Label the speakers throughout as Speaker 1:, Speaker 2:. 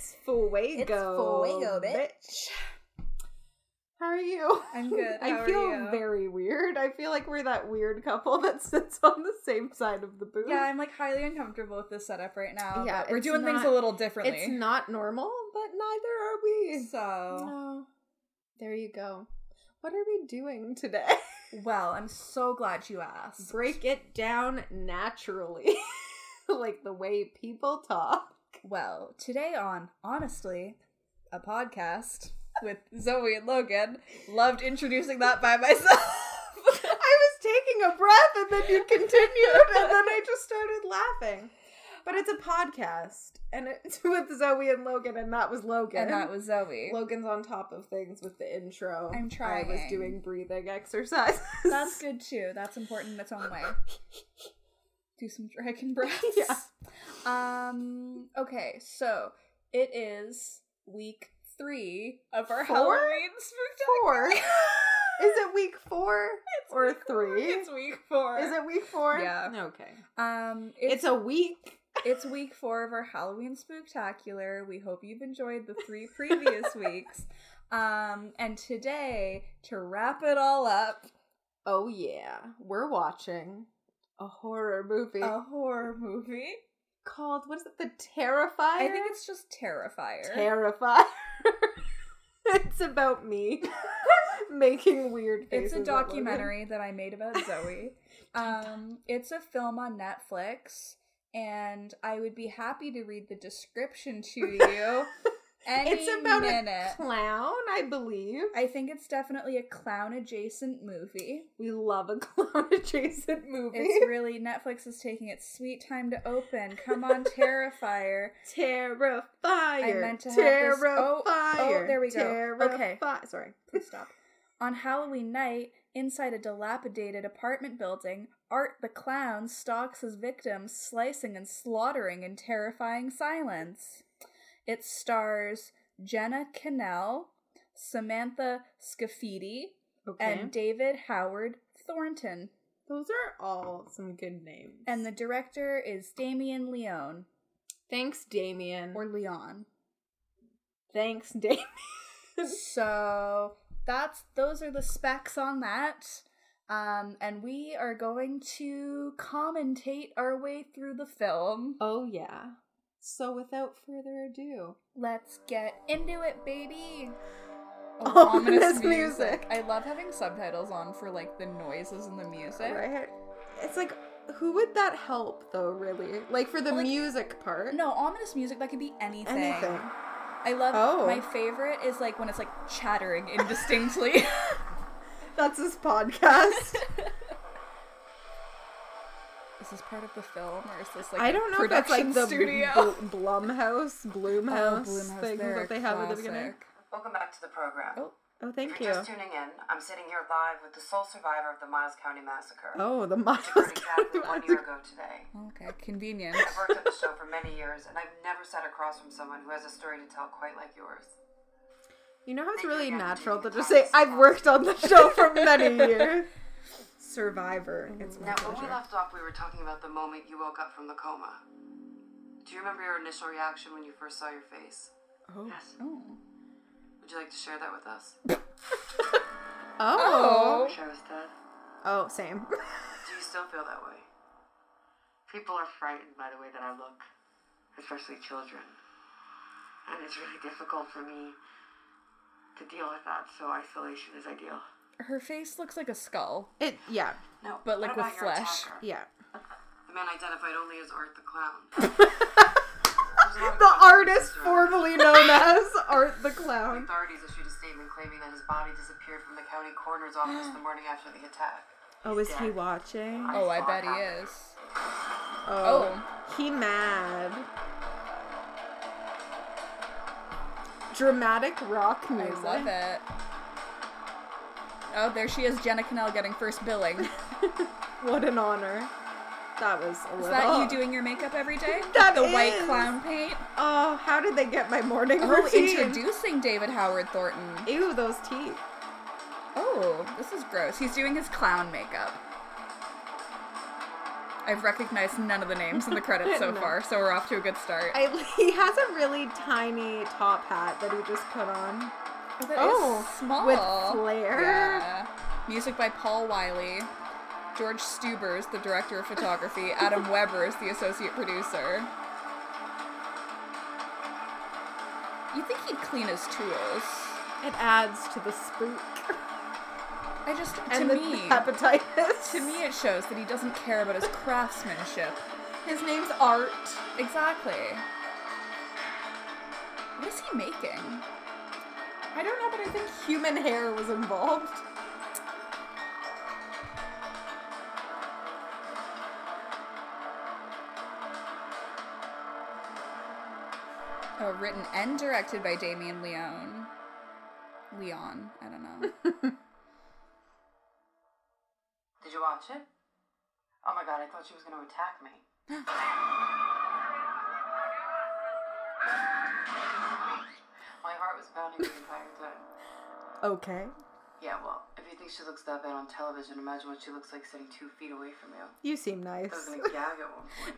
Speaker 1: fuego.
Speaker 2: It's fuego, bitch.
Speaker 1: How are you?
Speaker 2: I'm good.
Speaker 1: I
Speaker 2: How are
Speaker 1: feel
Speaker 2: you?
Speaker 1: very weird. I feel like we're that weird couple that sits on the same side of the booth.
Speaker 2: Yeah, I'm like highly uncomfortable with this setup right
Speaker 1: Yeah,
Speaker 2: now. Yeah, we're
Speaker 1: it's
Speaker 2: doing things a
Speaker 1: not-
Speaker 2: little differently.
Speaker 1: it's not normal, but neither are we.
Speaker 2: so
Speaker 1: No. Oh, There you go. What are we doing today?
Speaker 2: well, I'm so glad you asked.
Speaker 1: Break it down naturally, like the way people talk.
Speaker 2: Well, today on honestly, a podcast with Zoe and Logan. Loved introducing that by myself.
Speaker 1: I was taking a breath and then you continued and then I just started laughing. But it's a podcast and it's with Zoe and Logan and that was Logan.
Speaker 2: and that was Zoe.
Speaker 1: Logan's on top of things with the intro.
Speaker 2: I'm trying.
Speaker 1: I was doing breathing exercises.
Speaker 2: That's good too. That's important in its own way. Do some dragon breaths.
Speaker 1: Yeah.
Speaker 2: Um. Okay. So it is week three of our
Speaker 1: Four?
Speaker 2: Halloween spooktacular.
Speaker 1: four. Is it week four or
Speaker 2: week four.
Speaker 1: three?
Speaker 2: It's week four.
Speaker 1: Is it week four?
Speaker 2: Yeah.
Speaker 1: Okay.
Speaker 2: Um.
Speaker 1: It's,
Speaker 2: It's
Speaker 1: a week.
Speaker 2: it's week four of our Halloween spooktacular. We hope you've enjoyed the three previous weeks. Um. And today, to wrap it all up,
Speaker 1: Oh yeah. We're watching a horror movie
Speaker 2: a horror movie.
Speaker 1: called what is it? The Terrifier?
Speaker 2: I think it's just Terrifier.
Speaker 1: Terrifier. it's about me making weird faces.
Speaker 2: It's a
Speaker 1: at Logan.
Speaker 2: documentary that I made about Zoe. Um, it's a film on Netflix, and I would be happy to read the description to you any
Speaker 1: It's about
Speaker 2: minute.
Speaker 1: a clown, I believe.
Speaker 2: I think it's definitely a clown adjacent movie.
Speaker 1: we love a clown adjacent movie.
Speaker 2: It's really Netflix is taking its sweet time to open. Come on, Terrifier.
Speaker 1: Terrifier. I
Speaker 2: meant to have this- oh, oh, there we go. Okay.
Speaker 1: Terrifi- Sorry.
Speaker 2: Please stop. On Halloween night, inside a dilapidated apartment building, Art the Clown stalks his victims, slicing and slaughtering in terrifying silence. It stars Jenna Cannell, Samantha Scafidi,
Speaker 1: Okay.
Speaker 2: and David Howard Thornton.
Speaker 1: those are all some good names.
Speaker 2: And the director is Damien Leone,
Speaker 1: thanks, Damien.
Speaker 2: or Leon.
Speaker 1: thanks, Damien.
Speaker 2: so that's those are the specs on that um and we are going to commentate our way through the film
Speaker 1: oh yeah. So without further ado,
Speaker 2: let's get into it baby
Speaker 1: Oh, ominous music.
Speaker 2: i love having subtitles on for like the noises and the music
Speaker 1: right? It's like, who would that help though? Really, like for the
Speaker 2: Well, like-
Speaker 1: music part?
Speaker 2: no ominous music that could be anything,
Speaker 1: anything.
Speaker 2: i love
Speaker 1: Oh.
Speaker 2: my favorite is like when it's like chattering indistinctly
Speaker 1: That's this podcast.
Speaker 2: is this part of the film or is this like
Speaker 1: I
Speaker 2: a
Speaker 1: don't know if that's like
Speaker 2: production
Speaker 1: the
Speaker 2: studio
Speaker 1: Bl- Blumhouse,
Speaker 2: Oh,
Speaker 1: Bloomhouse,
Speaker 2: Blumhouse,
Speaker 1: thing
Speaker 2: they're
Speaker 1: that they have at the beginning.
Speaker 2: classic.
Speaker 3: Welcome back to the program.
Speaker 2: Oh,
Speaker 1: Oh,
Speaker 3: if
Speaker 1: thank
Speaker 3: you're
Speaker 1: you.
Speaker 3: just tuning in, I'm sitting here live with the sole survivor of the Miles County Massacre.
Speaker 1: Oh, the Miles
Speaker 3: Which occurred exactly one
Speaker 1: County
Speaker 3: year ago today.
Speaker 2: okay, convenient.
Speaker 3: I've worked at the show for many years, and I've never sat across from someone who has a story to tell quite like yours.
Speaker 1: You know how it's
Speaker 3: Thank you
Speaker 1: really
Speaker 3: again for
Speaker 1: natural to
Speaker 3: taking
Speaker 1: just
Speaker 3: the
Speaker 1: say,
Speaker 3: time to
Speaker 1: I've
Speaker 3: watch.
Speaker 1: worked on the show for many years. Survivor. It's my
Speaker 3: Now, when we
Speaker 1: pleasure.
Speaker 3: left off, we were talking about the moment you woke up from the coma. Do you remember your initial reaction when you first saw your face?
Speaker 1: Oh.
Speaker 3: Yes.
Speaker 2: Oh.
Speaker 3: Would you like to share that with us?
Speaker 1: Oh.
Speaker 3: Wish I was dead.
Speaker 1: Oh, same.
Speaker 3: Do you still feel that way? People are frightened by the way that I look, especially children. And it's really difficult for me to deal with that, so isolation is ideal.
Speaker 2: Her face looks like a skull.
Speaker 1: It, yeah,
Speaker 3: No,
Speaker 2: But, like, with flesh.
Speaker 1: yeah.
Speaker 3: The man identified only as Art the Clown.
Speaker 1: The artist formerly known as Art the Clown.
Speaker 3: Authorities issued a statement claiming that his body disappeared from the county coroner's office the morning after the attack.
Speaker 1: Oh, is he watching?
Speaker 2: Oh, I bet he is.
Speaker 1: Oh. He mad. Dramatic rock
Speaker 2: I
Speaker 1: music.
Speaker 2: love it. Oh, there she is, Jenna Cannell getting first billing. Is
Speaker 1: What an honor. That was a little.
Speaker 2: that you doing your makeup every day?
Speaker 1: That
Speaker 2: the white
Speaker 1: is.
Speaker 2: clown paint.
Speaker 1: Oh, how did they get my morning
Speaker 2: Oh,
Speaker 1: routine?
Speaker 2: introducing David Howard Thornton.
Speaker 1: Ew, those teeth.
Speaker 2: Oh, this is gross. He's doing his clown makeup. I I've recognized none of the names in the credits so
Speaker 1: No.
Speaker 2: far, so we're off to a good start.
Speaker 1: I, he has a really tiny top hat that he just put on
Speaker 2: Oh, that is
Speaker 1: Oh,
Speaker 2: small.
Speaker 1: with flair.
Speaker 2: Yeah. Music by Paul Wiley. George Stuber is the director of photography. Adam Weber is the associate producer. You think he'd clean his tools?
Speaker 1: It adds to the spook
Speaker 2: I just to
Speaker 1: and the
Speaker 2: me
Speaker 1: hepatitis.
Speaker 2: to me it shows that he doesn't care about his craftsmanship.
Speaker 1: his name's Art.
Speaker 2: Exactly. What is he making?
Speaker 1: I don't know, but I think human hair was involved.
Speaker 2: Oh, written and directed by Damien Leone. Leon, I don't know.
Speaker 3: Did you watch it? Oh my god, I thought she was gonna attack me. my heart was pounding the entire time.
Speaker 1: Okay.
Speaker 3: Yeah, well, if you think she looks that bad on television, imagine what she looks like sitting two feet away from you.
Speaker 1: You seem nice.
Speaker 3: I was gonna gag at one point.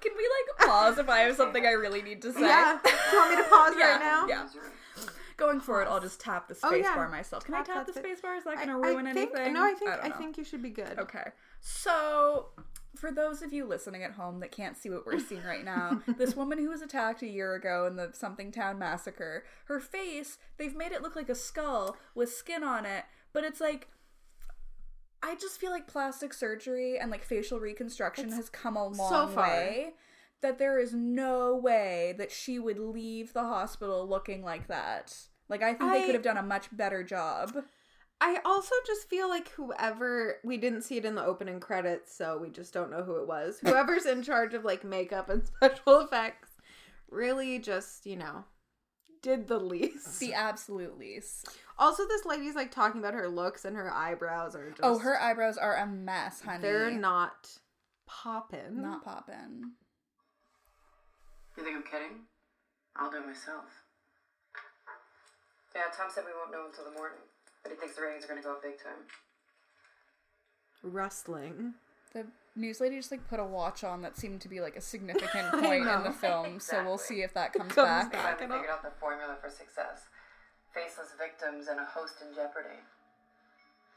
Speaker 2: Can we like pause if I have something I really need to say?
Speaker 1: Yeah. Do you want me to pause
Speaker 2: Yeah,
Speaker 1: right now?
Speaker 2: yeah.
Speaker 3: Misery.
Speaker 2: Going forward, I'll just tap the space
Speaker 1: Oh, yeah.
Speaker 2: bar myself. Can
Speaker 1: Tap
Speaker 2: I tap the
Speaker 1: that
Speaker 2: space bar? Is that
Speaker 1: I-
Speaker 2: going to
Speaker 1: I
Speaker 2: ruin
Speaker 1: think-
Speaker 2: anything?
Speaker 1: No, I think I,
Speaker 2: don't know.
Speaker 1: think you should be good.
Speaker 2: Okay. So, for those of you listening at home that can't see what we're seeing right now, this woman who was attacked a year ago in the Something Town massacre, her face, they've made it look like a skull with skin on it, but it's like. I just feel like plastic surgery and like facial reconstruction has come a long
Speaker 1: far.
Speaker 2: way that there is no way that she would leave the hospital looking like that. Like I think they
Speaker 1: I-
Speaker 2: could have done a much better job.
Speaker 1: I also just feel like whoever we didn't see it in the opening credits, so we just don't know who it was. Whoever's in charge of like makeup and special effects really just, you know, did the least.
Speaker 2: The absolute least.
Speaker 1: also, this lady's like talking about her looks and her eyebrows are just
Speaker 2: Oh, her eyebrows are a mess, honey.
Speaker 1: they're not Mm. poppin'.
Speaker 2: not popping.
Speaker 3: You think I'm kidding? I'll do it myself. Yeah, Tom said we won't know until the morning, but he thinks the ratings are gonna go up big time.
Speaker 1: rustling.
Speaker 2: The news lady just like put a watch on that seemed to be like a significant point in
Speaker 1: know.
Speaker 2: the film, so we'll see if that comes,
Speaker 1: comes
Speaker 2: back.
Speaker 1: back. it up.
Speaker 3: Finally figured out the formula for success: faceless victims and a host in jeopardy.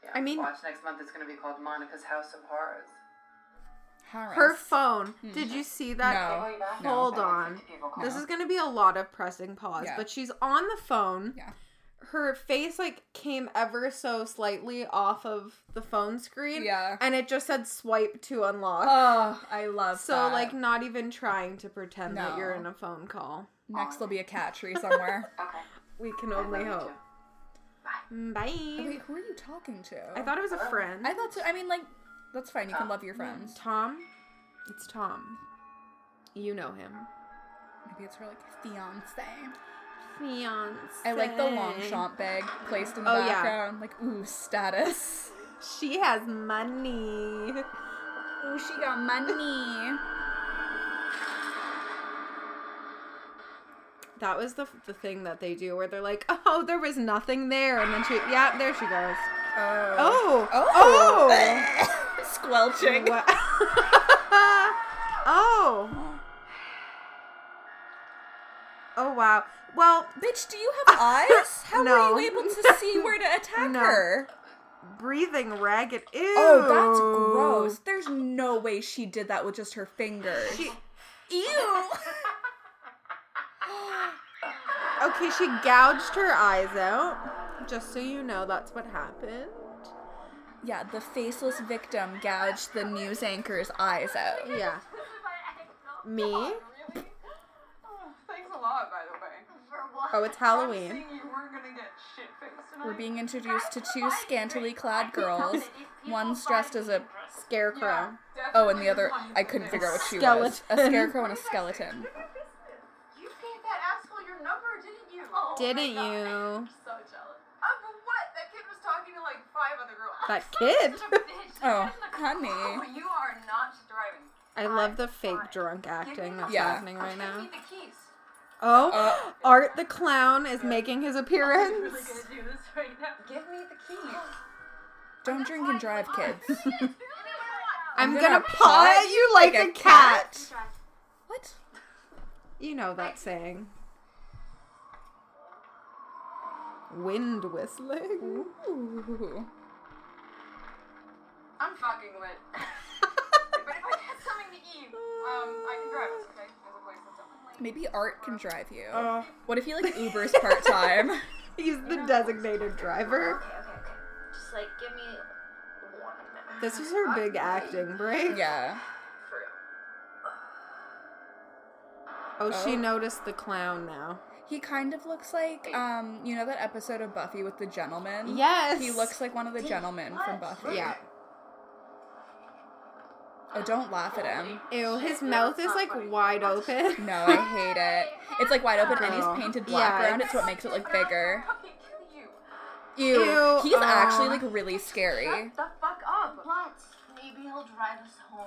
Speaker 3: Yeah,
Speaker 1: I mean-
Speaker 3: watch next month. It's gonna be called Monica's House of Horrors.
Speaker 2: Harris.
Speaker 1: Her phone. Did Oh, you see that?
Speaker 2: Hmm. No. No.
Speaker 1: Hold
Speaker 3: I want
Speaker 1: on.
Speaker 3: 50 people call.
Speaker 1: This is going to be a lot of pressing pause,
Speaker 2: Yeah.
Speaker 1: but she's on the phone.
Speaker 2: Yeah.
Speaker 1: Her face like came ever so slightly off of the phone screen.
Speaker 2: Yeah.
Speaker 1: And it just said swipe to unlock.
Speaker 2: Oh, I love
Speaker 1: so
Speaker 2: that.
Speaker 1: like not even trying to pretend that you're
Speaker 2: No.
Speaker 1: in a phone call.
Speaker 2: next there'll be a cat tree somewhere.
Speaker 3: Okay.
Speaker 1: We can
Speaker 3: I
Speaker 1: only
Speaker 3: love you
Speaker 1: hope. Mm,
Speaker 3: too.
Speaker 1: Bye.
Speaker 2: Wait, who are you talking to?
Speaker 1: I thought it was a friend.
Speaker 2: I thought so. I mean, like, that's fine. You can love your friends.
Speaker 1: Tom? It's Tom. You know him. Um,
Speaker 2: Maybe it's her like fiance.
Speaker 1: Fiance.
Speaker 2: I like the Longchamp bag placed in the
Speaker 1: Oh, yeah.
Speaker 2: background. Like, ooh, status.
Speaker 1: She has money.
Speaker 2: Ooh, she got money.
Speaker 1: That was the the thing that they do where they're like, oh, there was nothing there, and then she, yeah, there she goes.
Speaker 2: Oh.
Speaker 1: Oh,
Speaker 2: Squelching.
Speaker 1: Wha- oh, oh, wow. Well,
Speaker 2: Bitch, do you have eyes? How
Speaker 1: No.
Speaker 2: were you able to see where to attack
Speaker 1: No.
Speaker 2: her?
Speaker 1: breathing ragged. Ew.
Speaker 2: Oh, that's gross. There's no way she did that with just her fingers.
Speaker 1: She,
Speaker 2: Ew.
Speaker 1: okay, she gouged her eyes out. Just so you know, that's what happened.
Speaker 2: yeah, the faceless victim gouged the news anchor's eyes out.
Speaker 1: Yeah. Me?
Speaker 4: Really?
Speaker 3: Oh, Thanks a lot, by the way.
Speaker 4: For what?
Speaker 1: Oh, it's Halloween.
Speaker 3: you were gonna get shit faced
Speaker 2: We're being introduced to two scantily clad girls. One's dressed as a
Speaker 1: Scarecrow.
Speaker 2: oh, and the other I couldn't figure out what she was. A
Speaker 1: Skeleton.
Speaker 2: scarecrow and a skeleton.
Speaker 4: You gave that asshole your number, didn't you? Oh,
Speaker 1: Didn't you?
Speaker 4: so jealous. Of what? That kid was talking to like five other girls.
Speaker 1: That kid.
Speaker 2: Oh, honey.
Speaker 4: you are not driving.
Speaker 1: I love the fake drunk acting that's
Speaker 2: Yeah.
Speaker 1: happening right now.
Speaker 4: the keys.
Speaker 1: Oh,
Speaker 2: Uh,
Speaker 1: Art the clown is making his appearance.
Speaker 4: do this right now. Give me the keys.
Speaker 2: Don't drink and drive, kids.
Speaker 4: Leave me alone.
Speaker 1: I'm, gonna, paw at you like, a, cat.
Speaker 5: Drive.
Speaker 2: What?
Speaker 1: You know that saying. Wind whistling.
Speaker 2: Ooh.
Speaker 4: I'm fucking lit. but if I get something to eat, um, I can drive us, okay? There's a place that's open late.
Speaker 2: Maybe art can drive you.
Speaker 1: Uh.
Speaker 2: what if he like Ubers part time?
Speaker 1: He's the designated driver.
Speaker 5: Okay, okay, okay. Just like give me one minute.
Speaker 1: This was her big acting break.
Speaker 2: yeah.
Speaker 5: For
Speaker 1: Oh,
Speaker 5: real.
Speaker 1: she
Speaker 2: Oh.
Speaker 1: noticed the clown now.
Speaker 2: He kind of looks like um, you know that episode of Buffy with the gentleman.
Speaker 1: Yes.
Speaker 2: He looks like one of the gentlemen from Buffy.
Speaker 1: Yeah.
Speaker 2: Oh, don't laugh at him.
Speaker 1: Ew, his mouth is like wide open.
Speaker 2: No, I hate it. It's like wide open and
Speaker 1: Girl.
Speaker 2: he's painted black
Speaker 1: Oh. Yeah,
Speaker 2: around it, so it makes it look bigger.
Speaker 4: I'll fucking kill you.
Speaker 2: Ew.
Speaker 1: Ew,
Speaker 2: he's
Speaker 1: aw.
Speaker 2: actually like really scary.
Speaker 4: Shut the fuck up.
Speaker 5: What? Maybe he'll drive us home.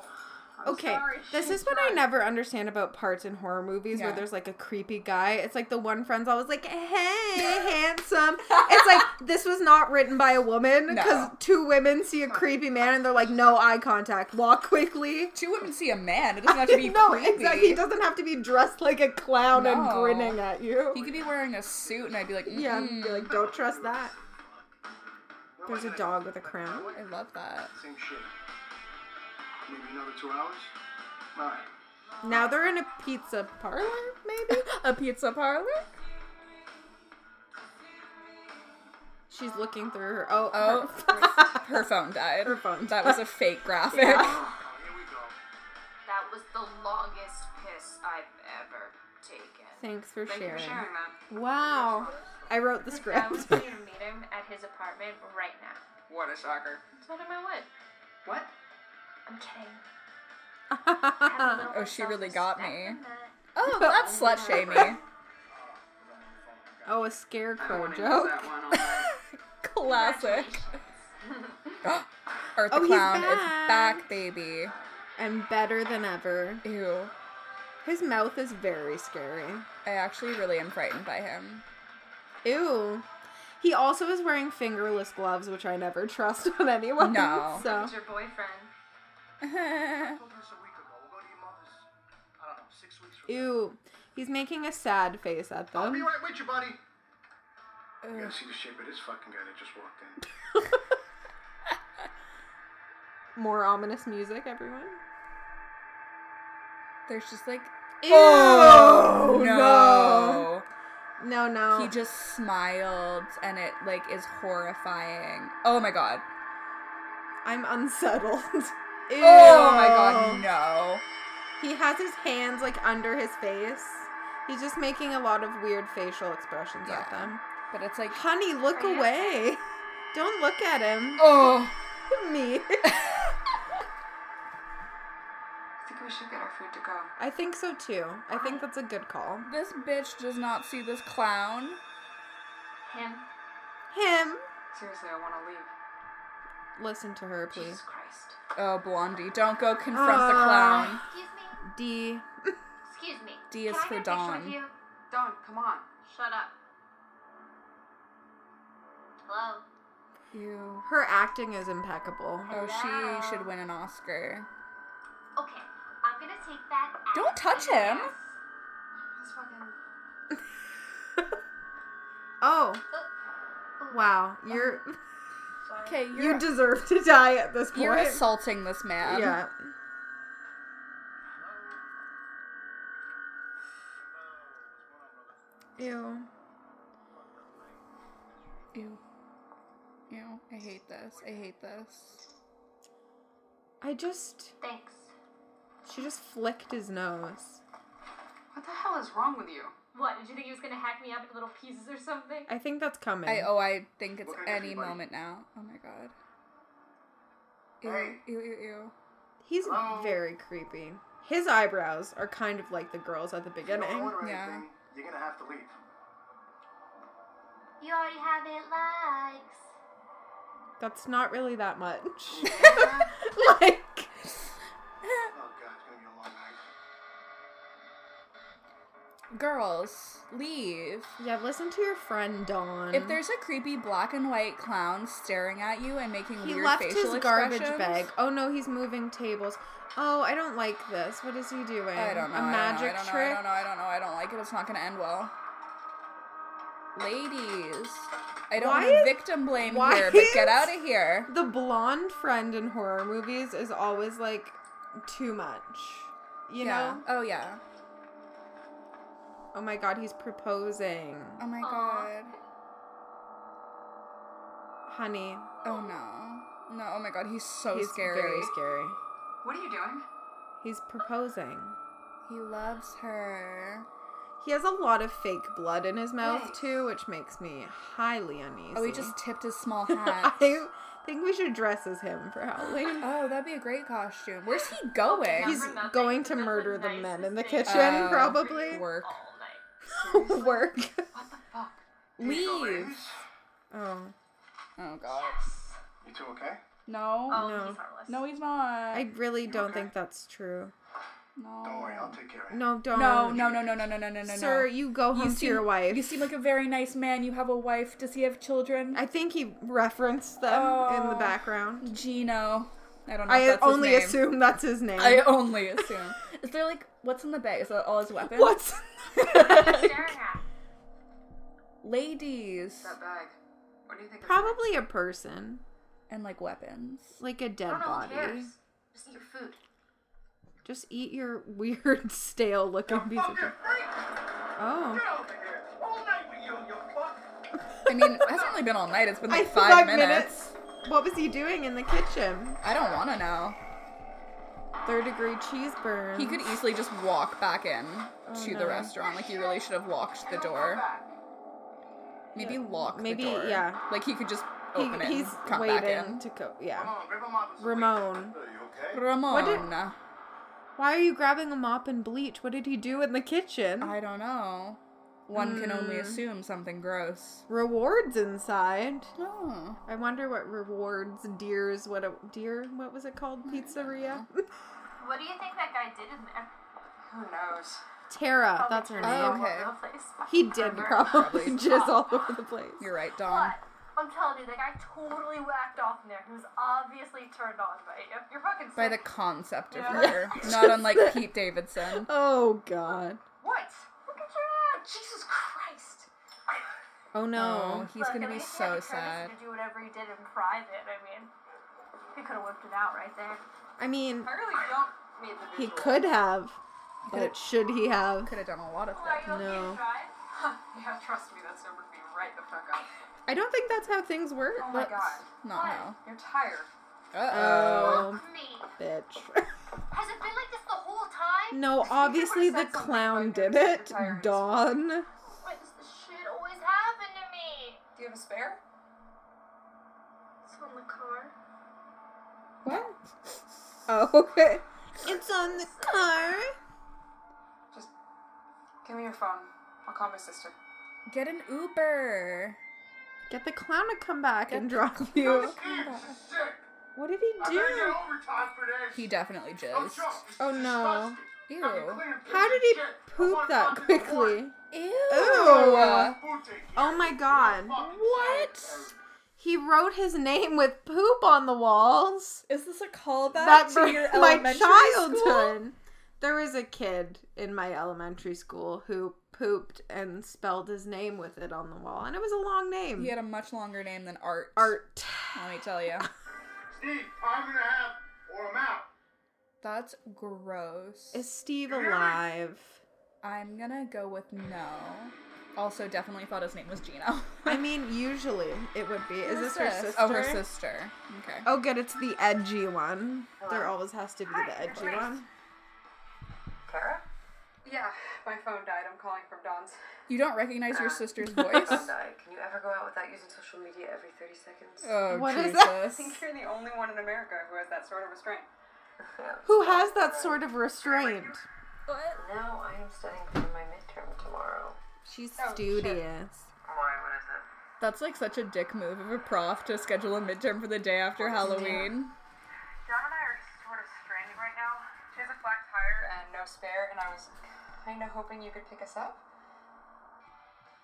Speaker 4: I'm
Speaker 1: Okay,
Speaker 4: sorry.
Speaker 1: this is what I never understand about parts in horror movies where
Speaker 2: Yeah.
Speaker 1: there's like a creepy guy. It's like the one friend's always like, "Hey, handsome." It's like this was not written by a woman
Speaker 2: No.
Speaker 1: because two women see a creepy man and they're like, "No eye contact, walk quickly."
Speaker 2: Two women see a man. It doesn't have to be
Speaker 1: no,
Speaker 2: creepy.
Speaker 1: exactly. He doesn't have to be dressed like a clown and
Speaker 2: No.
Speaker 1: grinning at you.
Speaker 2: He could be wearing a suit, and I'd be like,
Speaker 1: yeah,
Speaker 2: "Mm,
Speaker 1: be like, don't trust that. There's a dog with a crown.
Speaker 2: I love that.
Speaker 6: Same shit. Maybe another two hours? Alright.
Speaker 1: Now they're in a pizza parlor, maybe?
Speaker 2: a pizza parlor?
Speaker 1: She's looking through her. Oh,
Speaker 2: Oh,
Speaker 1: her-
Speaker 2: her phone died.
Speaker 1: Her phone
Speaker 2: That was a fake graphic.
Speaker 6: Oh, here we go.
Speaker 5: That was the longest piss I've ever taken.
Speaker 1: Thanks for
Speaker 4: Thank you
Speaker 1: sharing.
Speaker 4: for sharing that.
Speaker 1: Wow. I wrote the
Speaker 5: I want
Speaker 1: script.
Speaker 5: you to meet him at his apartment right now.
Speaker 4: What a shocker.
Speaker 5: Tell him I would.
Speaker 4: What?
Speaker 5: I'm kidding.
Speaker 2: Oh, she really got me.
Speaker 5: That
Speaker 2: Oh, that's slut shaming.
Speaker 1: oh, a
Speaker 4: I don't
Speaker 1: scarecrow
Speaker 4: want to use
Speaker 1: joke.
Speaker 4: that one. All right.
Speaker 2: Classic. Art the
Speaker 1: Oh, he's
Speaker 2: clown is
Speaker 1: back.
Speaker 2: back, baby.
Speaker 1: And better than ever.
Speaker 2: Ew.
Speaker 1: His mouth is very scary.
Speaker 2: I actually really am frightened by him.
Speaker 1: Ew. He also is wearing fingerless gloves, which I never trust on anyone.
Speaker 2: No.
Speaker 1: So
Speaker 5: was your boyfriend.
Speaker 6: I told this a week ago. We'll go to your mother's, I don't know, six weeks from now.
Speaker 1: Ew. He's making a sad face at
Speaker 6: I'll be
Speaker 1: them.
Speaker 6: right with you, buddy. You gotta see the shape of this fucking guy that just walked in.
Speaker 1: More ominous music, everyone.
Speaker 2: There's just like,
Speaker 1: Ew.
Speaker 2: oh no.
Speaker 1: No, no.
Speaker 2: He just smiled, and it like is horrifying. Oh my god.
Speaker 1: I'm unsettled. Ew.
Speaker 2: Oh my god, no.
Speaker 1: He has his hands like under his face. He's just making a lot of weird facial expressions
Speaker 2: Yeah.
Speaker 1: at them.
Speaker 2: But it's like,
Speaker 1: Honey, look away. Don't look at him.
Speaker 2: oh.
Speaker 1: Me.
Speaker 4: I think we should get our food to go.
Speaker 1: I think so too. I think that's a good call.
Speaker 2: This bitch does not see this clown.
Speaker 5: Him.
Speaker 1: Him.
Speaker 4: Seriously, I want to leave.
Speaker 1: Listen to her, please.
Speaker 5: Jesus Christ.
Speaker 2: Oh, Blondie, don't go confront the
Speaker 1: Ah.
Speaker 2: clown.
Speaker 5: Excuse me.
Speaker 1: D.
Speaker 5: Excuse me.
Speaker 2: D is
Speaker 5: Can I
Speaker 2: for
Speaker 5: get a picture
Speaker 2: Dawn.
Speaker 5: with you?
Speaker 4: Don, come on.
Speaker 5: Shut up. Hello.
Speaker 2: Ew.
Speaker 1: Her acting is impeccable.
Speaker 2: Oh, she should win an Oscar.
Speaker 5: Okay. I'm gonna take that. as
Speaker 2: Don't touch
Speaker 5: a
Speaker 2: him.
Speaker 5: yes.
Speaker 4: This fucking.
Speaker 1: Oh,
Speaker 5: Oh, oh,
Speaker 1: wow. You're
Speaker 5: sorry.
Speaker 2: Okay,
Speaker 1: you deserve to die at this point.
Speaker 2: you're assaulting this man.
Speaker 1: yeah. Ew.
Speaker 2: Ew. Ew. I hate this. I hate this.
Speaker 1: I just
Speaker 5: Thanks.
Speaker 1: she just flicked his nose.
Speaker 4: What the hell is wrong with you?
Speaker 5: What? Did you think he was gonna hack me up into little pieces or something?
Speaker 1: I think that's coming.
Speaker 2: I oh, I think it's
Speaker 6: Look at
Speaker 2: any
Speaker 6: everybody.
Speaker 2: moment now. Oh my god. Ew.
Speaker 6: Hey.
Speaker 2: Ew. Ew. Ew.
Speaker 1: He's
Speaker 2: Oh.
Speaker 6: Hello?
Speaker 1: very creepy. His eyebrows are kind of like the girls at the
Speaker 6: If you don't
Speaker 1: beginning.
Speaker 6: order
Speaker 2: Yeah.
Speaker 6: anything, you're gonna have to leave. Oh,
Speaker 5: You already have eight likes.
Speaker 1: That's not really that much. like
Speaker 6: Oh, God, it's gonna be a long night.
Speaker 2: Girls, leave.
Speaker 1: Yeah, listen to your friend Dawn.
Speaker 2: If there's a creepy black and white clown staring at you and making
Speaker 1: he
Speaker 2: weird
Speaker 1: left his
Speaker 2: facial
Speaker 1: garbage
Speaker 2: expressions-
Speaker 1: bag. Oh no, he's moving tables. Oh, I don't like this. What is he doing?
Speaker 2: I don't know.
Speaker 1: A magic
Speaker 2: I don't know,
Speaker 1: trick.
Speaker 2: I don't know. I don't know. I don't know. I don't like it. It's not going to end well. Ladies, I don't
Speaker 1: Why
Speaker 2: want to
Speaker 1: is-
Speaker 2: victim blame
Speaker 1: why
Speaker 2: here, but get
Speaker 1: is-
Speaker 2: out of here.
Speaker 1: The blonde friend in horror movies is always like too much. You
Speaker 2: yeah.
Speaker 1: know?
Speaker 2: Oh yeah.
Speaker 1: Oh my god, he's proposing.
Speaker 2: Oh my
Speaker 5: Aw.
Speaker 2: god.
Speaker 1: Honey,
Speaker 2: Oh no. No. Oh my god. He's so
Speaker 1: he's
Speaker 2: scary.
Speaker 1: very scary.
Speaker 4: What are you doing?
Speaker 1: He's proposing.
Speaker 2: He loves her.
Speaker 1: He has a lot of fake blood in his mouth
Speaker 4: Yikes.
Speaker 1: too, which makes me highly uneasy.
Speaker 2: Oh, he just tipped his small hat.
Speaker 1: I think we should dress as him for Halloween.
Speaker 2: Oh, that'd be a great costume. Where's he going?
Speaker 1: He's
Speaker 5: Remember nothing.
Speaker 1: going to
Speaker 5: That's the
Speaker 1: murder the
Speaker 5: nicest
Speaker 1: men in the
Speaker 5: thing.
Speaker 1: kitchen,
Speaker 2: Uh,
Speaker 1: probably.
Speaker 2: work.
Speaker 5: All night.
Speaker 1: Work.
Speaker 4: What the fuck?
Speaker 6: Here you go,
Speaker 2: Leave.
Speaker 6: ladies.
Speaker 1: Oh.
Speaker 2: Oh god.
Speaker 6: You two okay?
Speaker 2: No.
Speaker 5: Oh,
Speaker 1: No.
Speaker 5: he's harmless.
Speaker 2: No, he's not.
Speaker 1: I really don't
Speaker 6: okay?
Speaker 1: think that's true.
Speaker 2: no.
Speaker 6: Don't worry, I'll take care of it.
Speaker 1: No, don't.
Speaker 2: No, no, no, no, no, no, no, no, no.
Speaker 1: Sir, you go home Um, to
Speaker 2: seem-
Speaker 1: your wife.
Speaker 2: You seem like a very nice man. You have a wife. Does he have children?
Speaker 1: I think he referenced them in the
Speaker 2: Oh.
Speaker 1: background.
Speaker 2: Gino. I don't know. if
Speaker 1: I
Speaker 2: that's his
Speaker 1: only
Speaker 2: name.
Speaker 1: assume that's his name.
Speaker 2: I only assume. Is there like what's in the bag? Is that all his weapons?
Speaker 1: What's
Speaker 5: Staring at
Speaker 2: Ladies
Speaker 4: That bag. What do you think? of it?
Speaker 1: probably a person,
Speaker 2: and like weapons.
Speaker 1: like a dead
Speaker 5: I don't know who
Speaker 1: body.
Speaker 5: cares. Just eat your food.
Speaker 1: Just eat your weird, stale-looking piece of.
Speaker 6: Fucking freak!
Speaker 1: Oh,
Speaker 6: Get over here! All night with you, you fuck!
Speaker 2: I mean, it hasn't really been all night. It's been
Speaker 1: I
Speaker 2: like five, minutes.
Speaker 1: What was he doing in the kitchen?
Speaker 2: I don't want to know.
Speaker 1: Third-degree cheese burn.
Speaker 2: He could easily just walk back in to
Speaker 1: no.
Speaker 2: the restaurant. Like he really should have walked the door. Maybe lock
Speaker 1: Maybe,
Speaker 2: the door.
Speaker 1: yeah.
Speaker 2: Like he could just
Speaker 1: He-
Speaker 2: open it.
Speaker 1: he's
Speaker 2: and come
Speaker 1: waiting
Speaker 2: back in.
Speaker 1: to go. Yeah.
Speaker 6: Come on, grab a mop and some
Speaker 1: Ramon.
Speaker 6: bleach. Are you okay?
Speaker 2: Ramon.
Speaker 1: did- Why are you grabbing a mop and bleach? What did he do in the kitchen?
Speaker 2: I don't know. One can only assume something gross.
Speaker 1: Rewards inside.
Speaker 2: Oh.
Speaker 1: I wonder what rewards deers what a deer what was it called
Speaker 2: Hmm.
Speaker 1: pizzeria?
Speaker 5: What do you think that guy did in there?
Speaker 4: Who knows?
Speaker 1: Tara, that's her name.
Speaker 2: Oh, okay.
Speaker 5: All over the place.
Speaker 1: He did probably jizz all over the place.
Speaker 2: You're right, Dom.
Speaker 5: But I'm telling you, the guy totally whacked off in there. He was obviously turned on by you. You're fucking
Speaker 2: By the
Speaker 5: sick.
Speaker 2: concept of
Speaker 4: Yeah.
Speaker 2: murder. Not unlike Pete Davidson.
Speaker 1: Oh god.
Speaker 4: What?
Speaker 5: Look at your ass.
Speaker 4: Jesus Christ!
Speaker 1: Oh
Speaker 2: Oh,
Speaker 1: no.
Speaker 2: he's
Speaker 5: Look,
Speaker 2: gonna
Speaker 5: at
Speaker 2: be
Speaker 5: least he had
Speaker 2: so
Speaker 5: the courtesy
Speaker 2: sad.
Speaker 5: To do whatever he did in private. I mean, he could have whipped it out right there.
Speaker 1: I mean,
Speaker 4: I really don't need the
Speaker 1: he
Speaker 4: visual.
Speaker 1: could have, but
Speaker 2: could've-
Speaker 1: should he have?
Speaker 2: Could have done a lot of
Speaker 5: Oh, are
Speaker 2: things.
Speaker 5: you okay
Speaker 1: No.
Speaker 5: to drive?
Speaker 4: Huh, yeah, trust me, that's number me right the fuck up.
Speaker 1: I don't think that's how things work.
Speaker 4: Oh my god,
Speaker 2: Not now.
Speaker 4: you're tired.
Speaker 2: Uh
Speaker 1: Oh,
Speaker 5: Me.
Speaker 1: bitch.
Speaker 5: Has it been like this the whole time?
Speaker 1: No, obviously the
Speaker 4: would've said something
Speaker 1: clown
Speaker 4: about
Speaker 1: did
Speaker 4: your
Speaker 1: it.
Speaker 4: retirees.
Speaker 1: Dawn.
Speaker 5: Why does this shit always happen to me?
Speaker 4: Do you have a spare?
Speaker 5: It's on the car.
Speaker 1: What? Oh, okay. It's on the car.
Speaker 4: Just give me your phone. I'll call my sister.
Speaker 2: oh. Get an Uber.
Speaker 1: Get the clown to come back
Speaker 2: Get
Speaker 1: and
Speaker 2: the
Speaker 1: drop you.
Speaker 6: Kids is sick!
Speaker 1: What did he
Speaker 6: I'm gonna
Speaker 1: do?
Speaker 6: get overtime for this!
Speaker 2: He definitely
Speaker 6: I'm
Speaker 2: jizzed.
Speaker 6: drunk. This is
Speaker 1: Oh, no.
Speaker 6: disgusting. I've been
Speaker 2: Ew.
Speaker 6: cleaning
Speaker 1: How did
Speaker 6: this
Speaker 1: he
Speaker 6: shit. I
Speaker 1: poop
Speaker 6: want
Speaker 1: that
Speaker 6: fucking to work.
Speaker 1: quickly?
Speaker 2: Ew.
Speaker 1: Ew.
Speaker 6: Food taken care
Speaker 1: Oh my god.
Speaker 6: Fucking
Speaker 2: What?
Speaker 6: sanitary.
Speaker 1: He wrote his name with poop on the walls.
Speaker 2: Is this a callback
Speaker 1: That
Speaker 2: to
Speaker 1: brings
Speaker 2: your
Speaker 1: my
Speaker 2: elementary school?
Speaker 1: childhood. There was a kid in my elementary school who pooped and spelled his name with it on the wall, and it was a long name.
Speaker 2: He had a much longer name than Art.
Speaker 1: Art.
Speaker 2: Let me tell you.
Speaker 6: Steve, time and a half, or I'm out.
Speaker 2: That's gross.
Speaker 1: Is Steve alive?
Speaker 2: I'm gonna go with no. Also, definitely thought his name was Gino.
Speaker 1: I mean, usually it would be. Is this her sister?
Speaker 2: Oh, her sister. Okay.
Speaker 1: Oh, good. It's the edgy one. There always has to be the edgy one.
Speaker 4: Clara? Yeah, my phone died. I'm calling from Don's.
Speaker 2: You don't recognize
Speaker 1: Uh,
Speaker 2: your sister's
Speaker 4: My
Speaker 2: voice?
Speaker 4: phone died. Can you ever go out without using social media every 30 seconds?
Speaker 2: Oh,
Speaker 1: What is
Speaker 2: Jesus.
Speaker 1: that?
Speaker 4: I think you're the only one in America who has that sort of restraint.
Speaker 1: Who has that sort of restraint?
Speaker 4: Now I am studying for my midterm tomorrow.
Speaker 1: She's
Speaker 2: Oh,
Speaker 1: studious.
Speaker 6: Why, what is it?
Speaker 2: That's like such a dick move of a prof to schedule a midterm for the day after Halloween.
Speaker 4: Don and I are sort of stranded right now. She has a flat tire and no spare, and I was kind of hoping you could pick us up.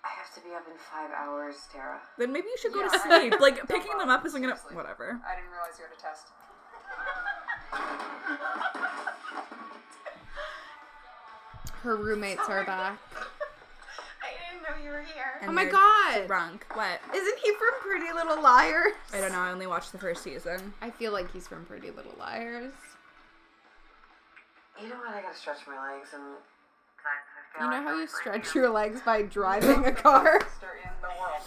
Speaker 3: I have to be up in five hours, Tara.
Speaker 2: Then maybe you should go to
Speaker 4: Yeah, I-
Speaker 2: sleep. Like
Speaker 4: don't
Speaker 2: picking them
Speaker 4: bother,
Speaker 2: up isn't gonna.
Speaker 4: seriously.
Speaker 2: Whatever.
Speaker 4: I didn't realize you had a test.
Speaker 1: Her roommates
Speaker 2: Oh
Speaker 1: are back.
Speaker 5: I didn't know you were here.
Speaker 1: Oh my
Speaker 2: they're
Speaker 1: god!
Speaker 2: Drunk. What?
Speaker 1: Isn't he from Pretty Little Liars?
Speaker 2: I don't know. I only watched the first season.
Speaker 1: I feel like he's from Pretty Little Liars.
Speaker 3: You know what? I gotta stretch my legs and.
Speaker 1: You know how you stretch your legs by driving a car?
Speaker 4: They're in the world.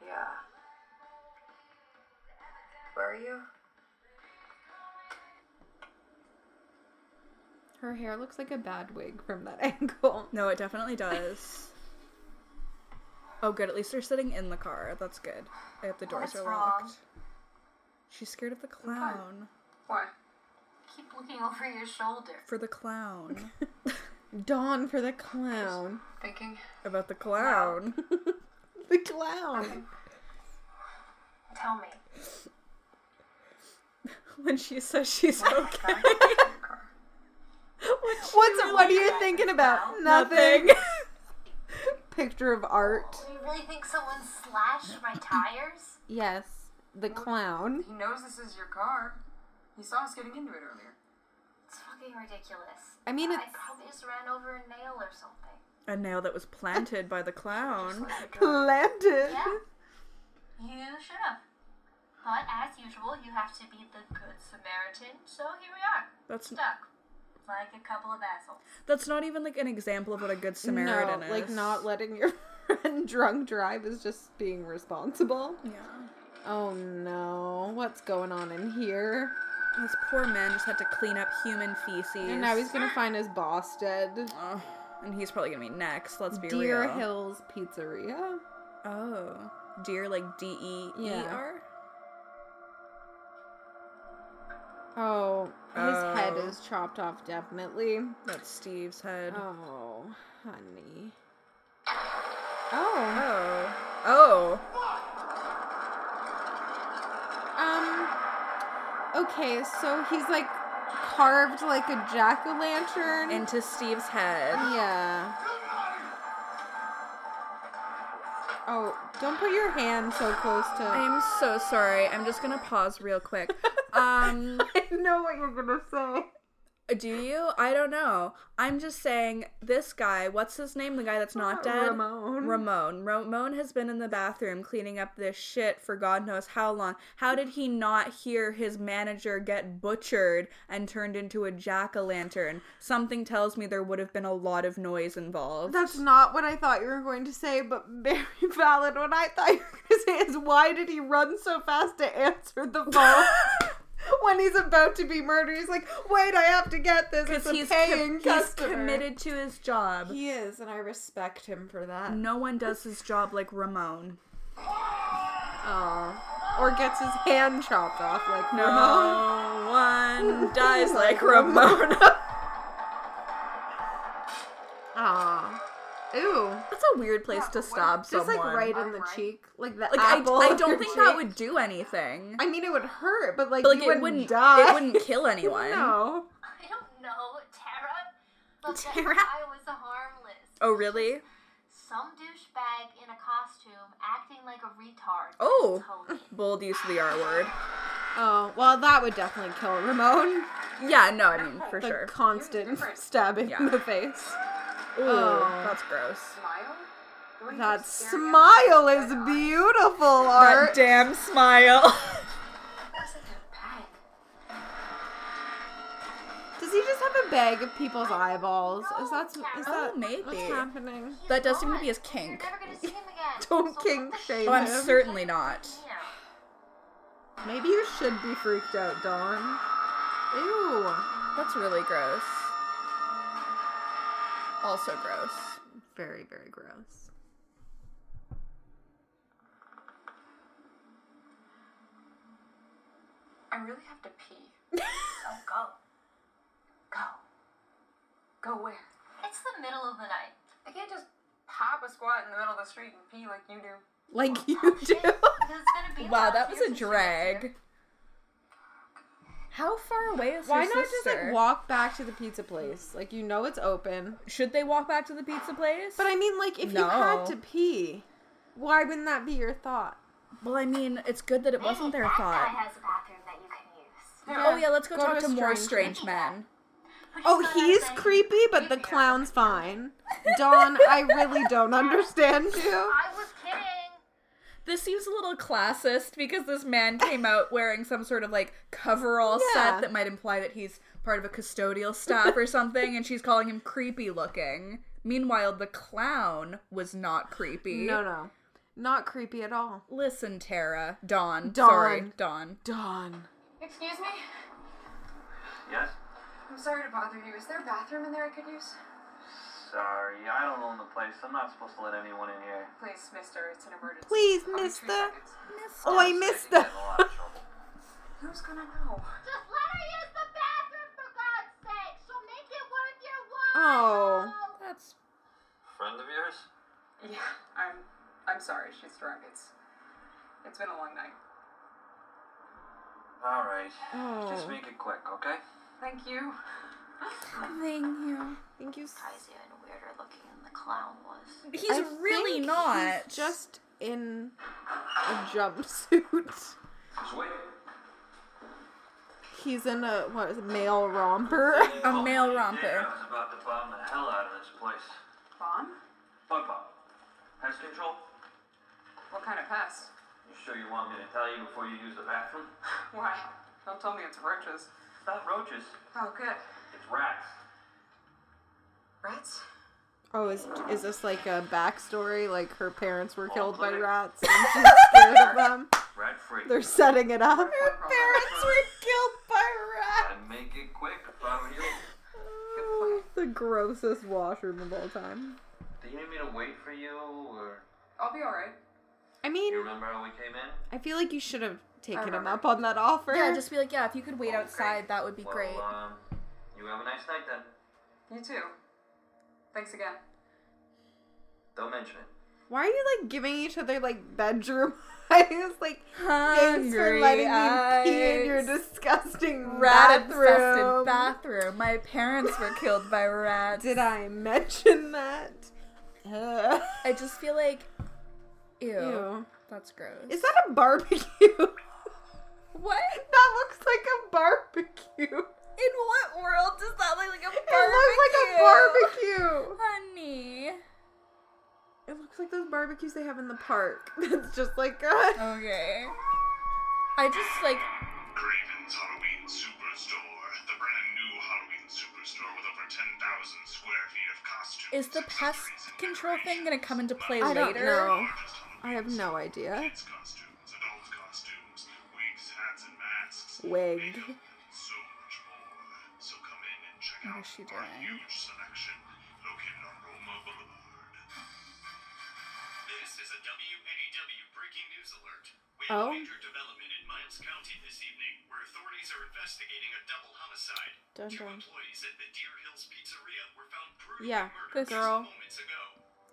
Speaker 3: Yeah. Where are you?
Speaker 1: Her hair looks like a bad wig from that angle.
Speaker 2: No, it definitely does. oh, good. At least they're sitting in the car. That's good. I hope the doors
Speaker 5: What's
Speaker 2: are
Speaker 5: wrong?
Speaker 2: locked. She's scared of the clown.
Speaker 4: Why?
Speaker 5: Keep looking over your shoulder.
Speaker 2: For the clown.
Speaker 1: Dawn for the clown.
Speaker 4: Thinking.
Speaker 2: About the clown.
Speaker 1: The clown.
Speaker 5: Tell me.
Speaker 2: when she says she's okay.
Speaker 1: What's what are you thinking about? Nothing. Picture of art.
Speaker 5: Do you really think someone slashed my tires?
Speaker 1: Yes. The clown.
Speaker 4: He knows this is your car. He saw us getting into it earlier.
Speaker 5: It's fucking ridiculous.
Speaker 1: I mean,
Speaker 5: I
Speaker 1: it's-
Speaker 5: probably just ran over a nail or something.
Speaker 2: A nail that was planted by the clown.
Speaker 1: Planted.
Speaker 5: Yeah. You should have. But as usual, you have to be the good Samaritan, so here we are.
Speaker 2: That's
Speaker 5: Stuck. Like a couple of assholes.
Speaker 2: that's not even like an example of what a good Samaritan
Speaker 1: no,
Speaker 2: is.
Speaker 1: like not letting your friend drunk drive is just being responsible.
Speaker 2: Yeah.
Speaker 1: Oh no. What's going on in here?
Speaker 2: This poor man just had to clean up human feces.
Speaker 1: And now he's gonna find his boss dead.
Speaker 2: Ugh. and he's probably gonna be next. Let's be
Speaker 1: Deer
Speaker 2: real.
Speaker 1: Hills Pizzeria.
Speaker 2: Oh, deer like D E E R.
Speaker 1: Oh, his head
Speaker 2: Oh.
Speaker 1: is chopped off definitely.
Speaker 2: That's Steve's head. Oh.
Speaker 1: Oh, honey. Oh,
Speaker 2: oh,
Speaker 1: um, okay, so he's like carved like a jack o' lantern.
Speaker 2: into Steve's head.
Speaker 1: yeah. Oh, don't put your hand so close to.
Speaker 2: I'm so sorry. I'm just gonna pause real quick. Um.
Speaker 1: I know what you're gonna say.
Speaker 2: Do you? I don't know. I'm just saying this guy, what's his name? The guy that's not dead?
Speaker 1: Ramon.
Speaker 2: Ramon. Ramon has been in the bathroom cleaning up this shit for God knows how long. How did he not hear his manager get butchered and turned into a jack o' lantern? Something tells me there would have been a lot of noise involved.
Speaker 1: That's not what I thought you were going to say, but very valid. What I thought you were going to say is why did he run so fast to answer the phone when he's about to be murdered? He's like, wait, I have to get this. It's
Speaker 2: Because
Speaker 1: a
Speaker 2: he's,
Speaker 1: paying
Speaker 2: com- he's
Speaker 1: customer.
Speaker 2: committed to his job.
Speaker 1: He is, and I respect him for that.
Speaker 2: No one does his job like Ramon.
Speaker 1: Aw. Or gets his hand chopped off like
Speaker 2: No
Speaker 1: Ramon.
Speaker 2: one dies like Ramona.
Speaker 1: Aw. Ooh.
Speaker 2: That's a weird place to stab
Speaker 1: Just
Speaker 2: someone.
Speaker 1: like right in the
Speaker 4: Alright.
Speaker 1: cheek. Like the
Speaker 2: Like, I,
Speaker 1: apple.
Speaker 2: I
Speaker 1: of your
Speaker 2: don't think that
Speaker 1: cheek.
Speaker 2: would do anything.
Speaker 1: I mean, it would hurt, but like,
Speaker 2: but like
Speaker 1: you
Speaker 2: it wouldn't.
Speaker 1: wouldn't die.
Speaker 2: It wouldn't kill anyone.
Speaker 1: No.
Speaker 5: I don't know, Tara. Look,
Speaker 2: Tara?
Speaker 5: that guy was harmless.
Speaker 2: Oh really?
Speaker 5: Some douchebag in a costume acting like a retard.
Speaker 2: Oh,
Speaker 5: Totally.
Speaker 2: bold use of the R word.
Speaker 1: Oh, well, that would definitely kill Ramon.
Speaker 2: Yeah, no, I mean for
Speaker 1: the
Speaker 2: sure.
Speaker 1: constant stabbing
Speaker 2: Yeah.
Speaker 1: in the face.
Speaker 2: Ooh,
Speaker 1: Oh.
Speaker 2: that's gross.
Speaker 4: Smile? The way he
Speaker 1: That
Speaker 4: was staring at
Speaker 1: smile
Speaker 4: me,
Speaker 1: is
Speaker 4: that eye.
Speaker 1: beautiful, Art.
Speaker 2: That damn smile.
Speaker 5: Wasn't that bad?
Speaker 1: Does he just have a bag of people's eyeballs? Is that is
Speaker 2: oh,
Speaker 1: that what's
Speaker 2: maybe.
Speaker 1: happening?
Speaker 5: He's
Speaker 2: That does seem to
Speaker 5: gone.
Speaker 2: be his kink.
Speaker 5: You're never gonna see him again.
Speaker 1: Don't
Speaker 5: so
Speaker 1: kink
Speaker 5: what the
Speaker 1: shame
Speaker 2: Oh, I'm
Speaker 1: him.
Speaker 2: certainly not.
Speaker 5: shit? Yeah.
Speaker 1: Maybe you should be freaked out, Dawn. Ew.
Speaker 2: That's really gross. Also gross.
Speaker 1: Very, very gross.
Speaker 4: I really have to pee.
Speaker 5: So go.
Speaker 4: Go. Go where?
Speaker 5: It's the middle of the night.
Speaker 4: I can't just pop a squat in the middle of the street and pee like you do.
Speaker 1: Like you do.
Speaker 5: Because it's gonna be
Speaker 2: Wow,
Speaker 5: lot
Speaker 2: that was a
Speaker 5: easier since you got here.
Speaker 2: drag. How far away is
Speaker 1: Why
Speaker 2: her
Speaker 1: not just
Speaker 2: sister?
Speaker 1: like walk back to the pizza place? Like you know it's open.
Speaker 2: Should they walk back to the pizza place?
Speaker 1: But I mean like if you had
Speaker 2: No.
Speaker 1: to pee, why wouldn't that be your thought?
Speaker 2: well, I mean, it's good that it wasn't their thought.
Speaker 5: has a bathroom that you can use.
Speaker 2: Oh yeah, let's go,
Speaker 1: Go
Speaker 2: talk
Speaker 1: to
Speaker 2: to, more
Speaker 1: strange-
Speaker 2: strange men.
Speaker 1: Oh, he's creepy, but the clown's fine. Dawn, I really don't understand you.
Speaker 5: I was kidding.
Speaker 2: This seems a little classist because this man came out wearing some sort of like coverall
Speaker 1: Yeah.
Speaker 2: set that might imply that he's part of a custodial staff or something, and she's calling him creepy looking. Meanwhile, the clown was not creepy.
Speaker 1: No, no. Not creepy at all.
Speaker 2: Listen, Tara. Dawn.
Speaker 1: Dawn.
Speaker 2: Sorry, Dawn.
Speaker 1: Dawn.
Speaker 3: Excuse me?
Speaker 7: Yes?
Speaker 3: I'm sorry to bother you. Is there a bathroom in there I could use?
Speaker 7: Sorry, I don't own the place. I'm not supposed to let anyone in here.
Speaker 3: Please, mister, it's an emergency.
Speaker 1: Please,
Speaker 3: I'll be
Speaker 1: mister.
Speaker 3: three seconds.
Speaker 1: Oh, I missed the.
Speaker 7: Get in a lot of trouble.
Speaker 3: Who's gonna know?
Speaker 5: Just let her use the bathroom for God's sake. She'll make it worth your
Speaker 1: Oh.
Speaker 5: while.
Speaker 2: That's
Speaker 7: Friend of yours?
Speaker 3: Yeah, I'm I'm sorry, she's drunk. It's it's been a long night.
Speaker 7: Alright. Just
Speaker 1: Oh.
Speaker 7: make it quick, okay?
Speaker 3: Thank you.
Speaker 2: thank you.
Speaker 1: Thank you. s-
Speaker 5: He's even weirder looking than the clown was.
Speaker 2: He's
Speaker 1: I
Speaker 2: really
Speaker 1: think
Speaker 2: not.
Speaker 1: he's just in a jumpsuit.
Speaker 7: Wait.
Speaker 1: He's in a what is it, male romper.
Speaker 2: a male romper.
Speaker 7: I was about to bomb the hell out of this place.
Speaker 3: Bomb?
Speaker 7: Bug bomb. Pest control?
Speaker 3: What kind of pest?
Speaker 7: You sure you want me to tell you before you use the bathroom?
Speaker 3: Why? Don't tell me it's roaches.
Speaker 7: It's not roaches.
Speaker 3: Oh, good.
Speaker 7: It's rats.
Speaker 3: Rats?
Speaker 1: Oh, is is this like a backstory? Like her parents were killed by
Speaker 7: Hopefully.
Speaker 1: rats and she's scared of them.
Speaker 7: Rat free.
Speaker 1: They're setting it up.
Speaker 3: Her parents
Speaker 1: were killed by rats.
Speaker 7: I'd make it quick if I were you.
Speaker 1: the grossest washroom of all time.
Speaker 7: Do you need me to wait for you, or
Speaker 3: I'll be alright.
Speaker 1: I
Speaker 7: you
Speaker 1: mean,
Speaker 7: remember how we came in?
Speaker 1: I feel like you should have taken him
Speaker 3: remember.
Speaker 1: up on that offer.
Speaker 2: Yeah, just be like, yeah, if you could wait
Speaker 7: Oh,
Speaker 2: outside,
Speaker 7: great.
Speaker 2: that would be
Speaker 7: well,
Speaker 2: great.
Speaker 7: Um, you have a nice night then.
Speaker 3: You too. Thanks again.
Speaker 7: Don't mention it.
Speaker 1: Why are you like giving each other like bedroom eyes? Like, thanks for
Speaker 2: Hungry
Speaker 1: letting me pee in your
Speaker 2: eyes.
Speaker 1: disgusting
Speaker 2: Rat
Speaker 1: bathroom.
Speaker 2: infested bathroom. My parents were killed by rats.
Speaker 1: Did I mention that? Uh,
Speaker 2: I just feel like, ew,
Speaker 1: ew.
Speaker 2: that's gross.
Speaker 1: Is that a barbecue? that
Speaker 2: what
Speaker 1: looks like a barbecue.
Speaker 2: in what world does that look like a barbecue?
Speaker 1: It looks like a barbecue.
Speaker 2: honey.
Speaker 1: It looks like those barbecues they have in the park. It's just like uh, a
Speaker 2: Okay. I just like
Speaker 6: Craven's Halloween Superstore, the brand new Halloween Superstore with over 10,000 square feet of costumes.
Speaker 2: is the pest
Speaker 6: accessories, and
Speaker 2: control thing gonna come into play
Speaker 1: I
Speaker 2: later?
Speaker 1: don't know.
Speaker 6: largest
Speaker 1: I
Speaker 6: Halloween
Speaker 1: have no idea.
Speaker 6: Kids costumes, adult costumes, wigs, hats, and masks.
Speaker 1: Wig.
Speaker 6: makeup, and So much more. So come in and check
Speaker 2: What
Speaker 6: out
Speaker 2: is she
Speaker 6: our
Speaker 2: doing?
Speaker 6: huge selection located on Roma Boulevard. This is a WAW breaking news alert. We
Speaker 1: Oh.
Speaker 6: have a major development in Miles County this evening where authorities are investigating a double homicide.
Speaker 1: Dun
Speaker 6: Two
Speaker 1: dun.
Speaker 6: employees at the Deer Hills Pizzeria were found brutally
Speaker 1: Yeah,
Speaker 6: murdered
Speaker 2: this-
Speaker 6: just
Speaker 1: girl.
Speaker 6: moments ago.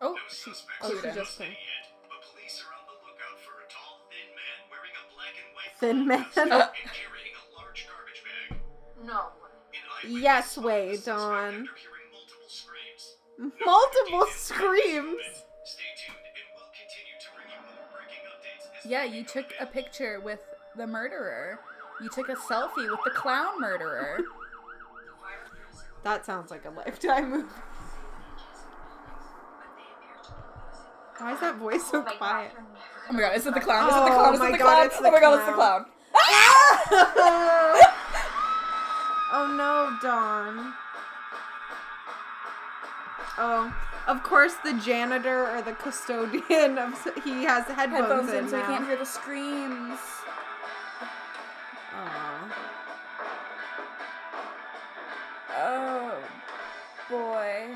Speaker 2: Oh,
Speaker 6: No
Speaker 2: she,
Speaker 6: suspects
Speaker 2: oh,
Speaker 6: are
Speaker 2: she just
Speaker 6: arrested yet, but police are on the lookout for a tall, thin man wearing a black and white
Speaker 1: Thin man.
Speaker 6: costume and carrying a large garbage bag.
Speaker 3: No way.
Speaker 6: An eyewitness
Speaker 1: Yes,
Speaker 6: saw the
Speaker 1: way,
Speaker 6: suspect
Speaker 1: Dawn.
Speaker 6: after hearing multiple screams.
Speaker 1: multiple
Speaker 6: Details are
Speaker 1: screams.
Speaker 6: still open. Stay tuned, and we'll continue to bring you more breaking updates as
Speaker 2: Yeah,
Speaker 6: the
Speaker 2: you
Speaker 6: week
Speaker 2: took a
Speaker 6: unfolds.
Speaker 2: picture with the murderer. You took a selfie with the clown murderer.
Speaker 1: That sounds like a lifetime movie. Why is that voice so quiet?
Speaker 2: Oh my god, is it the clown? Is it the
Speaker 1: Oh
Speaker 2: clown? Is
Speaker 1: my
Speaker 2: it the
Speaker 1: God,
Speaker 2: clown?
Speaker 1: it's the
Speaker 2: Oh my god, it's the
Speaker 1: clown.
Speaker 2: clown.
Speaker 1: oh no, Dawn. Oh, of course the janitor or the custodian of he has headphones,
Speaker 2: Headphones
Speaker 1: in
Speaker 2: in so we
Speaker 1: now.
Speaker 2: can't hear the screams.
Speaker 1: Aw.
Speaker 2: Oh boy.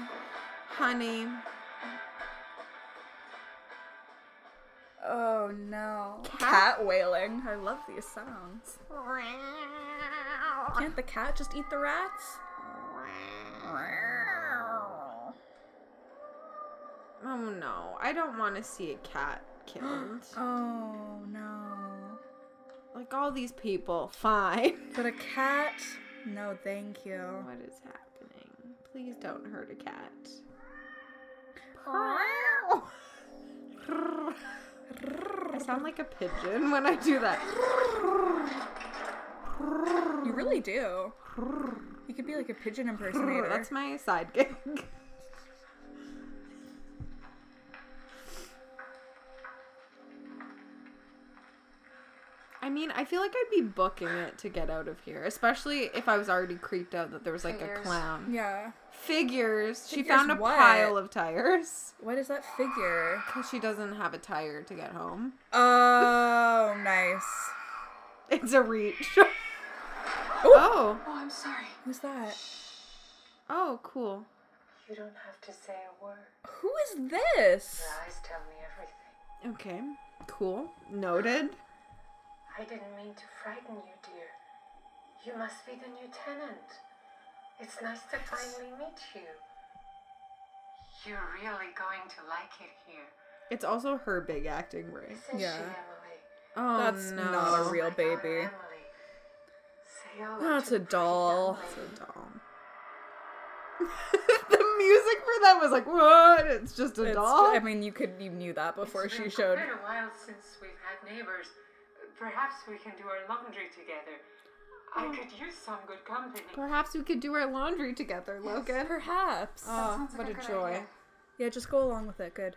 Speaker 1: honey,
Speaker 2: Oh no. Cat wailing. I love these sounds. Can't the cat just eat the rats?
Speaker 1: oh no, Oh, I don't want to see a cat killed.
Speaker 2: Oh no.
Speaker 1: like like all these people. Fine.
Speaker 2: But a cat? No, thank you.
Speaker 1: What is happening? Please don't hurt a cat. I sound like a pigeon when I do that.
Speaker 2: You really do. You could be like a pigeon impersonator.
Speaker 1: That's my side gig. I mean, I feel like I'd be booking it to get out of here, especially if I was already creeped out that there was like a
Speaker 4: Figures.
Speaker 1: clown.
Speaker 2: yeah.
Speaker 1: Figures. She
Speaker 2: Figures
Speaker 1: found a
Speaker 2: what?
Speaker 1: pile of tires.
Speaker 2: What is that figure?
Speaker 1: Because she doesn't have a tire to get home.
Speaker 2: Oh, nice.
Speaker 1: It's a reach.
Speaker 4: Oh,
Speaker 1: oh.
Speaker 4: I'm sorry.
Speaker 2: Who's that?
Speaker 1: Oh, cool.
Speaker 8: You don't have to say a word.
Speaker 2: Who is this?
Speaker 8: Your eyes tell me everything.
Speaker 1: Okay. Cool. Noted.
Speaker 8: I didn't mean to frighten you, dear. You must be the new tenant. It's nice to finally meet you.
Speaker 3: You're really going to like it here.
Speaker 1: It's also her big acting break.
Speaker 8: This is she,
Speaker 2: Yeah.
Speaker 8: Emily.
Speaker 1: Oh,
Speaker 2: That's
Speaker 1: no.
Speaker 2: Mm, not a real-
Speaker 8: My daughter,
Speaker 2: baby.
Speaker 8: Emily. Say hello
Speaker 2: That's
Speaker 8: to
Speaker 2: a
Speaker 8: pretty
Speaker 2: doll.
Speaker 8: Emily.
Speaker 1: It's a doll. the music for that was like, what? It's just a
Speaker 2: It's-
Speaker 1: doll?
Speaker 2: I mean, you could you knew that before
Speaker 8: It's
Speaker 2: she
Speaker 8: been
Speaker 2: showed.
Speaker 8: Quite a while since we've had neighbors. Perhaps we can do our laundry together. I
Speaker 2: Oh.
Speaker 8: could use some good company.
Speaker 1: Perhaps we could do our laundry together, Logan.
Speaker 2: Perhaps.
Speaker 1: Oh,
Speaker 4: sounds like
Speaker 1: what
Speaker 4: a
Speaker 1: a
Speaker 4: good
Speaker 1: joy.
Speaker 4: idea.
Speaker 2: yeah, just go along with it. Good.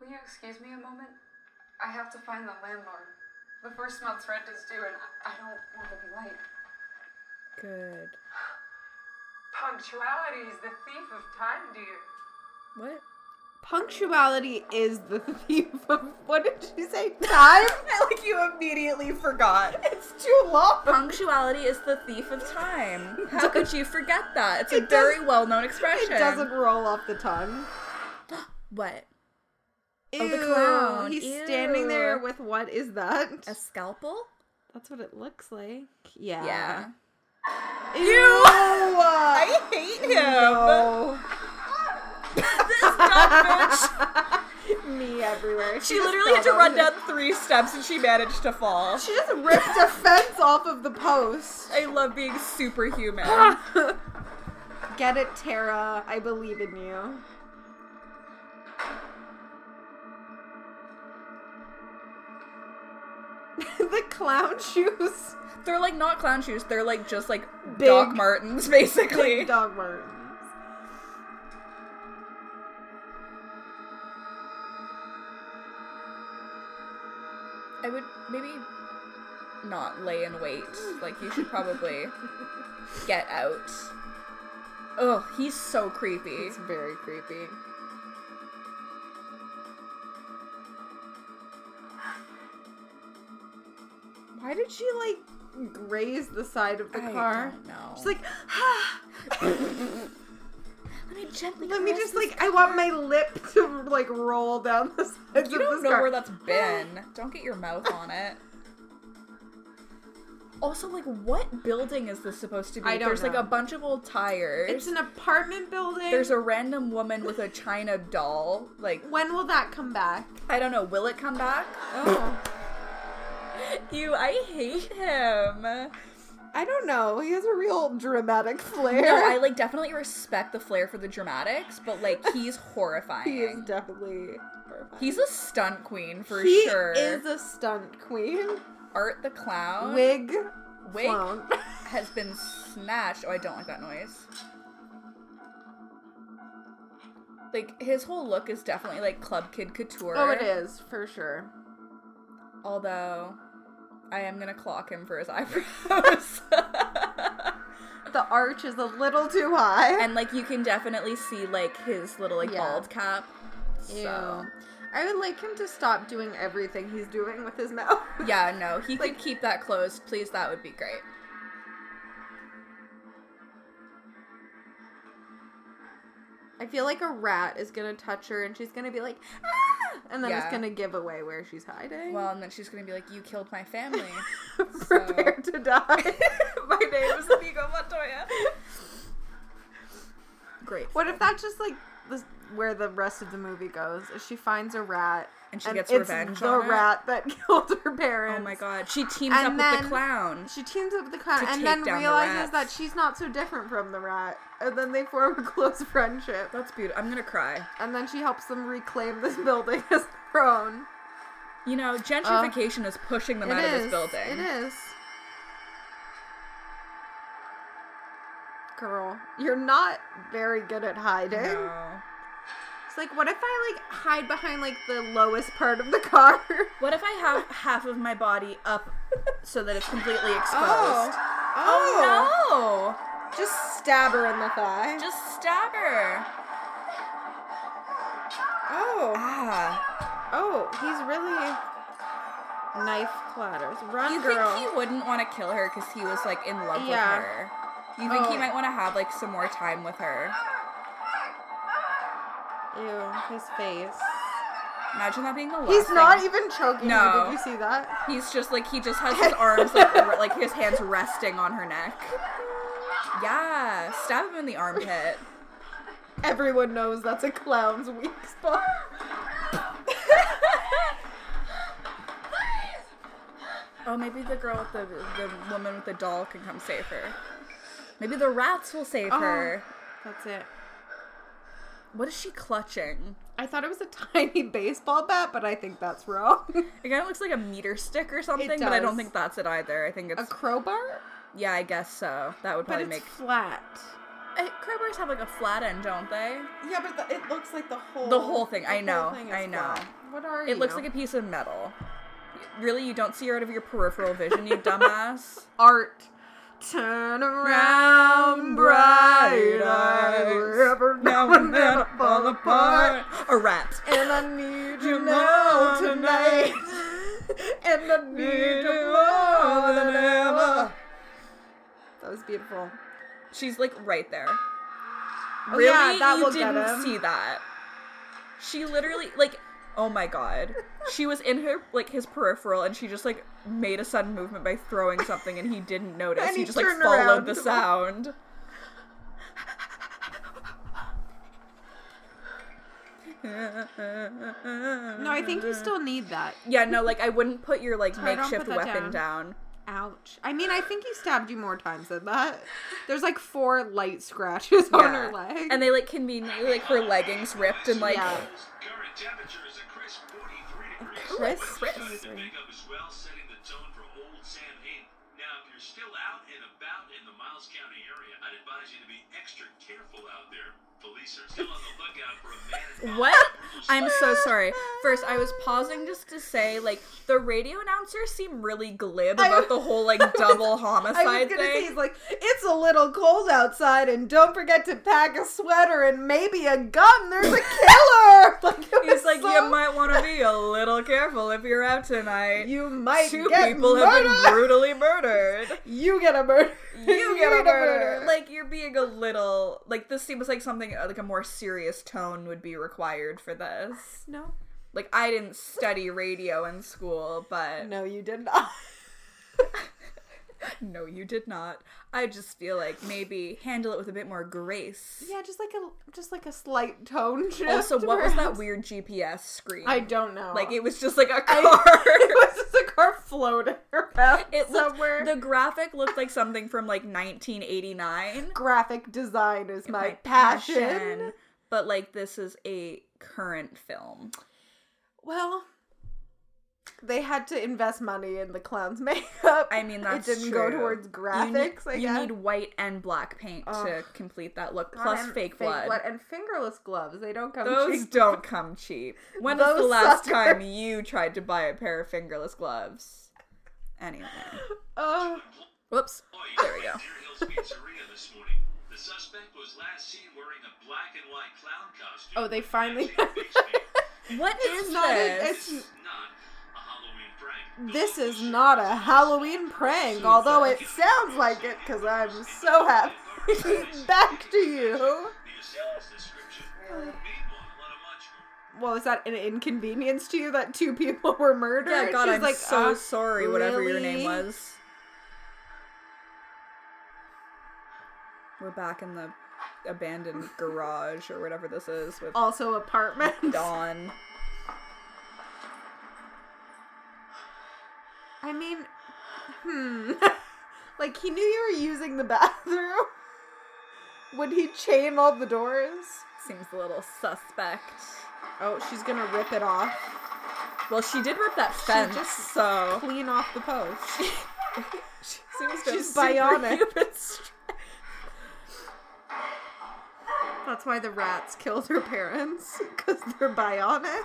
Speaker 4: Will you excuse me a moment? I have to find the landlord. The first month's rent is due, and I- I don't want to be late.
Speaker 2: Good.
Speaker 8: Punctuality is the thief of time, dear.
Speaker 2: What?
Speaker 1: Punctuality is the thief of what did she say? Time? like you immediately forgot. It's too long.
Speaker 2: Punctuality is the thief of time. How could you forget that? It's a
Speaker 1: It
Speaker 2: very
Speaker 1: doesn't-
Speaker 2: well known expression.
Speaker 1: It doesn't roll off the tongue.
Speaker 2: What?
Speaker 1: Ew,
Speaker 2: Oh, the clown.
Speaker 1: He's
Speaker 2: Ew.
Speaker 1: standing there with what is that?
Speaker 2: A scalpel?
Speaker 1: That's what it looks like. Yeah.
Speaker 2: Yeah.
Speaker 1: Ew. I
Speaker 2: hate
Speaker 1: No.
Speaker 2: this dumb bitch.
Speaker 1: Me everywhere.
Speaker 2: She
Speaker 1: just
Speaker 2: literally had to
Speaker 1: fell
Speaker 2: run
Speaker 1: over.
Speaker 2: down three steps and she managed to fall.
Speaker 1: She just ripped a fence off of the post.
Speaker 2: I love being superhuman.
Speaker 1: Get it, Tara. I believe in you. the clown shoes.
Speaker 2: they're like not clown shoes, they're like just like
Speaker 1: Big-
Speaker 2: Doc Martens, basically.
Speaker 1: Big dog Martens.
Speaker 2: I would maybe not lay in wait. Like you should probably get out. Ugh, he's so creepy.
Speaker 1: It's very creepy. Why did she like graze the side of the
Speaker 2: I
Speaker 1: car?
Speaker 2: don't know.
Speaker 1: She's like, ah,
Speaker 2: let me gently.
Speaker 1: let me
Speaker 2: caress
Speaker 1: just
Speaker 2: this
Speaker 1: like, I want my lip to like roll down the side
Speaker 2: You
Speaker 1: of
Speaker 2: don't
Speaker 1: this
Speaker 2: know
Speaker 1: car.
Speaker 2: where that's been. Don't get your mouth on it. Also, like, what building is this supposed to be?
Speaker 1: I don't
Speaker 2: There's
Speaker 1: know.
Speaker 2: like a bunch of old tires.
Speaker 1: It's an apartment building.
Speaker 2: There's a random woman with a china doll. Like,
Speaker 1: When will that come back?
Speaker 2: I don't know. Will it come back?
Speaker 1: Oh,
Speaker 2: Ew, I hate him. No,
Speaker 1: I don't know. He has a real dramatic flair.
Speaker 2: I like definitely respect the flair for the dramatics, but like, he's horrifying.
Speaker 1: he is definitely. horrifying.
Speaker 2: He's a stunt queen for
Speaker 1: he
Speaker 2: sure.
Speaker 1: is a stunt queen.
Speaker 2: Art the clown.
Speaker 1: Oh, Wig.
Speaker 2: Wig
Speaker 1: flown.
Speaker 2: has been snatched. Oh, I don't like that noise. Like his whole look is definitely like club kid couture.
Speaker 1: Oh, it is for sure.
Speaker 2: Although, I am gonna clock him for his eyebrows.
Speaker 1: The arch is a little too high.
Speaker 2: and like you can definitely see like his little like
Speaker 1: Yeah.
Speaker 2: bald cap. So
Speaker 1: I would like him to stop doing everything he's doing with his mouth.
Speaker 2: yeah, no, he could keep that closed, please. That would be great.
Speaker 1: I feel like a rat is gonna touch her, and she's gonna be like, ah! and then it's
Speaker 2: Yeah.
Speaker 1: gonna give away where she's hiding.
Speaker 2: Well, and then she's gonna be like, "You killed my family."
Speaker 1: prepare to die.
Speaker 2: my name is Vigo Montoya. Great.
Speaker 1: what if that's just like the, where the rest of the movie goes? Is she finds a rat
Speaker 2: and she gets
Speaker 1: it's
Speaker 2: revenge
Speaker 1: the
Speaker 2: on it.
Speaker 1: rat that killed her parents.
Speaker 2: Oh my god, she teams
Speaker 1: And
Speaker 2: up with
Speaker 1: then-
Speaker 2: the clown.
Speaker 1: She teams up with the clown
Speaker 2: To
Speaker 1: and
Speaker 2: take
Speaker 1: then
Speaker 2: down the
Speaker 1: realizes
Speaker 2: rat.
Speaker 1: that she's not so different from the rat. And then they form a close friendship.
Speaker 2: That's beautiful. I'm gonna cry.
Speaker 1: And then she helps them reclaim this building as their own.
Speaker 2: You know, gentrification is pushing them
Speaker 1: Oh. It
Speaker 2: out of
Speaker 1: is.
Speaker 2: this building.
Speaker 1: It is. Girl, you're not very good at hiding.
Speaker 2: No.
Speaker 1: It's like, what if I like hide behind like the lowest part of the car?
Speaker 2: What if I have half of my body up so that it's completely
Speaker 1: Oh.
Speaker 2: exposed? Oh. no!
Speaker 1: Just stab her in the thigh.
Speaker 2: Just stab her.
Speaker 1: oh,
Speaker 2: Ah.
Speaker 1: oh, he's really knife clatters. Run,
Speaker 2: You
Speaker 1: girl.
Speaker 2: think he wouldn't want to kill her because he was like in love with
Speaker 1: Yeah.
Speaker 2: her? You think he
Speaker 1: Oh.
Speaker 2: might want to have like some more time with her?
Speaker 1: Ew, his face.
Speaker 2: Imagine that being the last.
Speaker 1: He's not
Speaker 2: thing-
Speaker 1: even choking her.
Speaker 2: No.
Speaker 1: Did you see that?
Speaker 2: He's just like he just has his arms like re- like his hands resting on her neck. Yeah, stab him in the armpit.
Speaker 1: Everyone knows that's a clown's weak spot.
Speaker 2: Oh, maybe the girl with the the woman with the doll can come save her. Uh-huh. Maybe the rats will save
Speaker 1: Oh.
Speaker 2: her.
Speaker 1: That's it.
Speaker 2: What is she clutching?
Speaker 1: I thought it was a tiny baseball bat, but I think that's wrong.
Speaker 2: It kind of looks like a meter stick or something,
Speaker 1: It
Speaker 2: but I
Speaker 1: does.
Speaker 2: don't think that's it either. I think it's
Speaker 1: a crowbar?
Speaker 2: yeah, I guess so. That would
Speaker 1: But
Speaker 2: probably
Speaker 1: it's
Speaker 2: make
Speaker 1: flat.
Speaker 2: Uh, crowbars have like a flat end, don't they?
Speaker 1: Yeah, but the, it looks like the whole
Speaker 2: The whole thing, I
Speaker 1: whole
Speaker 2: know,
Speaker 1: thing is
Speaker 2: I know.
Speaker 1: flat. What are you?
Speaker 2: It looks like a piece of metal. Really, you don't see her out of your peripheral vision, you dumbass.
Speaker 1: art. Turn around, bright eyes. Every now and then I fall apart.
Speaker 2: A rat.
Speaker 1: And I need you now tonight. and I need you more than ever. That was beautiful.
Speaker 2: She's like right there.
Speaker 1: Oh,
Speaker 2: Really,
Speaker 1: yeah, that
Speaker 2: you
Speaker 1: will get
Speaker 2: didn't
Speaker 1: him.
Speaker 2: see that. She literally like, oh my god, she was in her like his peripheral, and she just like made a sudden movement by throwing something, and he didn't notice.
Speaker 1: And
Speaker 2: he,
Speaker 1: he
Speaker 2: just like
Speaker 1: turned
Speaker 2: followed
Speaker 1: around.
Speaker 2: the sound.
Speaker 1: No, I think you still need that.
Speaker 2: Yeah, no, like I wouldn't put your like
Speaker 1: Sorry, don't
Speaker 2: makeshift
Speaker 1: put that
Speaker 2: weapon
Speaker 1: down.
Speaker 2: down.
Speaker 1: Ouch. I mean, I think he stabbed you more times than that. There's like four light scratches on her leg.
Speaker 2: And they like conveniently like her leggings ripped and like
Speaker 1: Yeah.
Speaker 9: Current temperature is a crisp 43 degrees.
Speaker 1: Chris,
Speaker 9: Time to
Speaker 1: Chris.
Speaker 9: make up as well, setting the tone for Old Sam Hayden. Now, if you're still out and about in the Miles County area, I'd advise you to be extra careful out there. Police are still on the lookout for a man. in
Speaker 2: What? I'm so sorry. First, I was pausing just to say, like, the radio announcers seem really glib
Speaker 1: I-
Speaker 2: about the whole like double homicide
Speaker 1: I was gonna say
Speaker 2: thing.
Speaker 1: he's like, it's a little cold outside, and don't forget to pack a sweater and maybe a gun. There's a killer. Like it was
Speaker 2: he's like,
Speaker 1: so-
Speaker 2: you might want to be a little careful if you're out tonight.
Speaker 1: you might
Speaker 2: Two
Speaker 1: get
Speaker 2: people have
Speaker 1: murdered.
Speaker 2: been brutally murdered.
Speaker 1: You get a murder.
Speaker 2: You get a murder. Like you're being a little like this seems like something uh, like a more serious tone would be required for this.
Speaker 1: no,
Speaker 2: Like I didn't study radio in school, but
Speaker 1: no, you did not.
Speaker 2: No, you did not. I just feel like maybe handle it with a bit more grace.
Speaker 1: yeah, just like a just like a slight tone shift.
Speaker 2: Also, what was that
Speaker 1: perhaps.
Speaker 2: weird GPS screen?
Speaker 1: I don't know.
Speaker 2: like it was just like a
Speaker 1: I-
Speaker 2: car.
Speaker 1: it was just a car floating around
Speaker 2: It looked-
Speaker 1: somewhere.
Speaker 2: the graphic looked like something from like 1989.
Speaker 1: graphic design is my, passion.
Speaker 2: But like this is a current film.
Speaker 1: Well, they had to invest money in the clown's makeup.
Speaker 2: I mean, that's
Speaker 1: it didn't go
Speaker 2: true.
Speaker 1: towards
Speaker 2: You need-
Speaker 1: graphics. I
Speaker 2: You
Speaker 1: guess.
Speaker 2: need white and black paint to
Speaker 1: Ugh.
Speaker 2: complete that look,
Speaker 1: God,
Speaker 2: plus
Speaker 1: and
Speaker 2: fake blood.
Speaker 1: and fingerless gloves. They don't come
Speaker 2: Those
Speaker 1: cheap.
Speaker 2: don't come cheap. When was the
Speaker 1: Those
Speaker 2: last
Speaker 1: suckers.
Speaker 2: time you tried to buy a pair of fingerless gloves? Anyway.
Speaker 1: Oh,
Speaker 2: Whoops.
Speaker 9: Employees
Speaker 2: There we
Speaker 9: at
Speaker 2: go.
Speaker 9: Deer Hills Pizzeria this morning. The suspect was last seen wearing a black and white clown costume.
Speaker 1: Oh, they finally-
Speaker 9: Matching face paint.
Speaker 2: What is
Speaker 1: not e-, a-
Speaker 2: this?
Speaker 9: This is not a Halloween prank. The
Speaker 1: this
Speaker 9: local
Speaker 1: is not a Halloween prank, although it sounds like it because I'm so happy. Back to you.
Speaker 9: The assailant's description.
Speaker 8: Really?
Speaker 9: Meanwhile, on a much more
Speaker 1: Well, is that an inconvenience to you that two people were murdered?
Speaker 2: yeah, God,
Speaker 1: She's
Speaker 2: I'm
Speaker 1: like,
Speaker 2: so
Speaker 1: uh,
Speaker 2: sorry, whatever your name
Speaker 1: really?
Speaker 2: was. We're back in the abandoned garage or whatever this is with
Speaker 1: Also, apartment.
Speaker 2: Dawn.
Speaker 1: I mean, hmm. like he knew you were using the bathroom. Would he chain all the doors?
Speaker 2: Seems a little suspect.
Speaker 1: Oh, she's gonna rip it off.
Speaker 2: Well, she did rip that fence,
Speaker 1: just-
Speaker 2: so
Speaker 1: Clean off the post.
Speaker 2: she seems
Speaker 1: she's
Speaker 2: have
Speaker 1: bionic.
Speaker 2: superhuman strength.
Speaker 1: That's why the rats killed her parents, because they're bionic.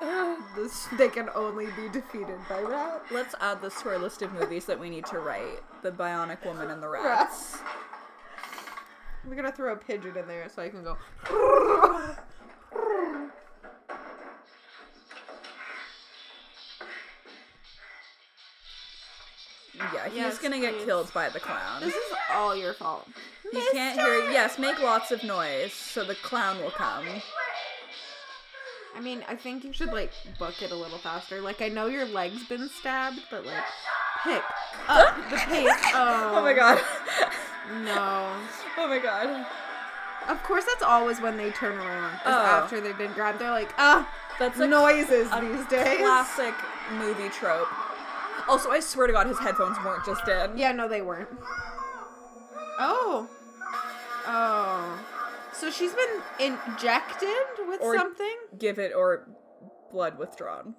Speaker 1: This, they can only be defeated by rats.
Speaker 2: Let's add this to our list of movies that we need to write: The Bionic Woman and the
Speaker 1: Rats.
Speaker 2: Rats.
Speaker 1: We're gonna throw a pigeon in there so I can go.
Speaker 2: Yeah, he's
Speaker 1: Yes,
Speaker 2: gonna get
Speaker 1: please.
Speaker 2: killed by the clown.
Speaker 1: This is all your fault.
Speaker 2: You can't hear. Yes, make lots of noise so the clown will come.
Speaker 1: I mean, I think you should like book it a little faster. Like I know your leg's been stabbed, but like pick up the pace. Oh,
Speaker 2: Oh my god.
Speaker 1: No.
Speaker 2: oh my god.
Speaker 1: Of course, that's always when they turn around. is
Speaker 2: Oh.
Speaker 1: after they've been grabbed, they're like, ah,
Speaker 2: That's like
Speaker 1: noises
Speaker 2: a
Speaker 1: these days.
Speaker 2: Classic movie trope. Also, I swear to God, his headphones weren't just in.
Speaker 1: Yeah, no, they weren't. Oh. Oh. So she's been injected with
Speaker 2: Or-
Speaker 1: something?
Speaker 2: Give it or blood withdrawn.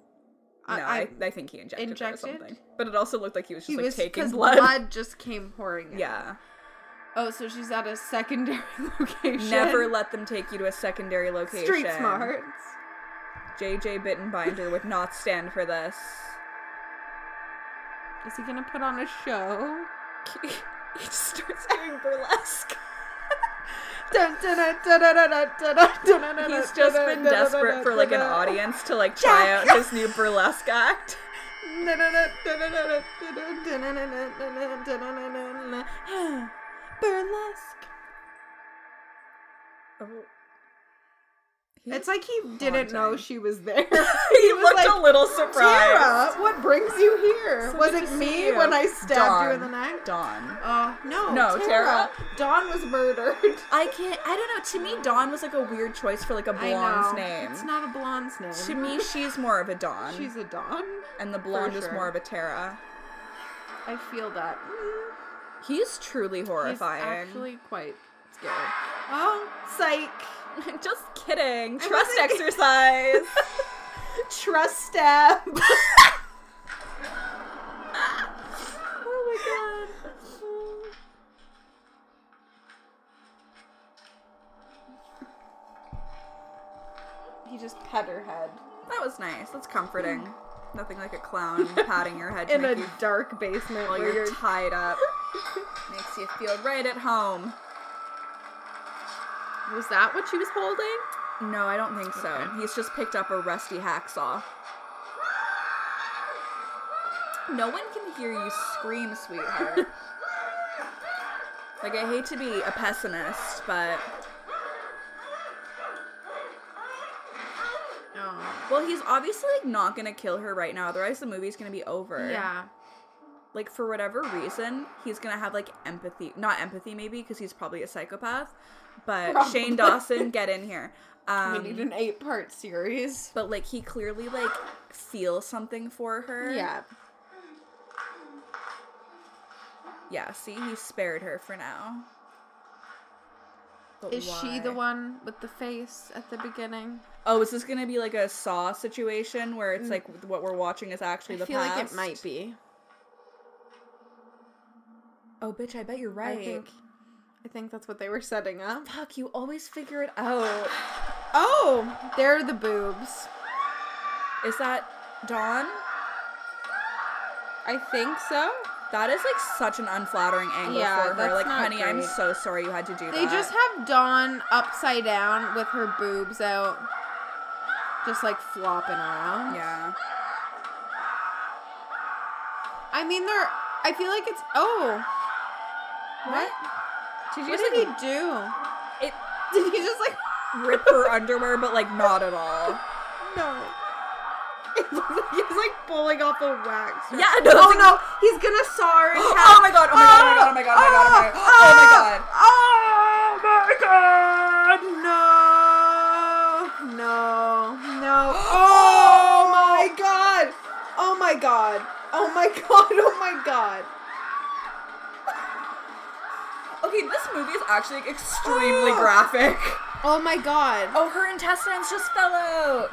Speaker 2: No,
Speaker 1: I-
Speaker 2: I,
Speaker 1: I-
Speaker 2: I, think he injected, it or
Speaker 1: Injected?
Speaker 2: something. But it also looked like he was just
Speaker 1: He
Speaker 2: like
Speaker 1: was
Speaker 2: taking
Speaker 1: because
Speaker 2: blood.
Speaker 1: just came pouring in.
Speaker 2: Yeah.
Speaker 1: Oh, so she's at a secondary location.
Speaker 2: Never let them take you to a secondary location.
Speaker 1: Street smarts.
Speaker 2: JJ Bittenbinder would not stand for this.
Speaker 1: Is he gonna put on a show?
Speaker 2: he just starts doing burlesque.
Speaker 1: Dun, dun, dun, dun, dun, dun, dun, dun, dun, dun, dun,
Speaker 2: He's
Speaker 1: dun,
Speaker 2: just
Speaker 1: dun, dun,
Speaker 2: been
Speaker 1: dun,
Speaker 2: desperate
Speaker 1: dun,
Speaker 2: for like an
Speaker 1: dun, dun.
Speaker 2: audience to like try out his new burlesque act.
Speaker 1: Burlesque.
Speaker 2: He-
Speaker 1: It's like he didn't know
Speaker 2: Haunting.
Speaker 1: she was there.
Speaker 2: he,
Speaker 1: he was
Speaker 2: looked
Speaker 1: like,
Speaker 2: a little surprised.
Speaker 1: Tara, what brings you here?
Speaker 2: So
Speaker 1: was
Speaker 2: good
Speaker 1: it
Speaker 2: to see
Speaker 1: me
Speaker 2: you."
Speaker 1: when I stabbed you in the
Speaker 2: Dawn.
Speaker 1: neck?
Speaker 2: Dawn.
Speaker 1: Oh no,
Speaker 2: No, Tara.
Speaker 1: Dawn was murdered.
Speaker 2: I can't. I don't know. To me, Dawn was like a weird choice for like
Speaker 1: I
Speaker 2: a blonde's
Speaker 1: know.
Speaker 2: name.
Speaker 1: It's not a blonde's name.
Speaker 2: to me, she's more of a Dawn,
Speaker 1: she's a Dawn.
Speaker 2: and the blonde is
Speaker 1: sure.
Speaker 2: more of a Tara.
Speaker 1: I feel that.
Speaker 2: He's truly
Speaker 1: He's
Speaker 2: horrifying.
Speaker 1: actually quite scary. Oh, psych.
Speaker 2: Just kidding.
Speaker 1: I
Speaker 2: Trust
Speaker 1: wasn't-
Speaker 2: exercise.
Speaker 1: Trust stab.
Speaker 2: oh my god.
Speaker 1: he just pet her head Mm.
Speaker 2: That was nice. That's comforting. Nothing like a clown patting your head to
Speaker 1: in
Speaker 2: make
Speaker 1: a
Speaker 2: you
Speaker 1: dark basement
Speaker 2: while
Speaker 1: where
Speaker 2: you're
Speaker 1: you're.
Speaker 2: tied up. Makes you feel right at home.
Speaker 1: Was that what she was holding?
Speaker 2: No, I don't think so. He's just picked up a rusty hacksaw. No one can hear you scream, sweetheart. like, I hate to be a pessimist, but.
Speaker 1: Oh,
Speaker 2: Well, he's obviously, like, not gonna kill her right now, otherwise, the movie's gonna be over.
Speaker 1: yeah.
Speaker 2: Like, for whatever reason, he's gonna have, like, empathy. Not empathy, maybe, because he's probably a psychopath. But Shane Dawson, get in here. Um,
Speaker 1: we need an eight-part series.
Speaker 2: but like he clearly like feels something for her.
Speaker 1: Yeah.
Speaker 2: Yeah, see, he spared her for now. But
Speaker 1: Is she the
Speaker 2: why?
Speaker 1: one with the face at the beginning?
Speaker 2: Oh, is this gonna be like a Saw situation where it's like what we're watching is actually
Speaker 1: Mm. I
Speaker 2: the
Speaker 1: feel
Speaker 2: past?
Speaker 1: like it might be.
Speaker 2: Oh, bitch, I bet you're right.
Speaker 1: think- I think that's what they were setting up.
Speaker 2: Fuck, you always figure it out.
Speaker 1: Oh, there are the boobs.
Speaker 2: Is that Dawn?
Speaker 1: I think so.
Speaker 2: That is like such an unflattering angle
Speaker 1: Yeah,
Speaker 2: for her.
Speaker 1: that's
Speaker 2: Like,
Speaker 1: not
Speaker 2: honey, I'm
Speaker 1: great.
Speaker 2: so sorry you had to do
Speaker 1: They
Speaker 2: that.
Speaker 1: just have Dawn upside down with her boobs out, just like flopping around.
Speaker 2: yeah.
Speaker 1: I mean, they're. I feel like it's. Oh, what?
Speaker 2: Did you
Speaker 1: What
Speaker 2: just
Speaker 1: did he
Speaker 2: like
Speaker 1: do?
Speaker 2: it
Speaker 1: Did he just like?
Speaker 2: rip her underwear, but like not at all?
Speaker 1: No. It looks like he's like pulling off a wax.
Speaker 2: Yeah, no,
Speaker 1: Oh
Speaker 2: it's like-
Speaker 1: no, he's gonna saw her.
Speaker 2: Oh my god, oh my god, oh my god, oh my god, oh my god,
Speaker 1: Oh my god!
Speaker 2: Oh
Speaker 1: No! No! No! Oh my god! Oh my my god. Oh my god. Oh my god.
Speaker 2: Okay, this movie is actually extremely graphic.
Speaker 1: Oh my god.
Speaker 2: Oh, her intestines just fell out.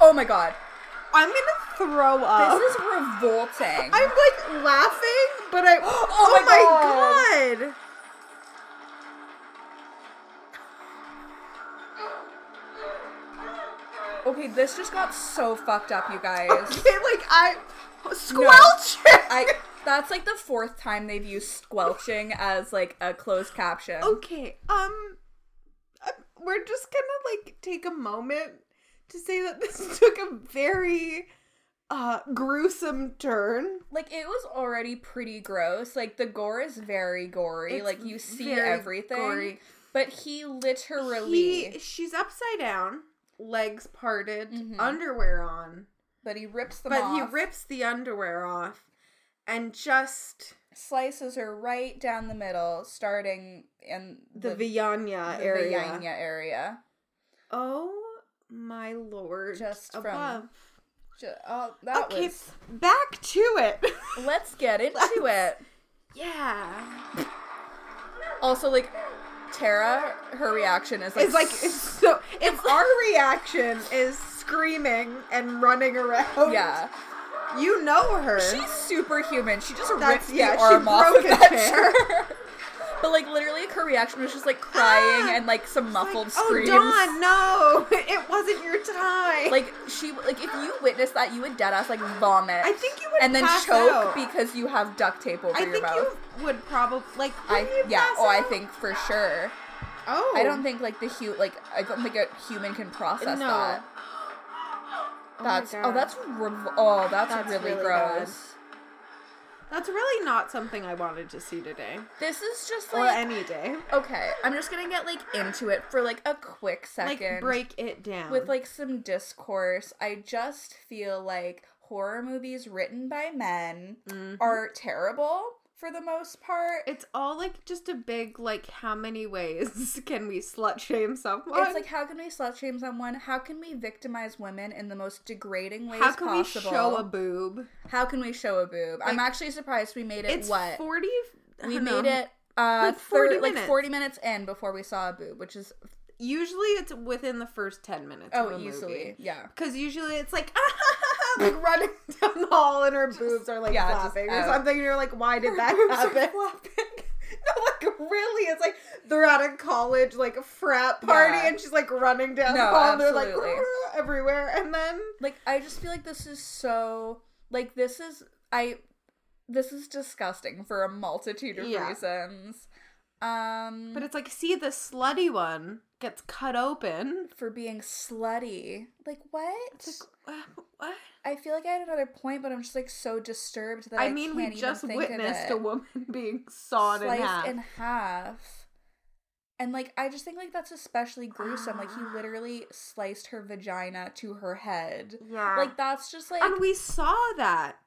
Speaker 2: Oh my god.
Speaker 1: I'm gonna throw up.
Speaker 2: This is revolting.
Speaker 1: I'm like laughing, but I. Oh, my,
Speaker 2: my
Speaker 1: god.
Speaker 2: okay, this just got so fucked up, you guys.
Speaker 1: Okay, like I. Squelch it.
Speaker 2: I that's like the fourth time they've used squelching as like a closed caption.
Speaker 1: Okay, um, uh, we're just gonna like take a moment to say that this took a very uh gruesome turn.
Speaker 2: Like it was already pretty gross. Like the gore is very gory.
Speaker 1: It's
Speaker 2: like you see
Speaker 1: very
Speaker 2: everything.
Speaker 1: gory.
Speaker 2: But he literally
Speaker 1: He, she's upside down, legs parted,
Speaker 2: Mhm.
Speaker 1: underwear on,
Speaker 2: but he rips them
Speaker 1: but
Speaker 2: off.
Speaker 1: he rips Mm-hmm. the underwear off and just
Speaker 2: slices her right down the middle, starting in
Speaker 1: the, Viana area.
Speaker 2: Vagina area.
Speaker 1: Oh my lord!
Speaker 2: Just from-
Speaker 1: above.
Speaker 2: Ju- oh, that
Speaker 1: okay,
Speaker 2: was.
Speaker 1: back to it.
Speaker 2: Let's get into it.
Speaker 1: yeah,
Speaker 2: Also, like Tara, her reaction is like,
Speaker 1: it's like it's so. It's our reaction is screaming and running around.
Speaker 2: yeah.
Speaker 1: you know her.
Speaker 2: She's superhuman. She just
Speaker 1: That's-
Speaker 2: ripped the
Speaker 1: yeah, she
Speaker 2: arm off
Speaker 1: broke
Speaker 2: of
Speaker 1: his
Speaker 2: that
Speaker 1: hair.
Speaker 2: shirt. but like literally, like, her reaction was just like crying
Speaker 1: Ah!
Speaker 2: and like some muffled
Speaker 1: like,
Speaker 2: screams.
Speaker 1: Oh, Dawn, no! It wasn't your time.
Speaker 2: Like she, like if you witnessed that, you would deadass like vomit.
Speaker 1: I think you would
Speaker 2: and then
Speaker 1: pass
Speaker 2: choke
Speaker 1: out.
Speaker 2: because you have duct tape over
Speaker 1: I
Speaker 2: your
Speaker 1: think
Speaker 2: mouth.
Speaker 1: you would probably like. wouldn't
Speaker 2: I
Speaker 1: you
Speaker 2: yeah.
Speaker 1: pass
Speaker 2: Oh, I
Speaker 1: out?
Speaker 2: think for sure.
Speaker 1: Oh,
Speaker 2: I don't think like the hu like I don't think a human can process
Speaker 1: No.
Speaker 2: that.
Speaker 1: my
Speaker 2: That's oh,
Speaker 1: God.
Speaker 2: that's rev- oh that's,
Speaker 1: That's
Speaker 2: really,
Speaker 1: really bad.
Speaker 2: gross.
Speaker 1: that's really not something I wanted to see today
Speaker 2: This is just
Speaker 1: or
Speaker 2: like
Speaker 1: any day.
Speaker 2: okay. I'm just gonna get like into it for like a quick second.
Speaker 1: Like break it down
Speaker 2: with like some discourse. I just feel like horror movies written by men
Speaker 1: Mhm.
Speaker 2: are terrible for the most part.
Speaker 1: It's all like just a big like how many ways can we slut shame someone?
Speaker 2: It's like how can we slut shame someone? How can we victimize women in the most degrading ways
Speaker 1: how can
Speaker 2: possible?
Speaker 1: we show a boob?
Speaker 2: How can we show a boob? I'm
Speaker 1: Like,
Speaker 2: actually surprised we made it
Speaker 1: It's
Speaker 2: what
Speaker 1: forty. I
Speaker 2: we
Speaker 1: don't
Speaker 2: made
Speaker 1: know.
Speaker 2: it uh
Speaker 1: Like
Speaker 2: thir-
Speaker 1: 40
Speaker 2: like
Speaker 1: minutes.
Speaker 2: 40 minutes in before we saw a boob, which is
Speaker 1: Usually it's within the first ten minutes.
Speaker 2: oh
Speaker 1: of a
Speaker 2: easily yeah.
Speaker 1: Because usually it's like like running down the hall and her boobs are like
Speaker 2: yeah, just
Speaker 1: flapping or
Speaker 2: out.
Speaker 1: something. And you're like, why did that happen? no, like really, it's like they're at a college like frat party
Speaker 2: Yeah.
Speaker 1: and she's like running down
Speaker 2: No,
Speaker 1: the hall and they're like
Speaker 2: absolutely.
Speaker 1: everywhere and then
Speaker 2: Like I just feel like this is so like this is I this is disgusting for a multitude of
Speaker 1: Yeah.
Speaker 2: reasons. Um
Speaker 1: But it's like, see, the slutty one gets cut open.
Speaker 2: for being slutty. Like what?
Speaker 1: It's like, uh, what?
Speaker 2: I feel like I had another point, but I'm just like so disturbed that I,
Speaker 1: I mean,
Speaker 2: can't
Speaker 1: we
Speaker 2: even
Speaker 1: just
Speaker 2: think of
Speaker 1: witnessed
Speaker 2: it.
Speaker 1: a woman being sawn in
Speaker 2: sliced
Speaker 1: half.
Speaker 2: half. And like I just think like that's especially gruesome. Like
Speaker 1: Ah.
Speaker 2: he literally sliced her vagina to her head.
Speaker 1: yeah.
Speaker 2: Like that's just like
Speaker 1: and we saw that.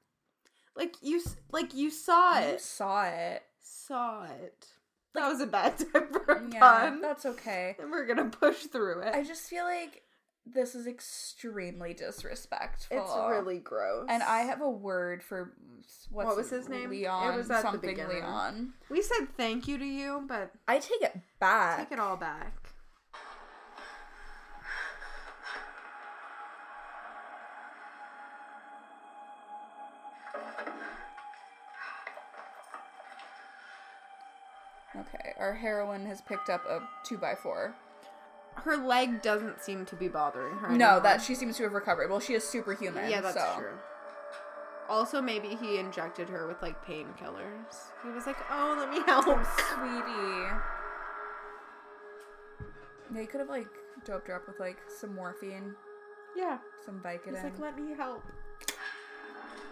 Speaker 1: Like you, s- like you saw
Speaker 2: you
Speaker 1: it.
Speaker 2: saw it.
Speaker 1: Saw it. That was a bad time for a
Speaker 2: Yeah,
Speaker 1: pun.
Speaker 2: that's okay.
Speaker 1: And we're gonna push through it.
Speaker 2: I just feel like this is extremely disrespectful.
Speaker 1: it's really gross.
Speaker 2: and I have a word for what's
Speaker 1: What was his name?
Speaker 2: Leon.
Speaker 1: It was at the
Speaker 2: something
Speaker 1: beginning.
Speaker 2: Leon.
Speaker 1: We said thank you to you, but
Speaker 2: I take it back.
Speaker 1: take it all back.
Speaker 2: Okay, our heroine has picked up a two by four.
Speaker 1: Her leg doesn't seem to be bothering her.
Speaker 2: No,
Speaker 1: anymore.
Speaker 2: that she seems to have recovered. Well, she is superhuman.
Speaker 1: Yeah, that's
Speaker 2: so.
Speaker 1: true. Also, maybe he injected her with like painkillers. He was like, "Oh, let me help."
Speaker 2: Sweetie. They could have like doped her up with like some morphine,
Speaker 1: Yeah,
Speaker 2: some
Speaker 1: he's
Speaker 2: Vicodin.
Speaker 1: like, "Let me help,"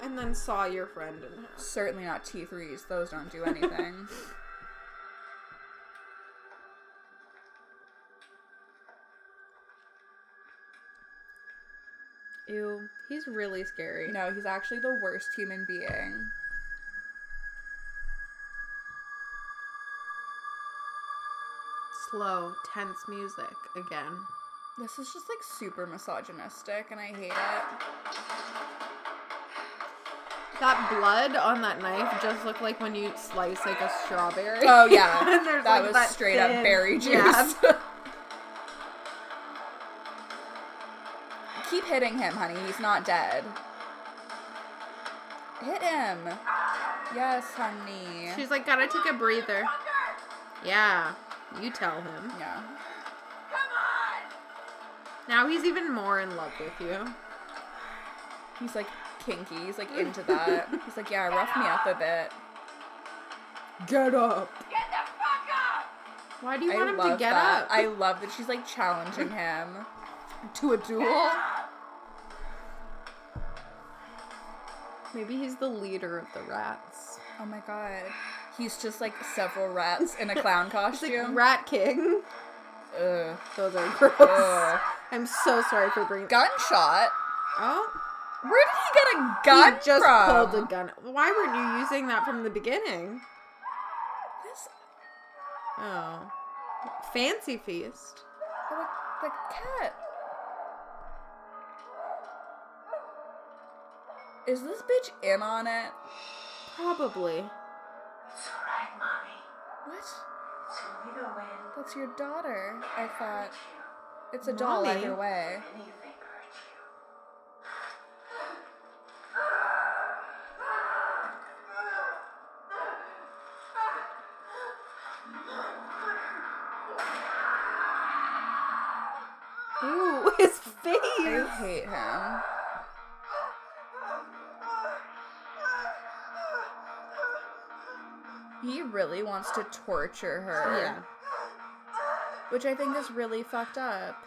Speaker 1: and then saw your friend in the house.
Speaker 2: Certainly not T3s. Those don't do anything.
Speaker 1: Ew, he's really scary.
Speaker 2: no, he's actually the worst human being.
Speaker 1: Slow, tense music again.
Speaker 2: This is just like super misogynistic and I hate it.
Speaker 1: That blood on that knife just looked like when you slice like a strawberry.
Speaker 2: Oh yeah.
Speaker 1: And there's,
Speaker 2: that
Speaker 1: like,
Speaker 2: was
Speaker 1: that
Speaker 2: straight
Speaker 1: thin-
Speaker 2: up berry juice.
Speaker 1: yeah.
Speaker 2: Keep hitting him, honey. He's not dead. Hit him. Yes, honey.
Speaker 1: She's like, gotta take a breather. Yeah, you tell him.
Speaker 2: yeah.
Speaker 1: Now he's even more in love with you.
Speaker 2: He's like kinky. He's like into that. He's like, yeah, rough me up a bit.
Speaker 1: Get up. Get the fuck up. Why do you
Speaker 2: I
Speaker 1: want him
Speaker 2: love
Speaker 1: to get
Speaker 2: that.
Speaker 1: up?
Speaker 2: I love that she's like challenging him.
Speaker 1: to a duel. Maybe he's the leader of the rats.
Speaker 2: Oh my god. He's just like several rats in a clown
Speaker 1: It's like
Speaker 2: costume.
Speaker 1: Rat King.
Speaker 2: Ugh.
Speaker 1: Those are gross.
Speaker 2: Ugh.
Speaker 1: I'm so sorry for bringing.
Speaker 2: Gunshot.
Speaker 1: Oh,
Speaker 2: Where did he get a
Speaker 1: he
Speaker 2: gun
Speaker 1: just
Speaker 2: from?
Speaker 1: pulled a gun. Why weren't you using that from the beginning?
Speaker 2: This,
Speaker 1: Oh, fancy feast.
Speaker 2: oh, the cat. Is this bitch in on it?
Speaker 1: Probably.
Speaker 8: It's alright, mommy.
Speaker 2: What?
Speaker 8: It's only the wind.
Speaker 2: That's your daughter. I thought
Speaker 8: Hurt you.
Speaker 2: it's a doll
Speaker 1: Mommy.
Speaker 2: either way.
Speaker 8: Anything hurt you.
Speaker 1: Ooh, his
Speaker 2: I
Speaker 1: face.
Speaker 2: hate him. He really wants to torture her.
Speaker 1: Yeah.
Speaker 2: Which I think is really fucked up.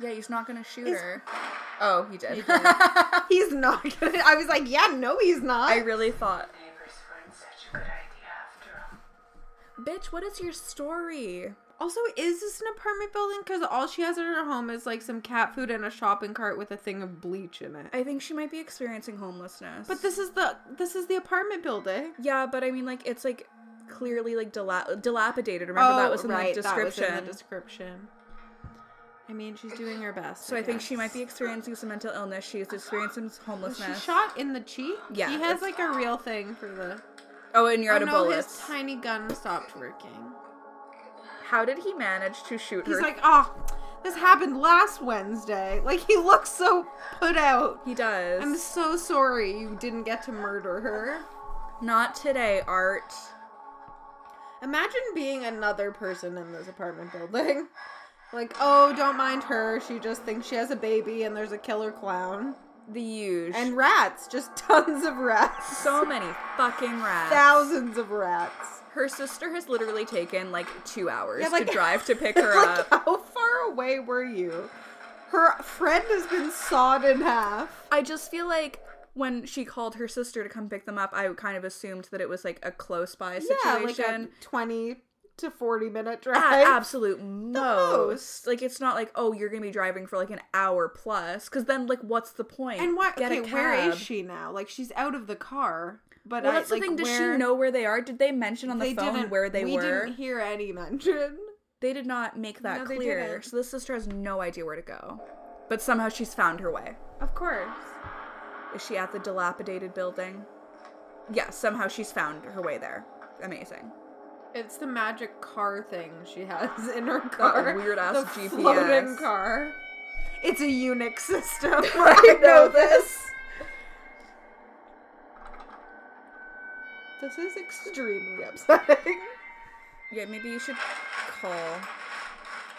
Speaker 2: Yeah, he's not gonna shoot
Speaker 1: Is-
Speaker 2: her. Oh, he did.
Speaker 1: He's not gonna. I was like, yeah, no, he's not.
Speaker 2: I really thought,
Speaker 8: Neighbor's friend such a good idea after all.
Speaker 2: bitch, what is your story?
Speaker 1: Also, is this an apartment building? Because all she has in her home is like some cat food and a shopping cart with a thing of bleach in it.
Speaker 2: I think she might be experiencing homelessness.
Speaker 1: But this is the this is the apartment building.
Speaker 2: Yeah, but I mean, like, it's like clearly like dilap- dilapidated. Remember that was in the description.
Speaker 1: That was Oh, in the description. I mean, she's doing her best.
Speaker 2: so I think she might be
Speaker 1: guess.
Speaker 2: experiencing some mental illness. She's experiencing
Speaker 1: Was
Speaker 2: homelessness.
Speaker 1: Oh, she shot in the cheek.
Speaker 2: Yeah,
Speaker 1: he has
Speaker 2: that's-
Speaker 1: like a real thing for the.
Speaker 2: Oh, and you're
Speaker 1: oh
Speaker 2: out of
Speaker 1: no,
Speaker 2: bullets.
Speaker 1: his tiny gun stopped working.
Speaker 2: How did he manage to shoot
Speaker 1: He's
Speaker 2: her?
Speaker 1: like, oh, this happened last Wednesday. Like he looks so put out.
Speaker 2: he does.
Speaker 1: I'm so sorry you didn't get to murder her.
Speaker 2: Not today, Art.
Speaker 1: Imagine being another person in this apartment building. Like, oh, don't mind her. She just thinks she has a baby and there's a killer clown.
Speaker 2: The huge.
Speaker 1: And rats. Just tons of rats.
Speaker 2: so many fucking rats.
Speaker 1: Thousands of rats.
Speaker 2: Her sister has literally taken like two hours
Speaker 1: Yeah, like- Oh
Speaker 2: to drive to pick her
Speaker 1: like,
Speaker 2: up.
Speaker 1: how far away were you? Her friend has been sawed in half.
Speaker 2: I just feel like when she called her sister to come pick them up, I kind of assumed that it was like a close by situation. Ah,
Speaker 1: Yeah, like a 20 to 40 minute drive.
Speaker 2: at absolute most.
Speaker 1: most.
Speaker 2: Like it's not like oh you're gonna be driving for like an hour plus because then like what's the point?
Speaker 1: And why?
Speaker 2: Get a
Speaker 1: okay, where
Speaker 2: cab.
Speaker 1: is she now? Like, she's out of the car. But
Speaker 2: Well,
Speaker 1: I,
Speaker 2: that's
Speaker 1: like,
Speaker 2: the thing. Does
Speaker 1: where-
Speaker 2: she know where they are? Did they mention on the phone where they
Speaker 1: we
Speaker 2: were?
Speaker 1: didn't hear any mention.
Speaker 2: They did not make that
Speaker 1: No, they
Speaker 2: clear.
Speaker 1: didn't.
Speaker 2: So this sister has no idea where to go, but somehow she's found her way.
Speaker 1: Of course.
Speaker 2: Is she at the dilapidated building? Yeah, somehow she's found her way there. Amazing.
Speaker 1: It's the magic car thing she has in her car.
Speaker 2: That weird ass
Speaker 1: the
Speaker 2: GPS.
Speaker 1: floating car. It's a Unix system. I know this. This is extremely upsetting.
Speaker 2: Yeah, maybe you should call.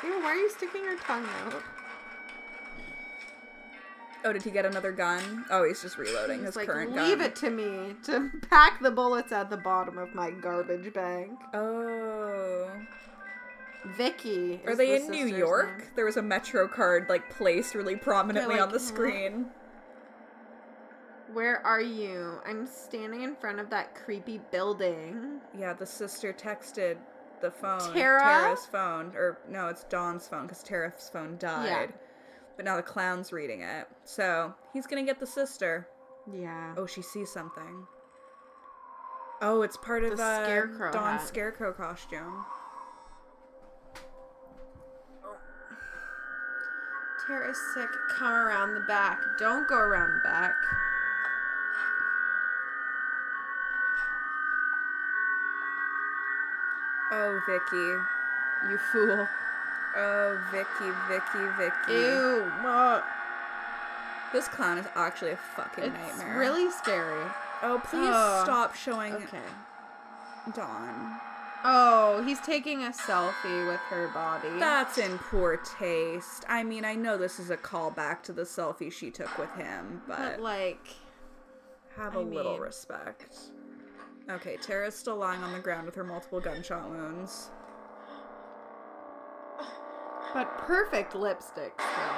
Speaker 1: Ew, why are you sticking your tongue out?
Speaker 2: Oh, did he get another gun? Oh, he's just reloading his
Speaker 1: It's like,
Speaker 2: current gun.
Speaker 1: leave it to me to pack the bullets at the bottom of my garbage bag.
Speaker 2: Oh.
Speaker 1: Vicky.
Speaker 2: Are
Speaker 1: is
Speaker 2: they
Speaker 1: the
Speaker 2: in New
Speaker 1: sister's
Speaker 2: York?
Speaker 1: name.
Speaker 2: There was a Metro card like placed really prominently
Speaker 1: Yeah,
Speaker 2: on
Speaker 1: like,
Speaker 2: the
Speaker 1: huh?
Speaker 2: screen.
Speaker 1: Where are you? I'm standing in front of that creepy building.
Speaker 2: Yeah, the sister texted the phone.
Speaker 1: Tara?
Speaker 2: Tara's phone. Or no, it's Dawn's phone because Tara's phone died.
Speaker 1: Yeah.
Speaker 2: But now the clown's reading it. So he's gonna get the sister.
Speaker 1: Yeah.
Speaker 2: Oh, she sees something. Oh, it's part of
Speaker 1: The
Speaker 2: uh,
Speaker 1: scarecrow
Speaker 2: Dawn's
Speaker 1: hat.
Speaker 2: scarecrow costume.
Speaker 1: Care is sick. Come around the back. Don't go around the back.
Speaker 2: Oh, Vicky.
Speaker 1: You fool.
Speaker 2: Oh, Vicky, Vicky, Vicky.
Speaker 1: Ew. Ugh.
Speaker 2: This clown is actually a fucking
Speaker 1: It's
Speaker 2: nightmare.
Speaker 1: really scary.
Speaker 2: Oh, please
Speaker 1: Ugh.
Speaker 2: stop showing
Speaker 1: Okay.
Speaker 2: Dawn.
Speaker 1: Oh, he's taking a selfie with her body.
Speaker 2: That's in poor taste. I mean, I know this is a callback to the selfie she took with him, but
Speaker 1: But like,
Speaker 2: have a
Speaker 1: I
Speaker 2: little
Speaker 1: mean-
Speaker 2: respect. Okay, Tara's still lying on the ground with her multiple gunshot wounds.
Speaker 1: but perfect lipstick still.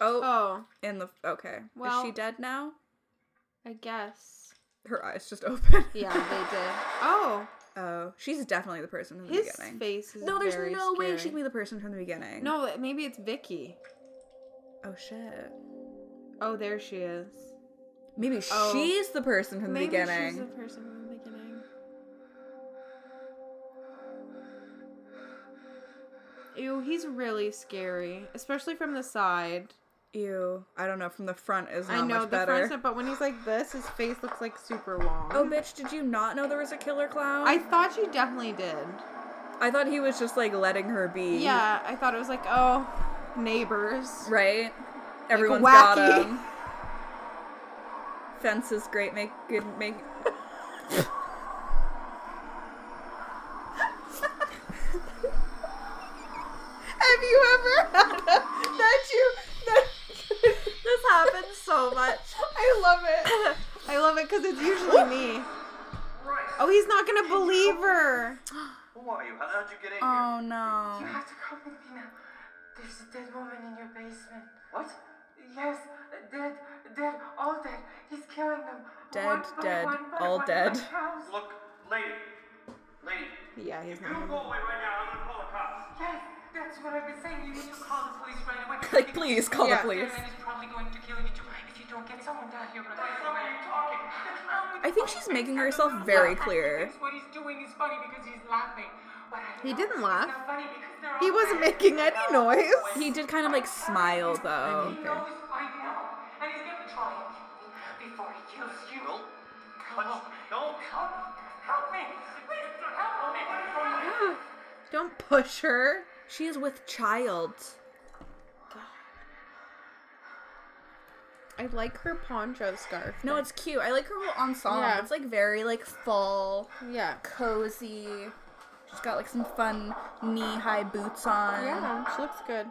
Speaker 2: Oh,
Speaker 1: Oh,
Speaker 2: in the okay.
Speaker 1: Well-
Speaker 2: is she dead now?
Speaker 1: I guess.
Speaker 2: Her eyes just open.
Speaker 1: Yeah, they did. Oh,
Speaker 2: Oh, she's definitely the person from the
Speaker 1: his
Speaker 2: beginning.
Speaker 1: face is
Speaker 2: no, there's
Speaker 1: very
Speaker 2: no way
Speaker 1: scary.
Speaker 2: she can be the person from the beginning.
Speaker 1: No, maybe it's Vicky.
Speaker 2: Oh shit.
Speaker 1: Oh, there she is.
Speaker 2: Maybe
Speaker 1: Oh.
Speaker 2: she's the person from the
Speaker 1: maybe
Speaker 2: beginning.
Speaker 1: she's the person from the beginning. Ew, he's really scary, especially from the side.
Speaker 2: Ew. I don't know. From the front is not
Speaker 1: I know the
Speaker 2: much better.
Speaker 1: front step, but when he's like this, his face looks like super long.
Speaker 2: Oh, bitch! Did you not know there was a killer clown?
Speaker 1: I thought you definitely did.
Speaker 2: I thought he was just like letting her be.
Speaker 1: Yeah, I thought it was like, oh, neighbors.
Speaker 2: Right. Everyone's got
Speaker 1: wacky.
Speaker 2: him. Fences great make good make.
Speaker 1: Have you ever had a, that you that
Speaker 2: This happens so much.
Speaker 1: I love it. I love it because it's usually me.
Speaker 6: Right.
Speaker 1: Oh, he's not gonna believe her.
Speaker 6: Who are you? How the hell did you get in here?
Speaker 2: Oh no.
Speaker 8: You have to come with me now. There's a dead woman in your basement.
Speaker 6: What?
Speaker 8: Yes, dead, dead, all dead. He's killing them.
Speaker 2: Dead,
Speaker 8: one by
Speaker 2: dead,
Speaker 8: one by
Speaker 2: all
Speaker 8: one,
Speaker 2: dead.
Speaker 8: like cows.
Speaker 6: Look, lady. Lady.
Speaker 1: Yeah, he's
Speaker 6: You
Speaker 1: not.
Speaker 6: go away right now. I'm gonna call the cops.
Speaker 8: Yes, that's what I've been saying. You need to call the police right away.
Speaker 2: Like, please call
Speaker 1: Yeah.
Speaker 2: the police.
Speaker 8: And is probably going to kill you too. If you don't get someone down here right
Speaker 6: Why are
Speaker 8: away.
Speaker 6: you talking?
Speaker 2: I think she's making herself very clear.
Speaker 8: What he's doing is funny because he's laughing. But I
Speaker 1: He
Speaker 8: know
Speaker 1: didn't
Speaker 8: it's
Speaker 1: laugh.
Speaker 8: not funny because they're
Speaker 1: He
Speaker 8: all
Speaker 1: wasn't
Speaker 8: dead.
Speaker 1: making any noise.
Speaker 2: He did kind of like smile though.
Speaker 8: He knows I know, and he's gonna try and
Speaker 1: Um.
Speaker 8: kill me before he kills you.
Speaker 6: Don't
Speaker 8: Come on,
Speaker 6: touch. Don't.
Speaker 8: help, help me, please help me.
Speaker 1: Don't push her.
Speaker 2: She is with child.
Speaker 1: I like her poncho scarf.
Speaker 2: No, it's cute. I like her whole ensemble.
Speaker 1: Yeah.
Speaker 2: It's like very like fall,
Speaker 1: yeah.
Speaker 2: cozy. She's got like some fun knee-high boots on.
Speaker 1: Yeah, she looks good.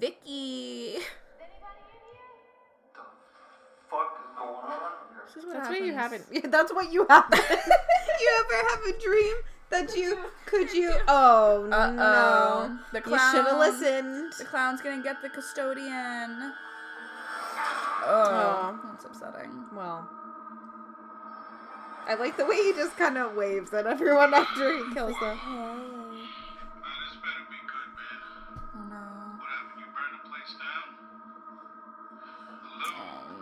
Speaker 2: Vicky.
Speaker 6: The fuck is going on here?
Speaker 2: This is what
Speaker 1: That's
Speaker 2: happens.
Speaker 1: what you haven't. Yeah, that's what you haven't. you ever have a dream that you could you? Oh
Speaker 2: Uh
Speaker 1: no!
Speaker 2: oh. The
Speaker 1: You should have
Speaker 2: clown.
Speaker 1: listened.
Speaker 2: The clown's gonna get the custodian. Oh,
Speaker 1: Oh.
Speaker 2: that's upsetting.
Speaker 1: Well, I like the way he just kind of waves at everyone after he kills them.
Speaker 9: this better be good, man.
Speaker 2: Oh no.
Speaker 9: What happened? You burned the place down? Hello?
Speaker 2: Oh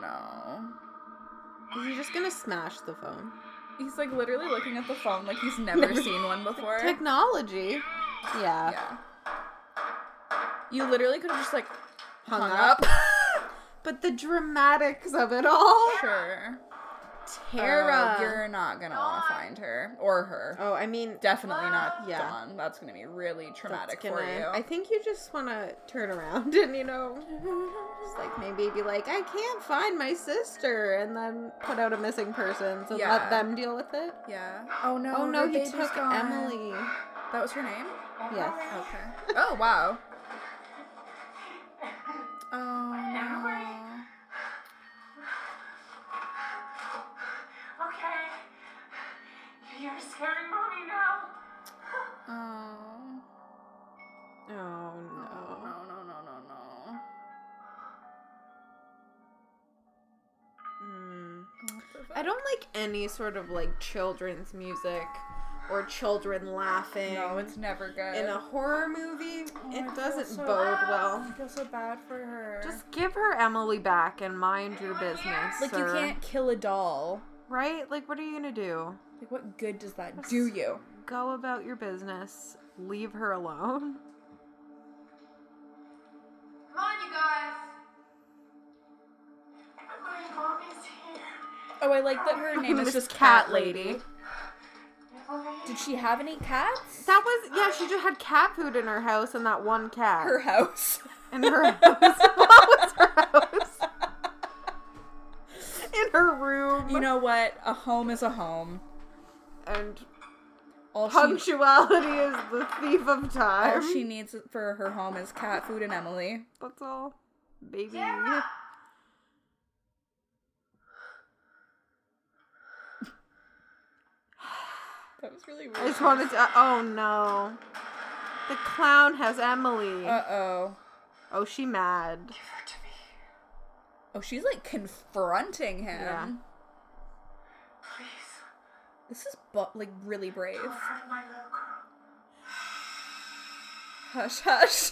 Speaker 2: no.
Speaker 1: Is he just gonna smash the phone?
Speaker 2: He's like literally looking at the phone like he's never seen one before.
Speaker 1: Technology. Yeah.
Speaker 2: yeah. You literally could have just like
Speaker 1: Hung,
Speaker 2: hung
Speaker 1: up.
Speaker 2: up.
Speaker 1: but the dramatics of it all.
Speaker 2: Sure.
Speaker 1: Tara.
Speaker 2: Oh, you're not gonna want to find her or her.
Speaker 1: Oh, I mean,
Speaker 2: Definitely not
Speaker 1: Yeah.
Speaker 2: Dawn. That's gonna be really traumatic
Speaker 1: that's gonna-
Speaker 2: for you.
Speaker 1: I think you just want to turn around and you know, just like maybe be like, I can't find my sister, and then put out a missing person and
Speaker 2: Yeah.
Speaker 1: let them deal with it.
Speaker 2: yeah. Oh no.
Speaker 1: Oh, no,
Speaker 2: her
Speaker 1: he
Speaker 2: baby's
Speaker 1: took
Speaker 2: gone.
Speaker 1: Emily.
Speaker 2: That was her name.
Speaker 1: Yes.
Speaker 2: Okay. Oh wow. Oh
Speaker 8: Okay, you're scaring mommy now.
Speaker 2: no. Oh.
Speaker 1: Oh
Speaker 2: No,
Speaker 1: no.
Speaker 2: no, no, no, no.
Speaker 1: Mm.
Speaker 2: What the fuck?
Speaker 1: I don't like any sort of like children's music or children laughing.
Speaker 2: No, it's never good. Oh
Speaker 1: in a horror movie.
Speaker 2: I feel
Speaker 1: it doesn't
Speaker 2: so-
Speaker 1: bode
Speaker 2: I
Speaker 1: well.
Speaker 2: feel so bad for her.
Speaker 1: Just give her Emily back and mind your business.
Speaker 2: like you
Speaker 1: sir.
Speaker 2: can't kill a doll.
Speaker 1: right? Like what are you gonna do?
Speaker 2: Like what good does that do you?
Speaker 1: go about your business. Leave her alone.
Speaker 5: Come on, you
Speaker 4: guys.
Speaker 8: My mom is here.
Speaker 2: Oh, I like that her name is
Speaker 1: Miss
Speaker 2: just
Speaker 1: Cat
Speaker 2: Cat Lady.
Speaker 1: Lady.
Speaker 2: Did she have any cats?
Speaker 1: That was yeah. She just had cat food in her house, and that one cat
Speaker 2: Her house.
Speaker 1: in her house. what was her house? In her room.
Speaker 2: You know what? A home is a home.
Speaker 1: and
Speaker 2: All she,
Speaker 1: punctuality is the thief of
Speaker 2: all
Speaker 1: time.
Speaker 2: she needs for her home is cat food and Emily.
Speaker 1: That's all, baby.
Speaker 2: That was really
Speaker 1: I
Speaker 2: weird.
Speaker 1: just wanted to. oh no. The clown has Emily.
Speaker 2: Uh oh.
Speaker 1: oh, she mad.
Speaker 8: Give her to me.
Speaker 2: Oh, she's like confronting him.
Speaker 1: Yeah.
Speaker 8: Please.
Speaker 2: This is bu- like really brave.
Speaker 8: Don't hurt my little girl.
Speaker 2: Hush, hush.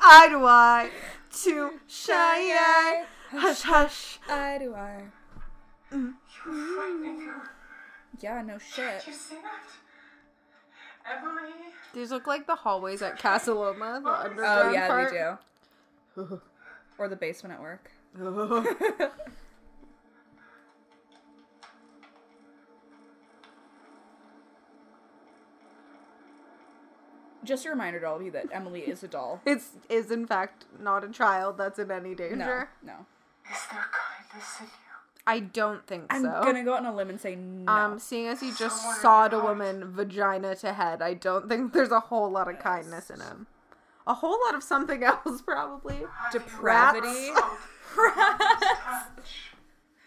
Speaker 1: I do I. Too shy. I. Hush, hush.
Speaker 2: I do I.
Speaker 8: You were frightening her.
Speaker 2: Mm-hmm. Yeah, no shit.
Speaker 8: You see that? Emily.
Speaker 1: These look like the hallways at Casaloma, the underground
Speaker 2: Oh yeah,
Speaker 1: part.
Speaker 2: they do. or the basement at work. Just a reminder to all of you that Emily is a doll.
Speaker 1: It's is in fact not a child that's in any danger.
Speaker 2: No, no.
Speaker 8: Is there kindness in you?
Speaker 1: I don't think
Speaker 2: I'm
Speaker 1: so.
Speaker 2: gonna go out on a limb and say no.
Speaker 1: Um, seeing as he just
Speaker 8: Someone
Speaker 1: sawed a
Speaker 8: in the
Speaker 1: woman vagina to head, I don't think there's a whole lot of kindness in him. A whole lot of something else, probably.
Speaker 2: Depravity.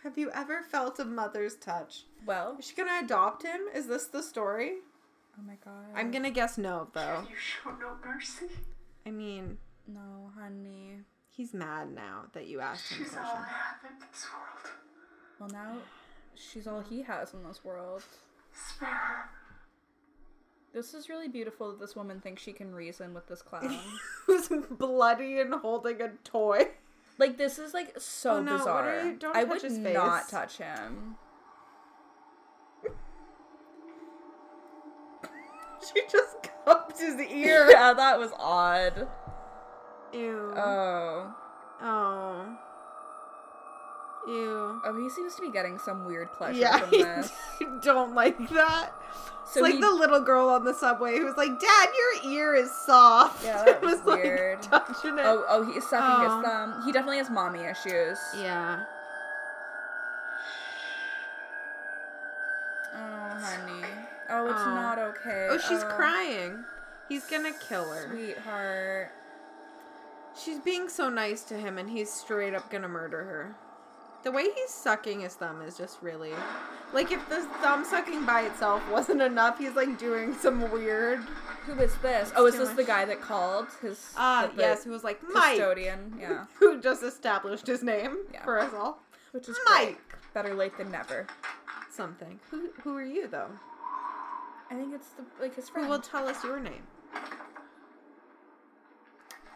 Speaker 1: Have you ever felt a mother's touch?
Speaker 2: well,
Speaker 1: Is she gonna adopt him? Is this the story?
Speaker 2: oh my god.
Speaker 1: I'm gonna guess no, though.
Speaker 8: You show no mercy.
Speaker 1: I mean,
Speaker 2: no, honey.
Speaker 1: he's mad now that you asked him.
Speaker 8: She's all I have in this world.
Speaker 2: Well, now she's all he has in this world.
Speaker 8: Spare her.
Speaker 2: This is really beautiful that this woman thinks she can reason with this clown.
Speaker 1: Who's bloody and holding a toy?
Speaker 2: like this is like so
Speaker 1: Oh, no, what
Speaker 2: bizarre.
Speaker 1: are you- don't
Speaker 2: I
Speaker 1: touch
Speaker 2: would
Speaker 1: his
Speaker 2: not
Speaker 1: face.
Speaker 2: touch him.
Speaker 1: She just cupped his ear.
Speaker 2: yeah, that was odd.
Speaker 1: Ew.
Speaker 2: Oh,
Speaker 1: oh. Ew.
Speaker 2: oh, he seems to be getting some weird pleasure from
Speaker 1: Yeah,
Speaker 2: this.
Speaker 1: I don't like that.
Speaker 2: So
Speaker 1: it's like
Speaker 2: he-
Speaker 1: the little girl on the subway who was like, "Dad, your ear is soft."
Speaker 2: Yeah, that
Speaker 1: It
Speaker 2: was weird.
Speaker 1: Like, touching it.
Speaker 2: Oh, oh, he's sucking
Speaker 1: Oh.
Speaker 2: his thumb. He definitely has mommy issues.
Speaker 1: yeah.
Speaker 2: Oh, honey. Oh, it's
Speaker 1: Oh.
Speaker 2: not okay.
Speaker 1: Oh, she's crying. He's gonna kill her.
Speaker 2: Sweetheart.
Speaker 1: She's being so nice to him, and he's straight up gonna murder her. The way he's sucking his thumb is just really. Like, if the thumb sucking by itself wasn't enough, he's like doing some weird.
Speaker 2: Who is this? Oh, is
Speaker 1: too
Speaker 2: this the
Speaker 1: much.
Speaker 2: guy that called his?
Speaker 1: Ah,
Speaker 2: the- the
Speaker 1: yes, who was like, Mike!
Speaker 2: Custodian. Yeah.
Speaker 1: Who just established his name
Speaker 2: Yeah.
Speaker 1: for us all.
Speaker 2: Which is
Speaker 1: Mike!
Speaker 2: great. Better late than never.
Speaker 1: Something. Who, who are you, though?
Speaker 2: I think it's the like his
Speaker 1: Who
Speaker 2: friend.
Speaker 1: will tell us your name?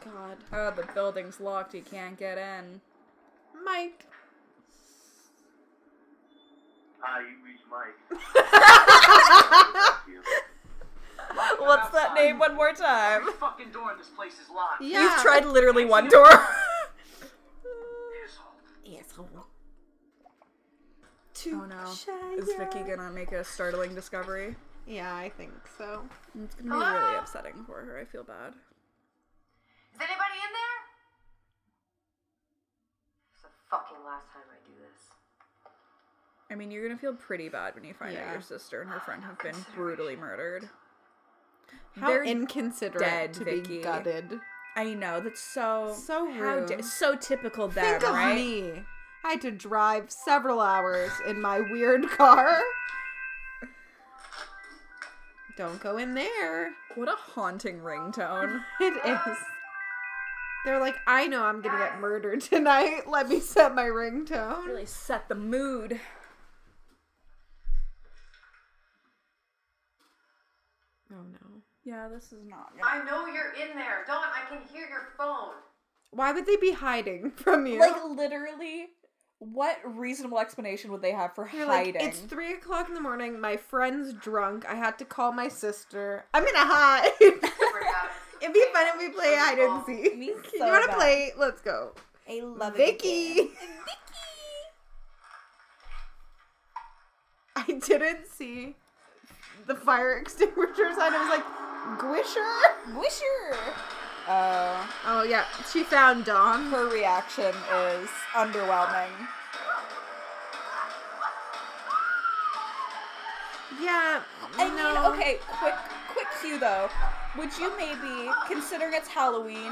Speaker 1: God.
Speaker 2: oh, the building's locked. He can't get in.
Speaker 1: Mike.
Speaker 6: Hi, you reached Mike.
Speaker 2: What's that name? One more time.
Speaker 6: Every fucking door in this place is locked.
Speaker 1: Yeah.
Speaker 2: You've tried literally one door.
Speaker 6: Asshole.
Speaker 1: Asshole. Too
Speaker 2: Oh, no.
Speaker 1: shy.
Speaker 2: is Vicky gonna make a startling discovery?
Speaker 1: Yeah, I think so.
Speaker 2: It's gonna be really
Speaker 1: Ah.
Speaker 2: upsetting for her. I feel bad.
Speaker 3: Is anybody in there?
Speaker 8: It's the fucking last time I do this.
Speaker 2: I mean, you're gonna feel pretty bad when you find out
Speaker 1: Yeah.
Speaker 2: your sister and her friend have been brutally murdered.
Speaker 1: How
Speaker 2: They're
Speaker 1: inconsiderate
Speaker 2: dead,
Speaker 1: to
Speaker 2: Vicky.
Speaker 1: be gutted.
Speaker 2: I know that's so
Speaker 1: So
Speaker 2: how
Speaker 1: rude.
Speaker 2: da- so typical them,
Speaker 1: Think of
Speaker 2: right?
Speaker 1: me. I had to drive several hours in my weird car. Don't go in there.
Speaker 2: What a haunting ringtone.
Speaker 1: It is. They're like, I know I'm gonna get murdered tonight. Let me set my ringtone.
Speaker 2: really set the mood.
Speaker 1: Oh no.
Speaker 2: Yeah, this is not. Gonna-
Speaker 3: I know you're in there. Don, I can hear your phone.
Speaker 1: Why would they be hiding from you?
Speaker 2: like literally, what reasonable explanation would they have for
Speaker 1: They're like,
Speaker 2: hiding?
Speaker 1: it's three o'clock in the morning. My friend's drunk. I had to call my sister. I'm gonna hide.
Speaker 3: Swear to God, it's the
Speaker 1: It'd be fun if we play hide and seek.
Speaker 2: Me
Speaker 1: you
Speaker 2: so
Speaker 1: want to
Speaker 2: bad.
Speaker 1: play? Let's go.
Speaker 2: I love it.
Speaker 1: Vicky. I didn't see the fire extinguisher sign. I was like, Gwisher?
Speaker 2: Wisher. Oh,
Speaker 1: Oh, yeah. She found Dom.
Speaker 2: her reaction is underwhelming.
Speaker 1: Yeah.
Speaker 2: I
Speaker 1: no.
Speaker 2: mean, okay, quick, quick cue though. Would you maybe, considering it's Halloween,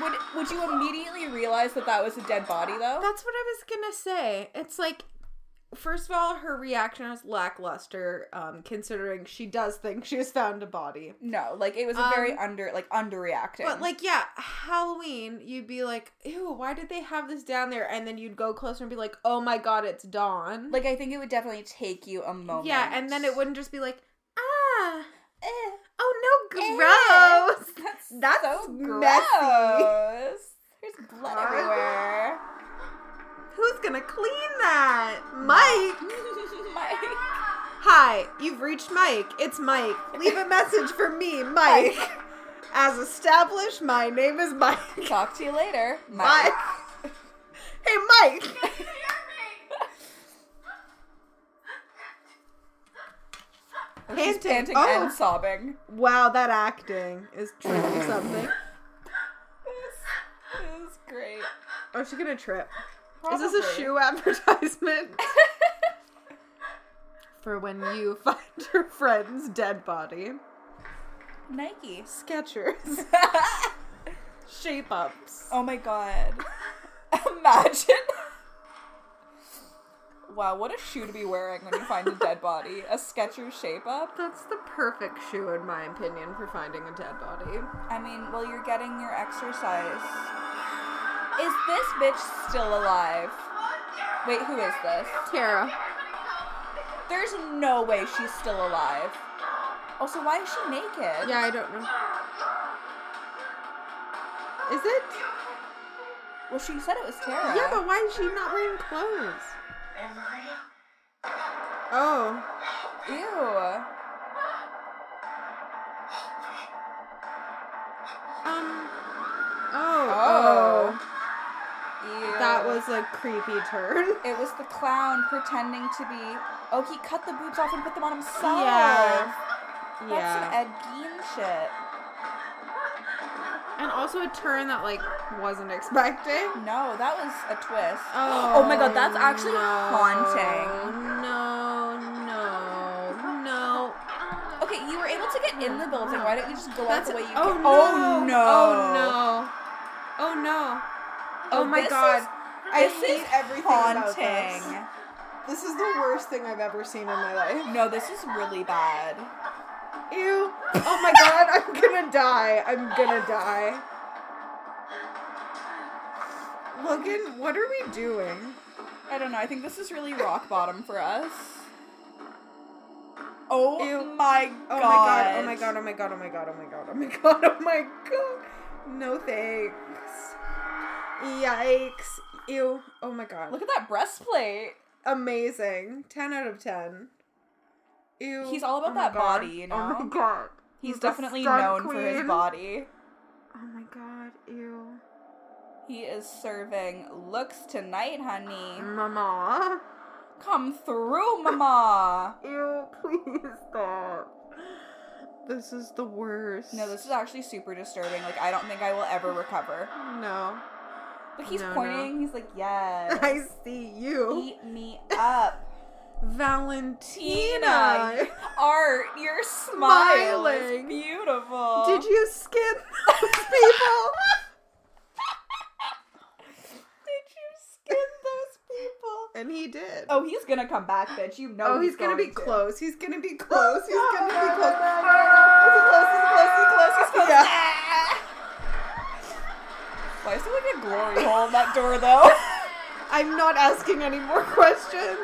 Speaker 2: would would you immediately realize that that was a dead body though?
Speaker 1: That's what I was gonna say. It's like, first of all, her reaction was lackluster, um, considering she does think she's found a body.
Speaker 2: No, like it was a very
Speaker 1: Um,
Speaker 2: under, like underreacting.
Speaker 1: But like, yeah, Halloween, you'd be like, "Ew, why did they have this down there?" And then you'd go closer and be like, "Oh my god, it's dawn."
Speaker 2: like I think it would definitely take you a moment.
Speaker 1: yeah, and then it wouldn't just be like, "Ah,
Speaker 2: Eh,
Speaker 1: oh no,
Speaker 2: eh.
Speaker 1: gross."
Speaker 2: That's,
Speaker 1: That's
Speaker 2: so
Speaker 1: messy. Ah.
Speaker 2: gross. There's blood
Speaker 1: Horrible.
Speaker 2: everywhere.
Speaker 1: Who's gonna clean that, Mike?
Speaker 2: Mike.
Speaker 1: Hi, you've reached Mike. It's Mike. Leave a message for me, Mike. As established, my name is Mike.
Speaker 2: Talk to you later,
Speaker 1: Mike.
Speaker 2: Mike.
Speaker 1: Hey, Mike.
Speaker 2: She's panting
Speaker 1: Oh.
Speaker 2: and sobbing.
Speaker 1: Wow, that acting is truly something.
Speaker 2: This is great.
Speaker 1: Oh, she's gonna trip. Is this a
Speaker 2: Probably.
Speaker 1: shoe advertisement? For when you find your friend's dead body.
Speaker 2: Nike.
Speaker 1: Skechers. Shape ups.
Speaker 2: Oh my god. Imagine. Wow, what a shoe to be wearing when you find a dead body. A Skechers shape up.
Speaker 1: That's the perfect shoe, in my opinion, for finding a dead body.
Speaker 2: I mean, well, you're getting your exercise. Is this bitch still alive? Wait, who is this?
Speaker 1: Tara.
Speaker 2: There's no way she's still alive. Also, why is she naked?
Speaker 1: Yeah, I don't know. Is it?
Speaker 2: Well, she said it was Tara.
Speaker 1: Yeah, but why is she not wearing clothes?
Speaker 10: Memory?
Speaker 1: Oh,
Speaker 2: Ew.
Speaker 1: um, oh,
Speaker 2: Oh.
Speaker 1: oh,
Speaker 2: Ew.
Speaker 1: that was a creepy turn.
Speaker 2: It was the clown pretending to be. Oh, he cut the boobs off and put them on himself.
Speaker 1: Yeah.
Speaker 2: That's some
Speaker 1: Yeah,
Speaker 2: Ed Gein shit.
Speaker 1: and also a turn that like wasn't expected.
Speaker 2: No, that was a twist.
Speaker 1: Oh,
Speaker 2: my god, that's actually
Speaker 1: no.
Speaker 2: haunting.
Speaker 1: Oh, No, no, no.
Speaker 2: Okay, you were able to get in the building. Why don't you just go out
Speaker 1: That's
Speaker 2: the way you
Speaker 1: oh
Speaker 2: came?
Speaker 1: no,
Speaker 2: Oh no.
Speaker 1: oh no, oh no. Oh, my
Speaker 2: this
Speaker 1: god.
Speaker 2: is-
Speaker 1: I
Speaker 2: this
Speaker 1: hate
Speaker 2: is
Speaker 1: everything about
Speaker 2: haunting.
Speaker 1: this. This is the worst thing I've ever seen in my life.
Speaker 2: No, this is really bad.
Speaker 1: Ew. Oh my god, I'm gonna die. I'm gonna die. Logan, what are we doing?
Speaker 2: I don't know. I think this is really rock bottom for us. Oh
Speaker 1: Ew.
Speaker 2: my god.
Speaker 1: Oh my god, oh my god, oh my god, oh my god, oh my god, oh my god, oh my god. No thanks. Yikes. Ew. Oh my god.
Speaker 2: Look at that breastplate.
Speaker 1: Amazing. 10 out of 10. Ew.
Speaker 2: He's all about
Speaker 1: my
Speaker 2: that
Speaker 1: God.
Speaker 2: body, you
Speaker 1: Oh
Speaker 2: know?
Speaker 1: my god.
Speaker 2: He's
Speaker 1: The
Speaker 2: definitely
Speaker 1: stunt
Speaker 2: known for his
Speaker 1: queen.
Speaker 2: body.
Speaker 1: Oh my god, ew.
Speaker 2: He is serving looks tonight, honey.
Speaker 1: Mama.
Speaker 2: Come through, mama.
Speaker 1: Ew, please stop. This is the worst.
Speaker 2: No, this is actually super disturbing. Like, I don't think I will ever recover.
Speaker 1: No.
Speaker 2: Like, he's
Speaker 1: No, no.
Speaker 2: pointing. He's like, yes.
Speaker 1: I see you.
Speaker 2: Eat me up.
Speaker 1: Valentina.
Speaker 2: Tina. Art, your smile is
Speaker 1: Smiling.
Speaker 2: beautiful.
Speaker 1: Did you skin those people?
Speaker 2: Did you skin those people?
Speaker 1: and he did.
Speaker 2: Oh, he's gonna come back, bitch. You know
Speaker 1: Oh, he's, gonna be
Speaker 2: going to.
Speaker 1: close. He's gonna be close. He's gonna be close.
Speaker 2: He's close, he's close, he's close, he's close.
Speaker 1: Yeah.
Speaker 2: Why is there like a glory hole in that door though?
Speaker 1: I'm not asking any more questions.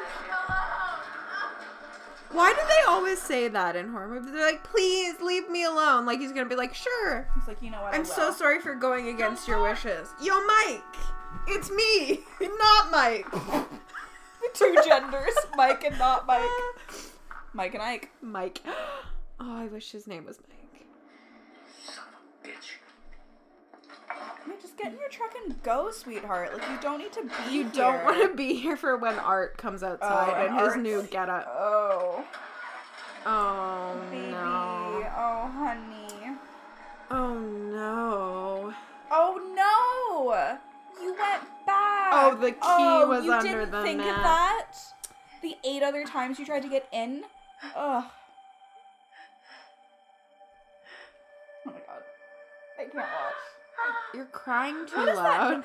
Speaker 1: Why do they always say that in horror movies? They're like, please leave me alone. Like, he's gonna be like, sure.
Speaker 2: It's like, you know what? I
Speaker 1: I'm so
Speaker 2: will.
Speaker 1: sorry for going against your wishes. Yo, Mike! It's me! Not Mike!
Speaker 2: Two genders, Mike and not Mike. Mike and Ike.
Speaker 1: Mike. Oh, I wish his name was Mike.
Speaker 6: Bitch.
Speaker 2: Just get in your truck and go, sweetheart. Like you don't need to be.
Speaker 1: You don't want to be here for when Art comes outside
Speaker 2: Oh,
Speaker 1: and
Speaker 2: and
Speaker 1: his
Speaker 2: Art's-
Speaker 1: new getup.
Speaker 2: Oh,
Speaker 1: Oh
Speaker 2: baby.
Speaker 1: no!
Speaker 2: Oh, honey.
Speaker 1: Oh no!
Speaker 2: Oh no! You went back.
Speaker 1: Oh, the key
Speaker 2: Oh,
Speaker 1: was
Speaker 2: you
Speaker 1: under
Speaker 2: didn't
Speaker 1: the
Speaker 2: think
Speaker 1: mat.
Speaker 2: of that. The eight other times you tried to get in. Ugh. Oh my god. I can't watch.
Speaker 1: You're crying too loud.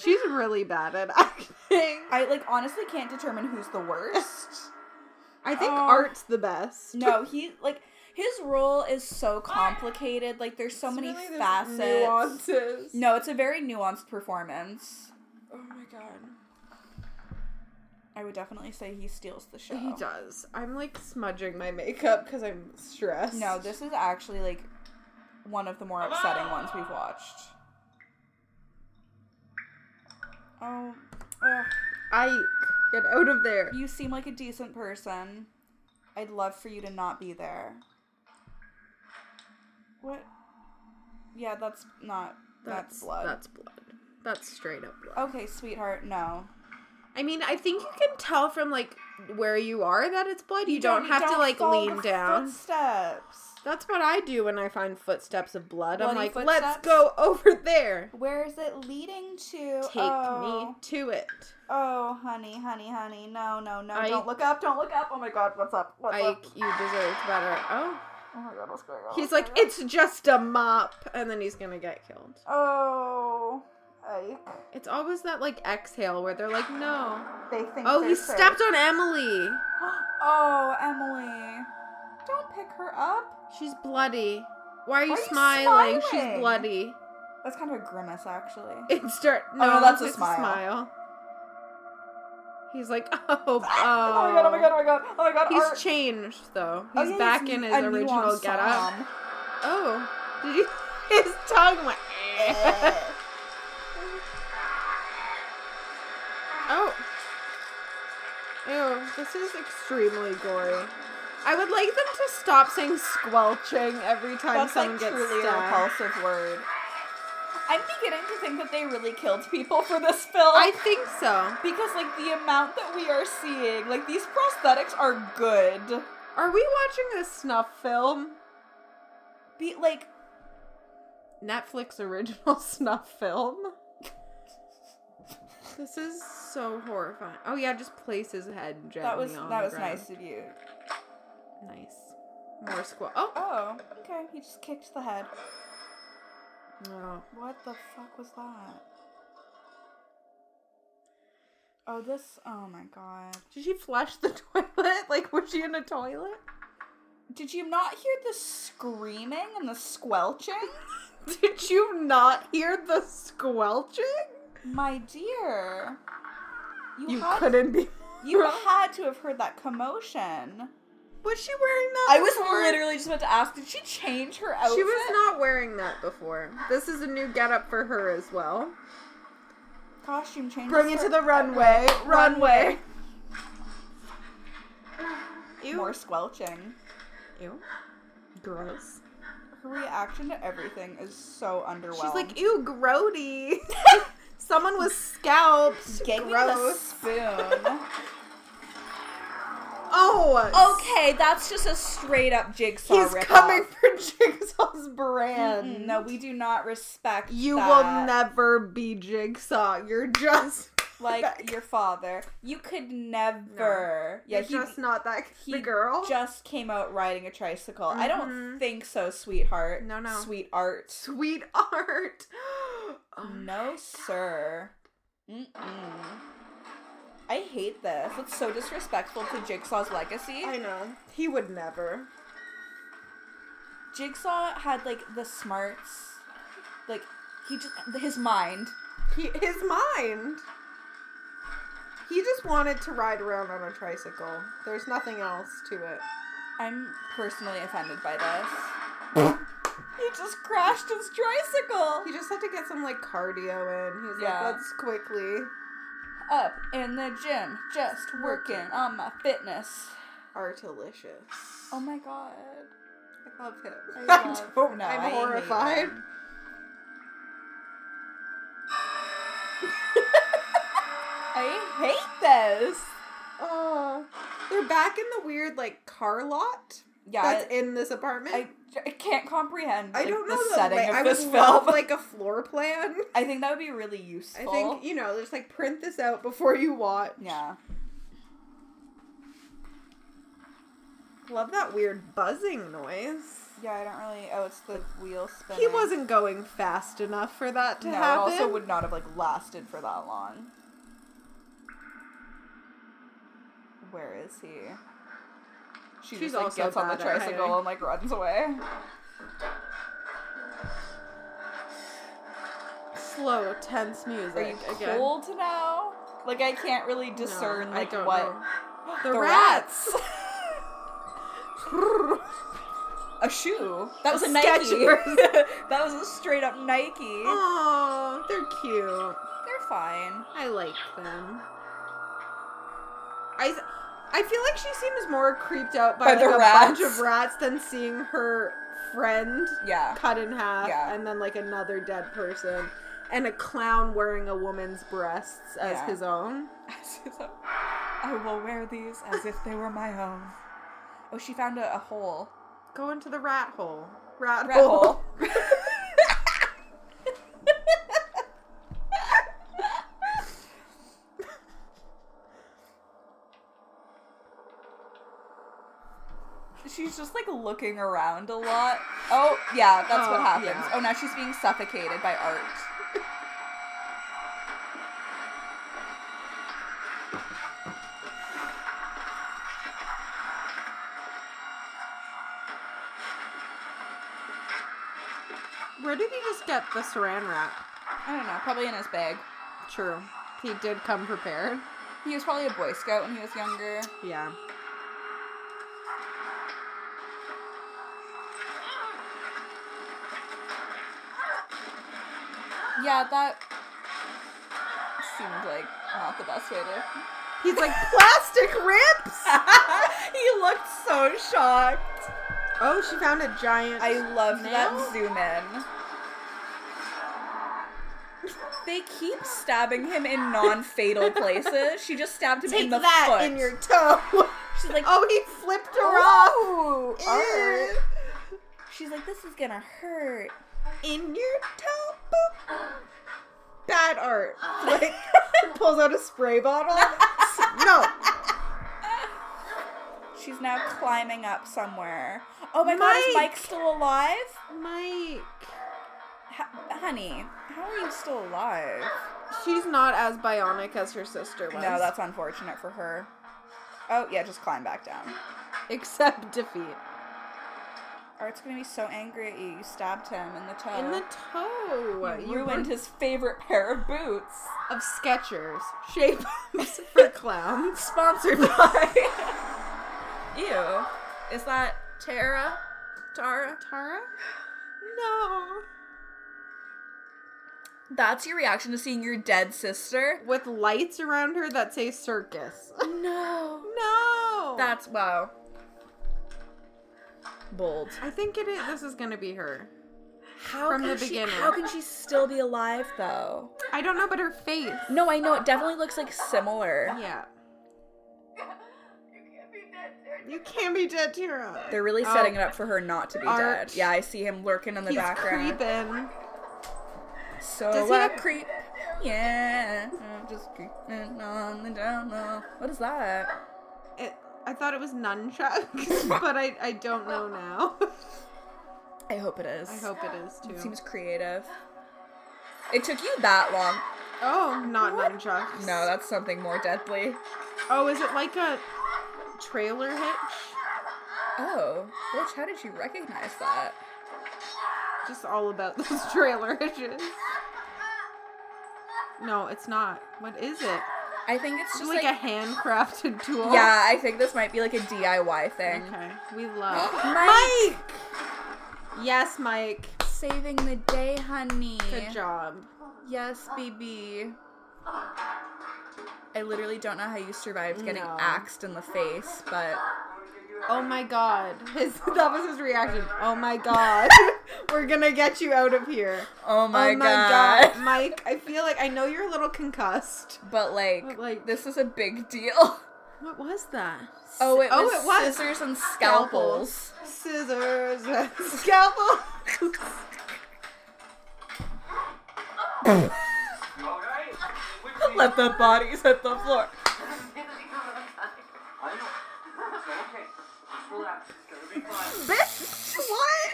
Speaker 1: She's really bad at acting.
Speaker 2: I like honestly can't determine who's the worst.
Speaker 1: I think
Speaker 2: Oh.
Speaker 1: Art's the best.
Speaker 2: No, he like his role is so complicated. Like there's so
Speaker 1: It's
Speaker 2: many
Speaker 1: really this
Speaker 2: facets.
Speaker 1: Nuances.
Speaker 2: No, it's a very nuanced performance.
Speaker 1: Oh my god.
Speaker 2: I would definitely say he steals the show.
Speaker 1: He does. I'm like smudging my makeup because I'm stressed.
Speaker 2: No, this is actually like one of the more upsetting ones we've watched. Oh, ugh.
Speaker 1: Ike, get out of there.
Speaker 2: you seem like a decent person. I'd love for you to not be there. What? Yeah, that's not. That's, blood. Oh.
Speaker 1: That's blood. That's straight up blood.
Speaker 2: Okay, sweetheart, no.
Speaker 1: I mean, I think you can tell from like where you are that it's blood. You, don't,
Speaker 2: you
Speaker 1: have to like
Speaker 2: follow
Speaker 1: lean
Speaker 2: the
Speaker 1: down.
Speaker 2: Footsteps.
Speaker 1: That's what I do when I find footsteps of blood. I'm
Speaker 2: Bloody
Speaker 1: like, let's
Speaker 2: footsteps?
Speaker 1: go over there.
Speaker 2: Where is it leading to?
Speaker 1: Take
Speaker 2: Oh.
Speaker 1: me to it.
Speaker 2: Oh, honey, honey, honey. No, no, no.
Speaker 1: I-
Speaker 2: Don't look up. Don't look up. Oh my god, what's up? What's
Speaker 1: Ike,
Speaker 2: up?
Speaker 1: you deserve better. Oh.
Speaker 2: Oh my god, what's going on?
Speaker 1: He's
Speaker 2: Oh my
Speaker 1: like,
Speaker 2: God.
Speaker 1: it's just a mop. And then he's gonna get killed.
Speaker 2: Oh. Ike.
Speaker 1: It's always that like exhale where they're like, no.
Speaker 2: They think.
Speaker 1: Oh,
Speaker 2: they're
Speaker 1: he
Speaker 2: safe.
Speaker 1: stepped on Emily.
Speaker 2: Oh, Emily. Don't pick her up.
Speaker 1: She's bloody. Why are you,
Speaker 2: Why are you
Speaker 1: smiling? She's
Speaker 2: smiling?
Speaker 1: bloody.
Speaker 2: That's kind of a grimace, actually.
Speaker 1: It start.
Speaker 2: no,
Speaker 1: No,
Speaker 2: Oh, that's a
Speaker 1: it's
Speaker 2: smile.
Speaker 1: He's like, oh, oh.
Speaker 2: Oh my god! Oh my god! Oh my god! Oh my god!
Speaker 1: He's
Speaker 2: Art.
Speaker 1: changed though.
Speaker 2: Oh,
Speaker 1: He's
Speaker 2: yeah,
Speaker 1: back
Speaker 2: he's
Speaker 1: in his
Speaker 2: a
Speaker 1: original
Speaker 2: nuanced
Speaker 1: getup.
Speaker 2: Psalm.
Speaker 1: Oh, did you? His tongue went. "Eh." oh. Ew, this is extremely gory. I would like them to stop saying squelching every time
Speaker 2: That's
Speaker 1: someone
Speaker 2: like
Speaker 1: gets
Speaker 2: truly a
Speaker 1: stabbed.
Speaker 2: repulsive word. I'm beginning to think that they really killed people for this film.
Speaker 1: I think so.
Speaker 2: Because like the amount that we are seeing, like these prosthetics are good.
Speaker 1: Are we watching a snuff film?
Speaker 2: Be like
Speaker 1: Netflix original snuff film? This is so horrifying. Oh yeah, just place his head gently
Speaker 2: that was
Speaker 1: on
Speaker 2: that
Speaker 1: the
Speaker 2: was
Speaker 1: ground.
Speaker 2: nice of you.
Speaker 1: Nice. More squat. Oh.
Speaker 2: Oh, okay. He just kicked the head.
Speaker 1: oh.
Speaker 2: What the fuck was that? Oh, this. Oh my god.
Speaker 1: Did she flush the toilet? Like, was she in a toilet?
Speaker 2: Did you not hear the screaming and the squelching?
Speaker 1: Did you not hear the squelching?
Speaker 2: my dear. You,
Speaker 1: You
Speaker 2: had,
Speaker 1: couldn't be.
Speaker 2: You had to have heard that commotion.
Speaker 1: Was she wearing that?
Speaker 2: I was
Speaker 1: before?
Speaker 2: literally just about to ask. Did she change her outfit?
Speaker 1: She was not wearing that before. This is a new getup for her as well.
Speaker 2: costume change.
Speaker 1: Bring it to the runway. Runway.
Speaker 2: More squelching.
Speaker 1: Ew. Gross.
Speaker 2: Her reaction to everything is so underwhelmed.
Speaker 1: She's like, ew, grody. Someone was scalped.
Speaker 2: Get me the
Speaker 1: Gross.
Speaker 2: spoon.
Speaker 1: Oh.
Speaker 2: okay, that's just a straight up jigsaw.
Speaker 1: He's
Speaker 2: ripoff.
Speaker 1: coming for Jigsaw's brand.
Speaker 2: Mm, No, we do not respect.
Speaker 1: You will
Speaker 2: that.
Speaker 1: never be Jigsaw. You're just
Speaker 2: like your father. You could never. Yeah,
Speaker 1: you're
Speaker 2: he
Speaker 1: just not that
Speaker 2: he
Speaker 1: the girl.
Speaker 2: just came out riding a tricycle.
Speaker 1: Mhm.
Speaker 2: I don't think so, sweetheart.
Speaker 1: No, no.
Speaker 2: sweetheart.
Speaker 1: Sweetheart. Oh,
Speaker 2: No, sir. Mm-mm. I hate this. It's so disrespectful to Jigsaw's legacy.
Speaker 1: I know. He would never.
Speaker 2: Jigsaw had like the smarts, like he just his mind.
Speaker 1: He, his mind. He just wanted to ride around on a tricycle. There's nothing else to it.
Speaker 2: I'm personally offended by this. he just crashed his tricycle
Speaker 1: He just had to get some like cardio in. He's
Speaker 2: Yeah.
Speaker 1: like, let's quickly.
Speaker 2: up in the gym, just working on my fitness.
Speaker 1: Artilicious.
Speaker 2: Oh my god.
Speaker 1: Love him.
Speaker 2: I
Speaker 1: I
Speaker 2: love-
Speaker 1: don't
Speaker 2: no,
Speaker 1: I'm
Speaker 2: I hate
Speaker 1: horrified.
Speaker 2: I hate this.
Speaker 1: Oh, they're back in the weird like car lot
Speaker 2: Yeah,
Speaker 1: that's
Speaker 2: I,
Speaker 1: in this apartment.
Speaker 2: I,
Speaker 1: I,
Speaker 2: I can't comprehend. like,
Speaker 1: don't know
Speaker 2: the
Speaker 1: the
Speaker 2: setting
Speaker 1: lay-
Speaker 2: of
Speaker 1: I
Speaker 2: this
Speaker 1: would
Speaker 2: film.
Speaker 1: love like a floor plan.
Speaker 2: I think that would be really useful.
Speaker 1: I think e you know, just like print this out before you watch.
Speaker 2: yeah.
Speaker 1: Love that weird buzzing noise.
Speaker 2: Yeah, I don't really. Oh, it's the wheel spinning.
Speaker 1: He wasn't going fast enough for that to
Speaker 2: No, it
Speaker 1: happen.
Speaker 2: also would not have like lasted for that long. Where is he? She
Speaker 1: She's
Speaker 2: just like
Speaker 1: also
Speaker 2: gets on the
Speaker 1: bad at hiding.
Speaker 2: tricycle and like runs away.
Speaker 1: Slow, tense music.
Speaker 2: Are you
Speaker 1: again.
Speaker 2: cold now? Like I can't really discern
Speaker 1: I
Speaker 2: like
Speaker 1: don't
Speaker 2: what
Speaker 1: know. The, rats.
Speaker 2: a shoe. That was a,
Speaker 1: A
Speaker 2: Nike.
Speaker 1: Skechers.
Speaker 2: that was a straight up Nike.
Speaker 1: Oh, they're cute.
Speaker 2: They're fine.
Speaker 1: I like them. I I feel like she seems more creeped out by,
Speaker 2: By the
Speaker 1: like, a
Speaker 2: rats.
Speaker 1: bunch of rats than seeing her friend
Speaker 2: Yeah.
Speaker 1: cut in half
Speaker 2: Yeah.
Speaker 1: and then like another dead person and a clown wearing a woman's breasts as
Speaker 2: Yeah.
Speaker 1: his own.
Speaker 2: I will wear these as if they were my own. Oh, she found a, a hole.
Speaker 1: Go into the rat hole. Rat,
Speaker 2: Rat
Speaker 1: hole.
Speaker 2: hole. She's just like looking around a lot. Oh, yeah, that's what
Speaker 1: Oh,
Speaker 2: happens.
Speaker 1: yeah.
Speaker 2: Oh, now she's being suffocated by art.
Speaker 1: Where did he just get the saran wrap?
Speaker 2: I don't know, probably in his bag.
Speaker 1: True. He did come prepared.
Speaker 2: He was probably a Boy Scout when he was younger.
Speaker 1: Yeah.
Speaker 2: Yeah, that seemed like not the best way to.
Speaker 1: He's like plastic rips.
Speaker 2: he looked so shocked.
Speaker 1: Oh, she found a giant.
Speaker 2: I love
Speaker 1: Nail?
Speaker 2: that zoom in. They keep stabbing him in non-fatal places. She just stabbed him
Speaker 1: Take
Speaker 2: in the
Speaker 1: that
Speaker 2: foot.
Speaker 1: in your toe.
Speaker 2: She's like,
Speaker 1: oh, he flipped her
Speaker 2: Ooh,
Speaker 1: off.
Speaker 2: art.
Speaker 1: Ew.
Speaker 2: She's like, this is gonna hurt.
Speaker 1: In your toe. Boop. Bad art. Like pulls out a spray bottle. no.
Speaker 2: She's now climbing up somewhere. Oh my god, is
Speaker 1: Mike!
Speaker 2: Mike still alive?
Speaker 1: Mike.
Speaker 2: H- honey, how are you still alive?
Speaker 1: She's not as bionic as her sister was.
Speaker 2: No, that's unfortunate for her. Oh yeah, just climb back down.
Speaker 1: except defeat.
Speaker 2: Art's gonna be so angry at you. You stabbed him in the toe.
Speaker 1: In the toe.
Speaker 2: you ruined his favorite pair of boots.
Speaker 1: of Skechers. Shape for clowns.
Speaker 2: Sponsored by. Ew, is that Tara? Tara?
Speaker 1: Tara? No.
Speaker 2: That's your reaction to seeing your dead sister?
Speaker 1: With lights around her that say circus.
Speaker 2: No.
Speaker 1: no.
Speaker 2: That's wow. Bold.
Speaker 1: I think it is. This is gonna be her.
Speaker 2: How
Speaker 1: From
Speaker 2: can
Speaker 1: the
Speaker 2: she-
Speaker 1: beginning.
Speaker 2: how can she still be alive though?
Speaker 1: I don't know, but her face.
Speaker 2: No, I know it definitely looks like similar.
Speaker 1: Yeah. You can't be dead, Tira.
Speaker 2: They're really setting it up for her not to be
Speaker 1: Art.
Speaker 2: dead. Yeah, I see him lurking in the
Speaker 1: He's
Speaker 2: background.
Speaker 1: creeping.
Speaker 2: So
Speaker 1: Does he
Speaker 2: I
Speaker 1: have-
Speaker 2: creep. Yeah, I'm just creeping on the down low. What is that?
Speaker 1: It, I thought it was nunchucks, but I, I don't know now.
Speaker 2: I hope it is.
Speaker 1: I hope it is too.
Speaker 2: it seems creative. It took you that long.
Speaker 1: oh, not
Speaker 2: What?
Speaker 1: nunchucks.
Speaker 2: No, that's something more deadly.
Speaker 1: Oh, is it like a trailer hitch?
Speaker 2: Oh, Rich, how did you recognize that?
Speaker 1: just all about those trailer hitches. No, it's not. What is it?
Speaker 2: I think it's
Speaker 1: It's
Speaker 2: just
Speaker 1: like,
Speaker 2: like,
Speaker 1: a handcrafted tool.
Speaker 2: yeah. I think this might be like a DIY thing.
Speaker 1: Okay. We love
Speaker 2: Mike!
Speaker 1: Yes, Mike.
Speaker 2: Saving the day, honey.
Speaker 1: Good job.
Speaker 2: Yes, BB. I literally don't know how you survived getting
Speaker 1: No.
Speaker 2: axed in the face, but
Speaker 11: Let me get you
Speaker 1: Oh my god. His that was his reaction. Oh my god. We're gonna get you out of here.
Speaker 2: Oh my,
Speaker 1: oh my
Speaker 2: god.
Speaker 1: god. Mike, I feel like I know you're a little concussed.
Speaker 2: But like,
Speaker 1: But, like-
Speaker 2: this is a big deal.
Speaker 1: What was that?
Speaker 2: Oh, it was,
Speaker 1: oh, it was.
Speaker 2: scissors and scalpels.
Speaker 1: Scissors and scalpel.
Speaker 6: Alright.
Speaker 2: Let the bodies hit the floor.
Speaker 6: I know. It's okay. Just relax. It's gonna be fine.
Speaker 1: Bitch, what?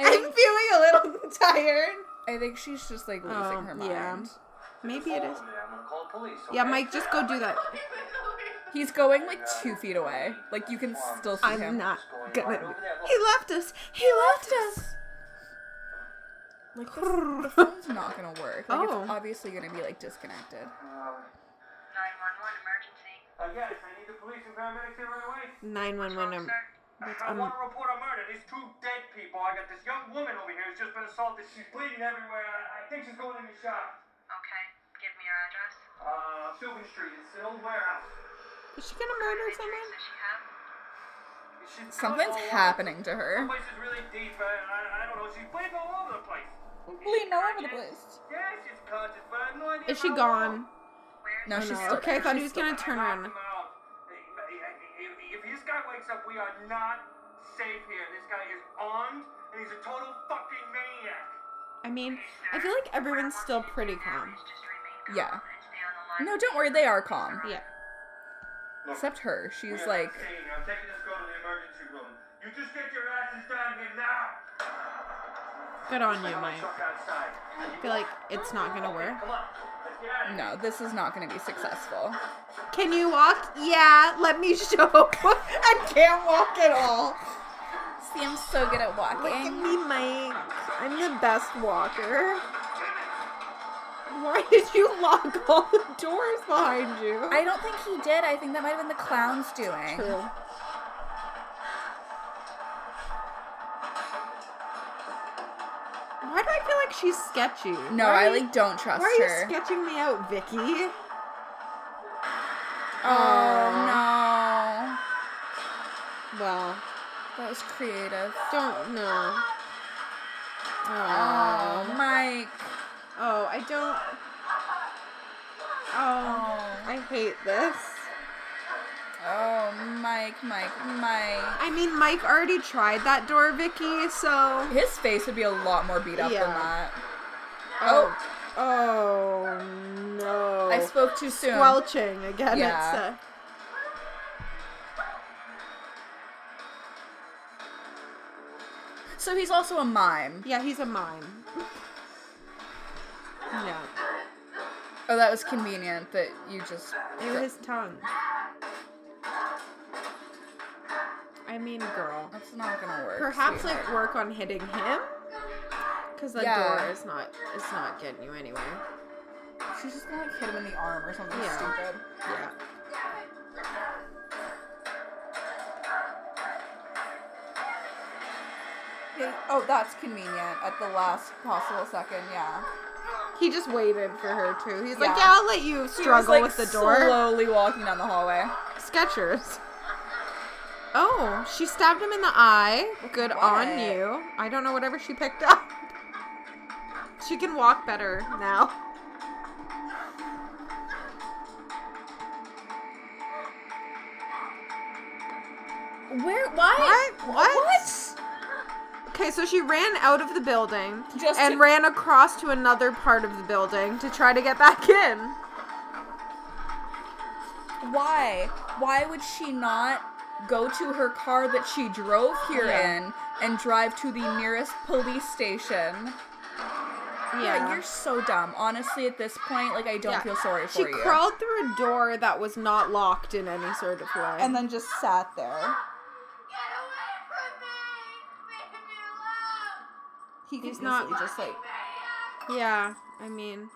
Speaker 2: I
Speaker 1: I'm
Speaker 2: think,
Speaker 1: feeling a little tired.
Speaker 2: I think she's just like losing
Speaker 1: Oh,
Speaker 2: her mind.
Speaker 1: yeah. Maybe it is.
Speaker 6: Oh, man, I'm gonna call the police.
Speaker 1: Yeah,
Speaker 6: okay?
Speaker 1: Mike, just go do that.
Speaker 2: He's going like two feet away. Like you can still see him.
Speaker 1: I'm not gonna. He left us. He left us.
Speaker 2: Like this, the phone's not gonna work.
Speaker 1: Oh.
Speaker 2: Like it's obviously gonna be like disconnected.
Speaker 6: Um,
Speaker 5: 911 emergency.
Speaker 6: uh, yes, I need the police and paramedics here right away.
Speaker 1: 911.
Speaker 6: I
Speaker 1: um,
Speaker 6: want to report a murder. There's two dead people. I got this young woman over here who's just been assaulted. She's bleeding everywhere. I, I think she's going into shock.
Speaker 5: Okay, give me your address.
Speaker 6: Uh, Sylvan Street. It's an old warehouse.
Speaker 1: Is she gonna murder someone?
Speaker 5: Does she have?
Speaker 6: She's cut
Speaker 2: Something's
Speaker 6: all over.
Speaker 2: happening to
Speaker 6: The
Speaker 2: her.
Speaker 6: place is really deep. I, I, I don't know. She's bleeding all over the place.
Speaker 2: Bleeding all over the place.
Speaker 6: Yeah, she's conscious, but I have no idea.
Speaker 1: Is she
Speaker 6: how
Speaker 1: gone?
Speaker 6: long.
Speaker 2: No,
Speaker 1: Oh,
Speaker 2: she's
Speaker 1: no.
Speaker 2: still
Speaker 1: Okay, I thought he was
Speaker 6: I
Speaker 1: gonna turn
Speaker 6: knocked
Speaker 1: around.
Speaker 6: him out. If, if this guy wakes up, we are not safe here. This guy is armed, and he's a total fucking maniac.
Speaker 1: I mean, I feel like everyone's still pretty calm.
Speaker 2: Yeah. No, don't worry. They are calm.
Speaker 1: Yeah.
Speaker 2: Except her. She's
Speaker 6: We are
Speaker 2: like,
Speaker 6: insane. I'm taking this girl to the emergency room. You just get your asses down here now.
Speaker 1: Good on you,
Speaker 6: I'm
Speaker 1: Mike.
Speaker 6: Truck outside.
Speaker 1: I feel like it's not gonna work.
Speaker 6: Come on. Let's get out of here.
Speaker 2: no, this is not gonna be successful.
Speaker 1: Can you walk? Yeah, let me show. I can't walk at all.
Speaker 2: See, I'm so good at
Speaker 1: Look at
Speaker 2: walking.
Speaker 1: me, Mike. I'm the best walker. Why did you lock all the doors behind you?
Speaker 2: I don't think he did. I think that might have been the clowns doing.
Speaker 1: True. Why do I feel like she's sketchy?
Speaker 2: No,
Speaker 1: Why
Speaker 2: I
Speaker 1: are you-
Speaker 2: like don't trust
Speaker 1: Why are
Speaker 2: her.
Speaker 1: you sketching me out, Vicky?
Speaker 2: oh
Speaker 1: Well,
Speaker 2: no, that was creative.
Speaker 1: don't know.
Speaker 2: Oh,
Speaker 1: Oh,
Speaker 2: Mike.
Speaker 1: oh, I don't. Oh,
Speaker 2: Oh,
Speaker 1: I hate this.
Speaker 2: oh, Mike, Mike, Mike.
Speaker 1: I mean, Mike already tried that door, Vicky. So.
Speaker 2: His face would be a lot more beat up
Speaker 1: Yeah.
Speaker 2: than that. Oh,
Speaker 1: Oh no!
Speaker 2: I spoke too soon.
Speaker 1: squelching again. It's a,
Speaker 2: Yeah. so he's also a mime.
Speaker 1: yeah, he's a mime. yeah,
Speaker 2: Oh, that was convenient that you just.
Speaker 1: it was his tongue. I mean, girl.
Speaker 2: That's not gonna work.
Speaker 1: Perhaps
Speaker 2: sweetheart.
Speaker 1: like work on hitting him, because the
Speaker 2: Yeah.
Speaker 1: door is not it's not getting you anywhere.
Speaker 2: She's just gonna like hit him in the arm or something
Speaker 1: Yeah.
Speaker 2: stupid.
Speaker 1: Yeah.
Speaker 2: Yeah, Oh, that's convenient at the last possible second, yeah.
Speaker 1: He just waited for her too. He's
Speaker 2: Yeah.
Speaker 1: like, yeah, I'll let you struggle
Speaker 2: He was,
Speaker 1: with
Speaker 2: like,
Speaker 1: the door.
Speaker 2: Slowly walking down the hallway.
Speaker 1: Skechers. Oh, she stabbed him in the eye. Good on
Speaker 2: What?
Speaker 1: you. I don't know whatever she picked up. She can walk better now.
Speaker 2: Where? Why?
Speaker 1: What? What? Okay, so she ran out of the building
Speaker 2: Just
Speaker 1: and
Speaker 2: to-
Speaker 1: ran across to another part of the building to try to get back in.
Speaker 2: Why? Why would she not go to her car that she drove here
Speaker 1: Yeah.
Speaker 2: in and drive to the nearest police station?
Speaker 1: Yeah,
Speaker 2: you're so dumb. Honestly, at this point, like I don't
Speaker 1: Yeah.
Speaker 2: feel sorry for
Speaker 1: She
Speaker 2: you.
Speaker 1: crawled through a door that was not locked in any sort of way.
Speaker 2: and then just sat there.
Speaker 12: Get away from me! Leave me alone!
Speaker 2: He could
Speaker 1: He's not-
Speaker 2: easily just like
Speaker 1: yeah, I mean,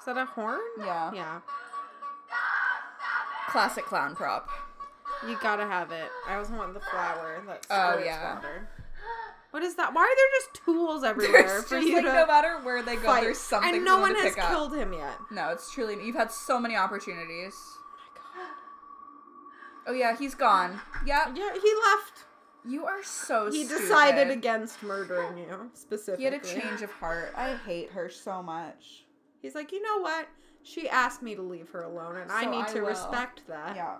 Speaker 1: is that a horn?
Speaker 2: yeah,
Speaker 1: Yeah.
Speaker 2: classic clown prop.
Speaker 1: You gotta have it. I always want the flower. That's
Speaker 2: Oh,
Speaker 1: oh
Speaker 2: yeah.
Speaker 1: yeah. What is that? Why are there just tools everywhere
Speaker 2: There's
Speaker 1: for
Speaker 2: just
Speaker 1: you
Speaker 2: like
Speaker 1: to
Speaker 2: no matter where they go,
Speaker 1: fight?
Speaker 2: there's something.
Speaker 1: and no
Speaker 2: for them
Speaker 1: one
Speaker 2: to
Speaker 1: has
Speaker 2: pick up.
Speaker 1: killed him yet.
Speaker 2: Oh No, it's truly you've had so many opportunities. Oh yeah, he's gone. Yep.
Speaker 1: Yeah, he left.
Speaker 2: You are so
Speaker 1: He
Speaker 2: stupid.
Speaker 1: decided against murdering you specifically.
Speaker 2: He had a change of heart. I hate her so much.
Speaker 1: He's like, you know what? She asked me to leave her alone, and I
Speaker 2: So
Speaker 1: need
Speaker 2: I
Speaker 1: to
Speaker 2: will."
Speaker 1: respect that.
Speaker 2: Yeah.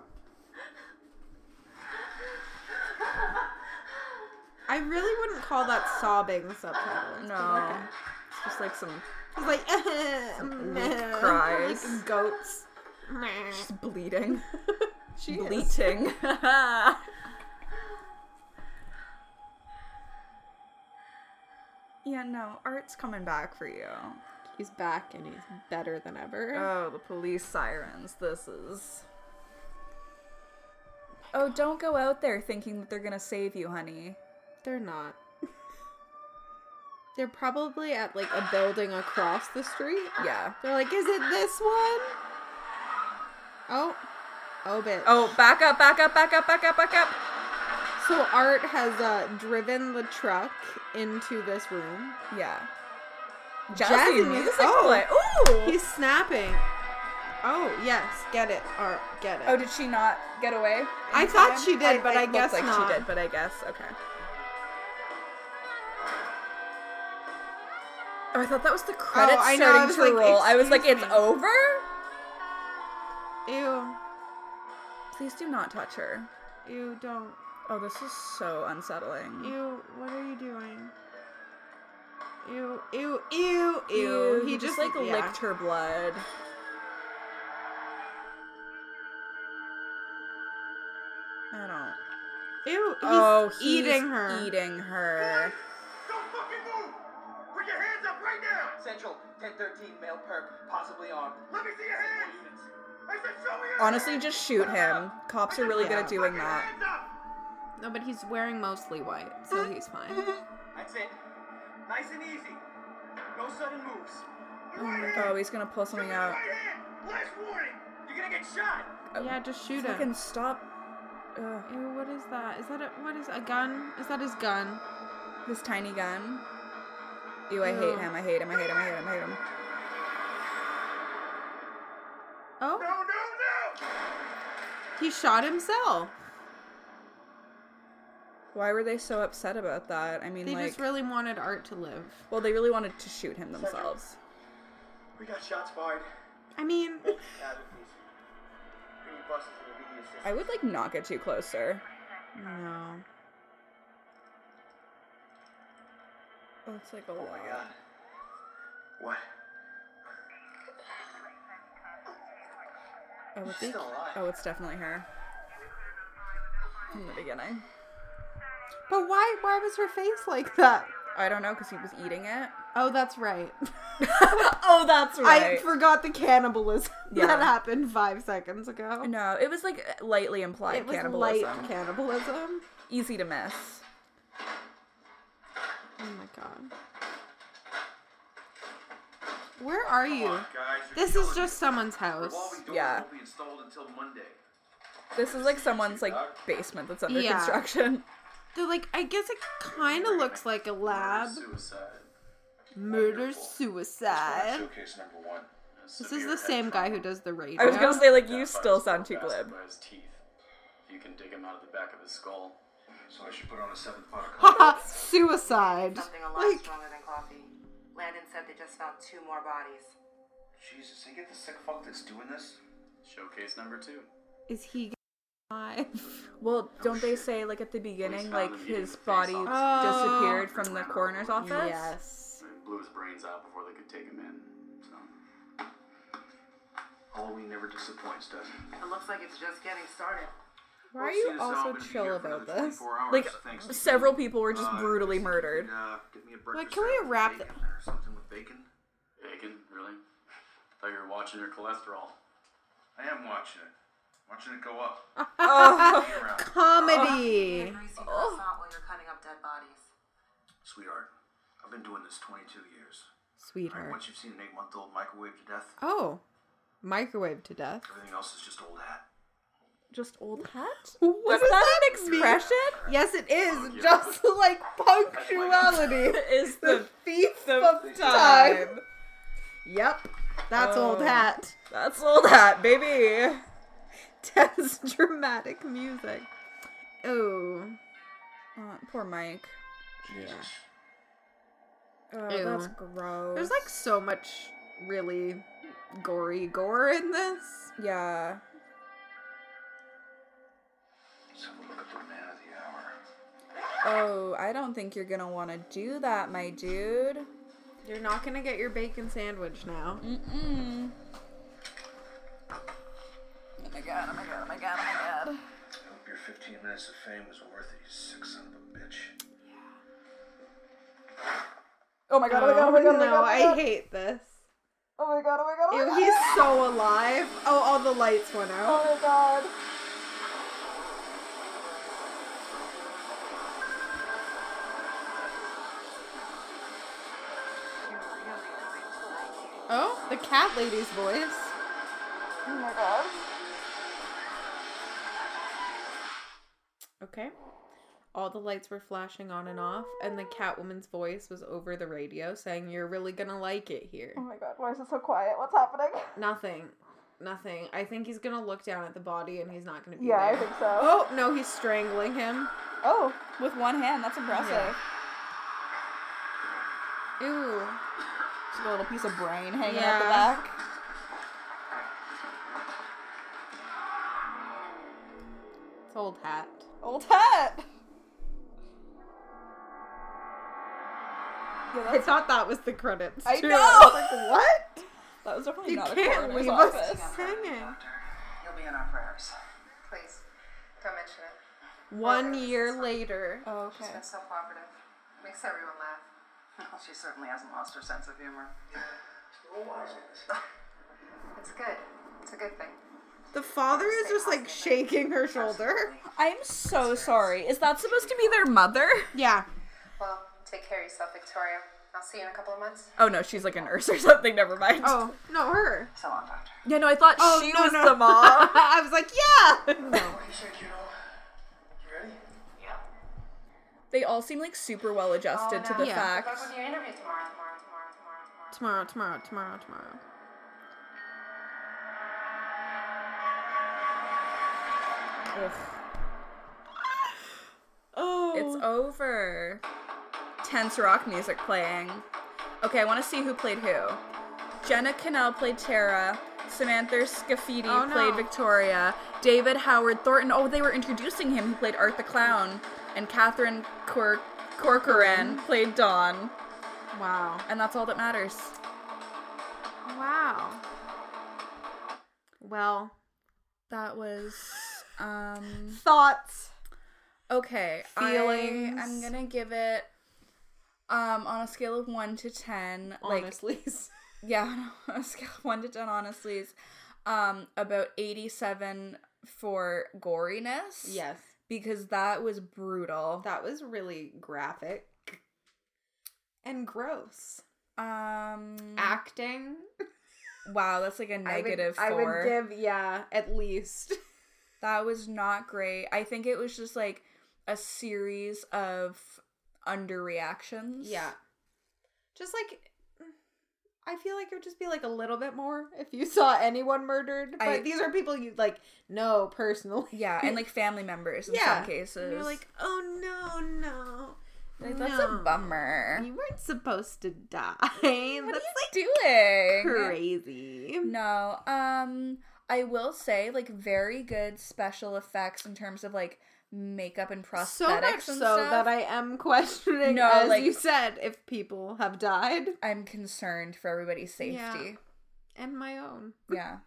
Speaker 1: I really wouldn't call that sobbing subtitles. but
Speaker 2: No.
Speaker 1: okay. It's just like some. He's like, meh,
Speaker 2: cries.
Speaker 1: Like goats. Meh.
Speaker 2: She's bleeding.
Speaker 1: She is.
Speaker 2: Bleating. yeah, no, art's coming back for you.
Speaker 1: He's back and he's better than ever.
Speaker 2: Oh, the police sirens. This is. oh don't go out there thinking that they're gonna save you, honey.
Speaker 1: They're not. They're probably at like a building across the street.
Speaker 2: Yeah.
Speaker 1: They're like, is it this one? Oh. Oh, bitch.
Speaker 2: Oh, back up, back up, back up, back up, back up.
Speaker 1: So Art has uh, driven the truck into this room.
Speaker 2: Yeah.
Speaker 1: Jazzy music? Oh.
Speaker 2: play. Ooh.
Speaker 1: He's snapping. Oh yes, get it, Art, get it.
Speaker 2: oh, did she not get away? in
Speaker 1: I thought
Speaker 2: time?
Speaker 1: she did, but I
Speaker 2: looked
Speaker 1: guess
Speaker 2: like
Speaker 1: not.
Speaker 2: she did, but I guess okay. Oh, I thought that was the credits
Speaker 1: I know, I
Speaker 2: starting
Speaker 1: was
Speaker 2: to
Speaker 1: like,
Speaker 2: roll. I was like,
Speaker 1: "Excuse
Speaker 2: it's
Speaker 1: me."
Speaker 2: over.
Speaker 1: Ew,
Speaker 2: Please do not touch her.
Speaker 1: ew, don't,
Speaker 2: Oh, this is so unsettling.
Speaker 1: ew. What are you doing? Ew, ew, ew, ew.
Speaker 2: he, just, like
Speaker 1: yeah.
Speaker 2: licked her blood. I don't.
Speaker 1: Ew, he's
Speaker 2: oh, he's
Speaker 1: eating her.
Speaker 2: Eating her.
Speaker 6: Don't fucking move! Put your hands up right now!
Speaker 7: Central, 1013, male perp, possibly armed.
Speaker 6: Let me see your hands!
Speaker 7: Units.
Speaker 6: I said, show me your
Speaker 2: Honestly,
Speaker 6: hands!
Speaker 2: just shoot him. Cops are really good
Speaker 1: Yeah.
Speaker 2: at doing
Speaker 6: Fucking
Speaker 2: that. Uh,
Speaker 6: Hands up!
Speaker 1: No, but he's wearing mostly white, so he's fine.
Speaker 7: That's it. Nice and easy. No sudden moves.
Speaker 2: Oh my god, he's gonna pull something out.
Speaker 6: Right hand! Last warning!
Speaker 7: You're gonna get shot!
Speaker 1: Yeah, just shoot him.
Speaker 2: Fucking stop. Ugh,
Speaker 1: Ew, what is that? Is that a what is a gun? Is that his gun?
Speaker 2: this tiny gun. Ew, I hate
Speaker 1: Ew.
Speaker 2: him. I hate him. I hate him. I hate him. I hate him.
Speaker 1: Oh,
Speaker 6: No, no, no!
Speaker 1: he shot himself.
Speaker 2: Why were they so upset about that? I mean,
Speaker 1: They
Speaker 2: like,
Speaker 1: just really wanted Art to live.
Speaker 2: well, they really wanted to shoot him themselves.
Speaker 7: We got shots fired.
Speaker 1: I mean,
Speaker 7: Casualties. Bringing buses and immediate assistance.
Speaker 2: I would like not get too close, sir.
Speaker 1: no.
Speaker 2: Oh, it's like a lot.
Speaker 7: What?
Speaker 2: Oh, it's,
Speaker 7: She's still alive.
Speaker 2: oh, it's definitely her. From the beginning.
Speaker 1: But why? Why was her face like that?
Speaker 2: I don't know because he was eating it.
Speaker 1: Oh, that's right.
Speaker 2: oh, that's
Speaker 1: I forgot the cannibalism
Speaker 2: Yeah.
Speaker 1: that happened five seconds ago.
Speaker 2: no, it was like lightly implied
Speaker 1: it was
Speaker 2: cannibalism.
Speaker 1: light cannibalism.
Speaker 2: Easy to miss.
Speaker 1: Oh my god. Where are you?
Speaker 6: guys, you're
Speaker 1: This
Speaker 6: killing
Speaker 1: is
Speaker 6: me.
Speaker 1: just someone's house.
Speaker 6: Revolving doors
Speaker 2: Yeah.
Speaker 6: won't be installed until Monday.
Speaker 2: This is like someone's like basement that's under
Speaker 1: Yeah.
Speaker 2: construction.
Speaker 1: They're like, I guess it kind of looks like a lab.
Speaker 6: Suicide.
Speaker 1: Murder suicide.
Speaker 6: Showcase number one.
Speaker 1: This is the same guy who does the radio.
Speaker 2: I was gonna say like you still sound too glib.
Speaker 13: By his teeth. You can dig him out of the back of his skull.
Speaker 6: So I should put on a seventh pot of coffee.
Speaker 1: Haha, suicide.
Speaker 3: Something a lot
Speaker 1: Like,
Speaker 3: stronger than coffee. Landon said they just found two more bodies.
Speaker 6: Jesus, they get the sick fuck that's doing this?
Speaker 13: Showcase number two.
Speaker 1: is he alive?
Speaker 2: Well, don't they say like at the beginning
Speaker 13: found
Speaker 2: like
Speaker 13: him eating
Speaker 2: his
Speaker 13: the face
Speaker 2: body
Speaker 1: off. Oh.
Speaker 2: disappeared from the coroner's office?
Speaker 1: Yes.
Speaker 13: They blew his brains out before they could take him in. So
Speaker 6: Halloween never disappoints, does it?
Speaker 3: It looks like it's just getting started.
Speaker 1: Why are
Speaker 6: We'll see
Speaker 1: you
Speaker 6: this
Speaker 1: also
Speaker 6: album if you
Speaker 1: chill
Speaker 6: hear for
Speaker 1: about
Speaker 6: another
Speaker 1: this?
Speaker 6: 24 hours,
Speaker 2: Like
Speaker 6: thanks to
Speaker 2: several
Speaker 6: you.
Speaker 2: people were just
Speaker 6: Uh,
Speaker 2: brutally
Speaker 6: if you
Speaker 2: murdered.
Speaker 6: could, uh, get me a breakfast
Speaker 1: can we
Speaker 6: salad with
Speaker 1: wrap
Speaker 6: bacon or Something with bacon?
Speaker 13: bacon, really? Thought you were watching your cholesterol.
Speaker 6: I am watching it. Watching it go up.
Speaker 2: Oh,
Speaker 6: Year round.
Speaker 1: Comedy.
Speaker 3: Henry's you
Speaker 8: Oh.
Speaker 3: don't stop while you're cutting up dead bodies.
Speaker 6: Sweetheart, I've been doing this 22 years. Right,
Speaker 1: Sweetheart.
Speaker 6: once you've seen an eight month old microwave to death,
Speaker 1: Oh, microwave to death.
Speaker 6: everything else is just old hat.
Speaker 2: just old hat.
Speaker 1: What
Speaker 2: Is
Speaker 1: does
Speaker 2: that
Speaker 1: that
Speaker 2: an
Speaker 1: mean?
Speaker 2: expression?
Speaker 1: Yes, it is. Just like punctuality.
Speaker 2: Is
Speaker 1: the
Speaker 2: the
Speaker 1: thief
Speaker 2: the
Speaker 1: of time.
Speaker 2: time.
Speaker 1: Yep. That's old
Speaker 2: Oh.
Speaker 1: hat.
Speaker 2: That's old hat, baby.
Speaker 1: Ted's dramatic music. Oh.
Speaker 2: Uh, poor Mike.
Speaker 1: Jesus.
Speaker 2: Oh,
Speaker 1: Ew.
Speaker 2: that's gross.
Speaker 1: There's like so much really gory gore in this.
Speaker 2: yeah. Oh, I don't think you're gonna want to do that, my dude.
Speaker 1: You're not gonna get your bacon sandwich now.
Speaker 2: Mm-mm. Oh my god! Oh my god! Oh my god! Oh my god!
Speaker 6: I hope your 15 minutes of fame was worth it, you sick son of a bitch.
Speaker 2: Oh my god! Oh my god! Oh my god! Oh my
Speaker 1: no,
Speaker 2: god!
Speaker 1: I
Speaker 2: oh my god.
Speaker 1: hate this.
Speaker 2: Oh my god! Oh my god! Oh my
Speaker 1: Ew,
Speaker 2: god!
Speaker 1: he's so alive. Oh, all the lights went out.
Speaker 2: Oh my god!
Speaker 1: Oh, the cat lady's voice.
Speaker 2: Oh my god!
Speaker 1: Okay. All the lights were flashing on and off, and the Catwoman's voice was over the radio saying, You're really gonna like it here.
Speaker 2: Oh my god! Why is it so quiet? What's happening?
Speaker 1: Nothing. Nothing. I think he's gonna look down at the body and he's not gonna be
Speaker 2: Yeah, I
Speaker 1: there.
Speaker 2: think so.
Speaker 1: Oh, no, he's strangling him.
Speaker 2: Oh, with one hand. That's impressive.
Speaker 1: Ew.
Speaker 2: Just a little piece of brain hanging out the
Speaker 1: Yeah.
Speaker 2: back.
Speaker 1: It's old hat.
Speaker 2: Old hat. Yeah,
Speaker 1: I
Speaker 2: that's,
Speaker 1: thought that was the credits.
Speaker 2: I
Speaker 1: too.
Speaker 2: know.
Speaker 1: was like, what?
Speaker 2: that was definitely
Speaker 1: You
Speaker 2: not a
Speaker 1: can't
Speaker 2: coroner's
Speaker 1: leave us
Speaker 2: office.
Speaker 1: hanging.
Speaker 14: You'll be in our prayers.
Speaker 3: Please, don't mention it.
Speaker 1: One year later.
Speaker 2: Oh,
Speaker 3: She's been so cooperative. Makes everyone laugh.
Speaker 14: Well, she certainly hasn't lost her sense of humor.
Speaker 3: It's good. It's a good thing.
Speaker 1: The father is just like shaking her shoulder.
Speaker 2: I'm so sorry. Is that supposed to be their mother?
Speaker 1: Yeah.
Speaker 3: Well, take care of yourself, Victoria. I'll see you in a couple of months.
Speaker 2: Oh no, she's like a nurse or something. Never mind.
Speaker 1: Oh, no, her.
Speaker 14: So long, Doctor.
Speaker 2: Yeah, no, I thought
Speaker 1: Oh,
Speaker 2: she
Speaker 1: no,
Speaker 2: was
Speaker 1: no.
Speaker 2: the mom.
Speaker 1: I was like, yeah.
Speaker 2: they all seem like super well adjusted to the
Speaker 1: Yeah.
Speaker 2: fact.
Speaker 3: Your interview tomorrow, tomorrow, tomorrow, tomorrow.
Speaker 1: Tomorrow, tomorrow, tomorrow, tomorrow. Oh.
Speaker 2: It's over. Tense rock music playing. Okay, I want to see who played who. Jenna Cannell played Tara. Samantha Scafidi
Speaker 1: Oh, no.
Speaker 2: played Victoria. David Howard Thornton. Oh, they were introducing him. He played Art the Clown. And Catherine Cor- Corcoran played Dawn.
Speaker 1: Wow.
Speaker 2: And that's all that matters.
Speaker 1: Wow. Well,
Speaker 2: That was um
Speaker 1: thoughts.
Speaker 2: Okay,
Speaker 1: Feelings.
Speaker 2: I, I'm gonna give it um on a scale of one to ten.
Speaker 1: Honestly.
Speaker 2: Like, yeah, on a scale of one to ten, honestly, um, about eighty-seven for goriness.
Speaker 1: Yes.
Speaker 2: because that was brutal.
Speaker 1: That was really graphic and gross.
Speaker 2: um,
Speaker 1: Acting.
Speaker 2: wow, that's like a negative
Speaker 1: Mm-hmm. I would,
Speaker 2: four.
Speaker 1: I would give, yeah, at least.
Speaker 2: That was not great. I think it was just like a series of underreactions.
Speaker 1: Yeah. Just like I feel like it would just be like a little bit more if you saw anyone murdered. But
Speaker 2: I-
Speaker 1: these are people you like know personally.
Speaker 2: Yeah, and like family members in
Speaker 1: Yeah.
Speaker 2: some cases.
Speaker 1: And you're like, oh no, no.
Speaker 2: Like, that's a
Speaker 1: no.
Speaker 2: bummer.
Speaker 1: You weren't supposed to die. That's
Speaker 2: What are you
Speaker 1: like crazy.
Speaker 2: doing? No. Um I will say like very good special effects in terms of like makeup and prosthetics
Speaker 1: So much so
Speaker 2: and stuff.
Speaker 1: that I am questioning,
Speaker 2: No,
Speaker 1: as
Speaker 2: like-
Speaker 1: you said, if people have died.
Speaker 2: I'm concerned for everybody's safety.
Speaker 1: And my own.
Speaker 2: Yeah.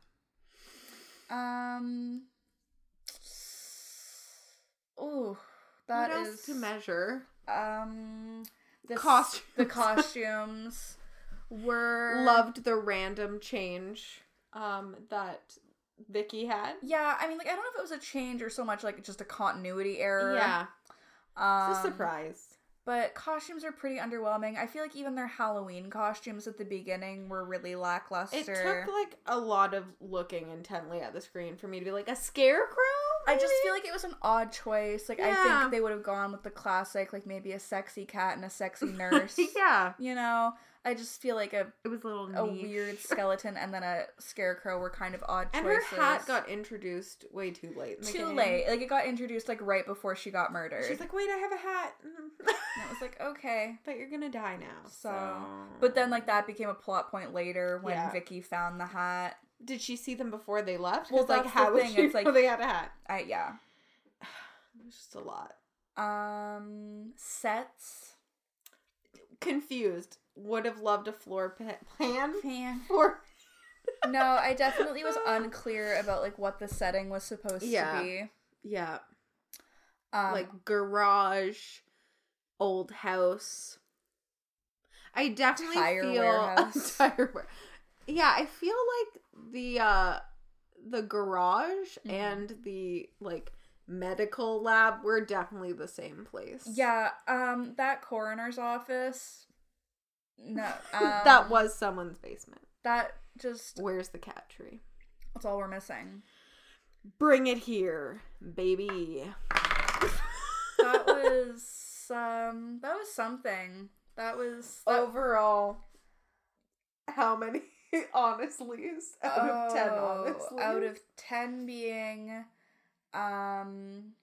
Speaker 2: Um Ooh, that
Speaker 1: what
Speaker 2: is
Speaker 1: else to measure?
Speaker 2: um the s-
Speaker 1: Costumes.
Speaker 2: the costumes were
Speaker 1: loved the random change um that Vicky had.
Speaker 2: Yeah, I mean, like I don't know if it was a change or so much like just a continuity error.
Speaker 1: Yeah.
Speaker 2: um,
Speaker 1: It's a surprise.
Speaker 2: But costumes are pretty underwhelming. I feel like even their Halloween costumes at the beginning were really lackluster.
Speaker 1: It took like a lot of looking intently at the screen for me to be like a scarecrow?
Speaker 2: I just feel like it was an odd choice. Like I
Speaker 1: Yeah.
Speaker 2: think they would have gone with the classic, like maybe a sexy cat and a sexy nurse.
Speaker 1: yeah.
Speaker 2: You know, I just feel like a
Speaker 1: it was a little
Speaker 2: a
Speaker 1: niche.
Speaker 2: weird skeleton and then a scarecrow were kind of odd
Speaker 1: And her
Speaker 2: choices.
Speaker 1: hat got introduced way too late. in the
Speaker 2: too
Speaker 1: game.
Speaker 2: late. Like it got introduced like right before she got murdered.
Speaker 1: She's like, wait, I have a hat.
Speaker 2: and it was like okay,
Speaker 1: but you're gonna die now.
Speaker 2: So, but then like that became a plot point later when
Speaker 1: Yeah.
Speaker 2: Vicky found the hat.
Speaker 1: Did she see them before they left? 'Cause,
Speaker 2: Well,
Speaker 1: like,
Speaker 2: that's the
Speaker 1: how would
Speaker 2: thing,
Speaker 1: she
Speaker 2: it's like-
Speaker 1: know they had a hat?
Speaker 2: I, yeah.
Speaker 1: It's just a lot.
Speaker 2: Um, sets.
Speaker 1: Confused. Would have loved a floor pa- plan.
Speaker 2: Fan.
Speaker 1: For
Speaker 2: No, I definitely was unclear about like what the setting was supposed
Speaker 1: Yeah.
Speaker 2: to be.
Speaker 1: yeah,
Speaker 2: Um,
Speaker 1: like garage, old house. I definitely
Speaker 2: Tire
Speaker 1: feel
Speaker 2: warehouse.
Speaker 1: tire ware- Yeah, I feel like the uh the garage
Speaker 2: Mhm.
Speaker 1: and the like medical lab were definitely the same place.
Speaker 2: yeah, um, that coroner's office. No, um,
Speaker 1: that was someone's basement.
Speaker 2: that just
Speaker 1: Where's the cat tree?
Speaker 2: that's all we're missing.
Speaker 1: Bring it here, baby.
Speaker 2: That was um, that was something. That was that-
Speaker 1: Oh, Overall, how many honestlies out of ten?
Speaker 2: Oh,
Speaker 1: Honestlies,
Speaker 2: out of 10 being um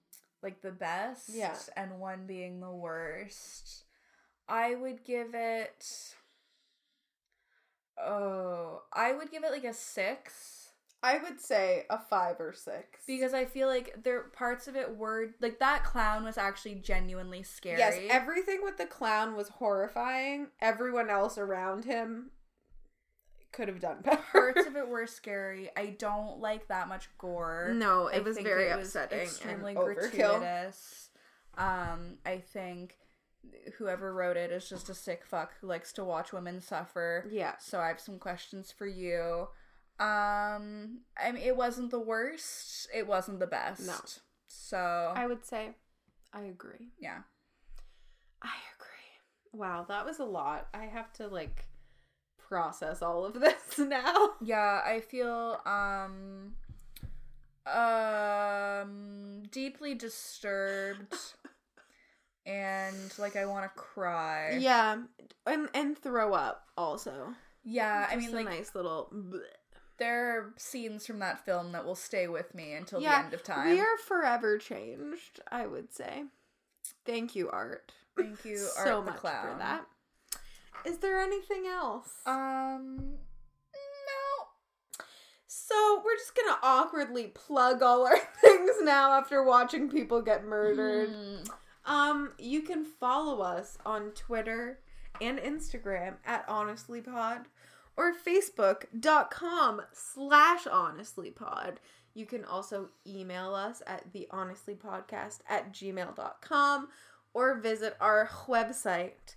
Speaker 2: like the best
Speaker 1: Yeah.
Speaker 2: and one being the worst i would give it oh i would give it like a 6
Speaker 1: I would say a five or six.
Speaker 2: because i feel like there parts of it were like that clown was actually genuinely scary
Speaker 1: yes, everything with the clown was horrifying. Everyone else around him could have done better.
Speaker 2: parts of it were scary i don't like that much gore
Speaker 1: No, it
Speaker 2: I
Speaker 1: was
Speaker 2: think
Speaker 1: very
Speaker 2: it
Speaker 1: upsetting and
Speaker 2: extremely
Speaker 1: overkill.
Speaker 2: gratuitous. Um, I think whoever wrote it is just a sick fuck who likes to watch women suffer.
Speaker 1: Yeah.
Speaker 2: So I have some questions for you. Um, I mean, it wasn't the worst. It wasn't the best.
Speaker 1: No.
Speaker 2: So
Speaker 1: I would say, I agree.
Speaker 2: yeah,
Speaker 1: I agree. Wow, that was a lot. I have to like process all of this now.
Speaker 2: yeah. I feel um, um, deeply disturbed, and like I want to cry.
Speaker 1: Yeah, and and throw up also.
Speaker 2: Yeah, I
Speaker 1: Just
Speaker 2: mean,
Speaker 1: a
Speaker 2: like
Speaker 1: nice little. bleh.
Speaker 2: there are scenes from that film that will stay with me until
Speaker 1: Yeah,
Speaker 2: the end of time.
Speaker 1: We are forever changed. I would say. Thank you, art.
Speaker 2: Thank you, Art
Speaker 1: so
Speaker 2: the
Speaker 1: much
Speaker 2: Clown.
Speaker 1: for that. Is there anything else?
Speaker 2: Um,
Speaker 1: so we're just gonna awkwardly plug all our things now after watching people get murdered. Um, you can follow us on Twitter and Instagram at honestlypod or facebook.com slash honestlypod. You can also email us at the honestlypodcast at gmail.com or visit our website,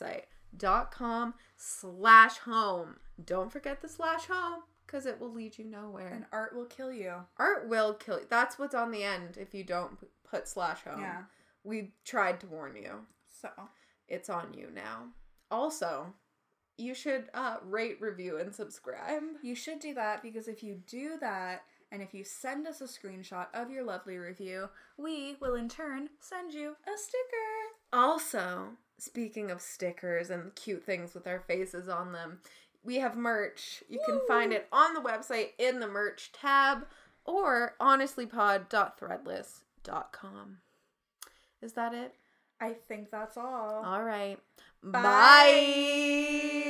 Speaker 1: thehonestlypodcast.wixsite.com slash home. Don't forget the slash home because it will lead you nowhere.
Speaker 2: and art will kill you.
Speaker 1: Art will kill you. That's what's on the end if you don't p- put slash home.
Speaker 2: Yeah.
Speaker 1: We tried to warn you.
Speaker 2: So
Speaker 1: It's on you now. Also, you should uh, rate, review, and subscribe.
Speaker 2: Um, you should do that because if you do that, and if you send us a screenshot of your lovely review, we will in turn send you a sticker.
Speaker 1: Also, speaking of stickers and cute things with our faces on them, we have merch. You can find it on the website in the merch tab or honestlypod.threadless.com. Is that it?
Speaker 2: I think that's all.
Speaker 1: All right.
Speaker 2: Bye.
Speaker 1: Bye.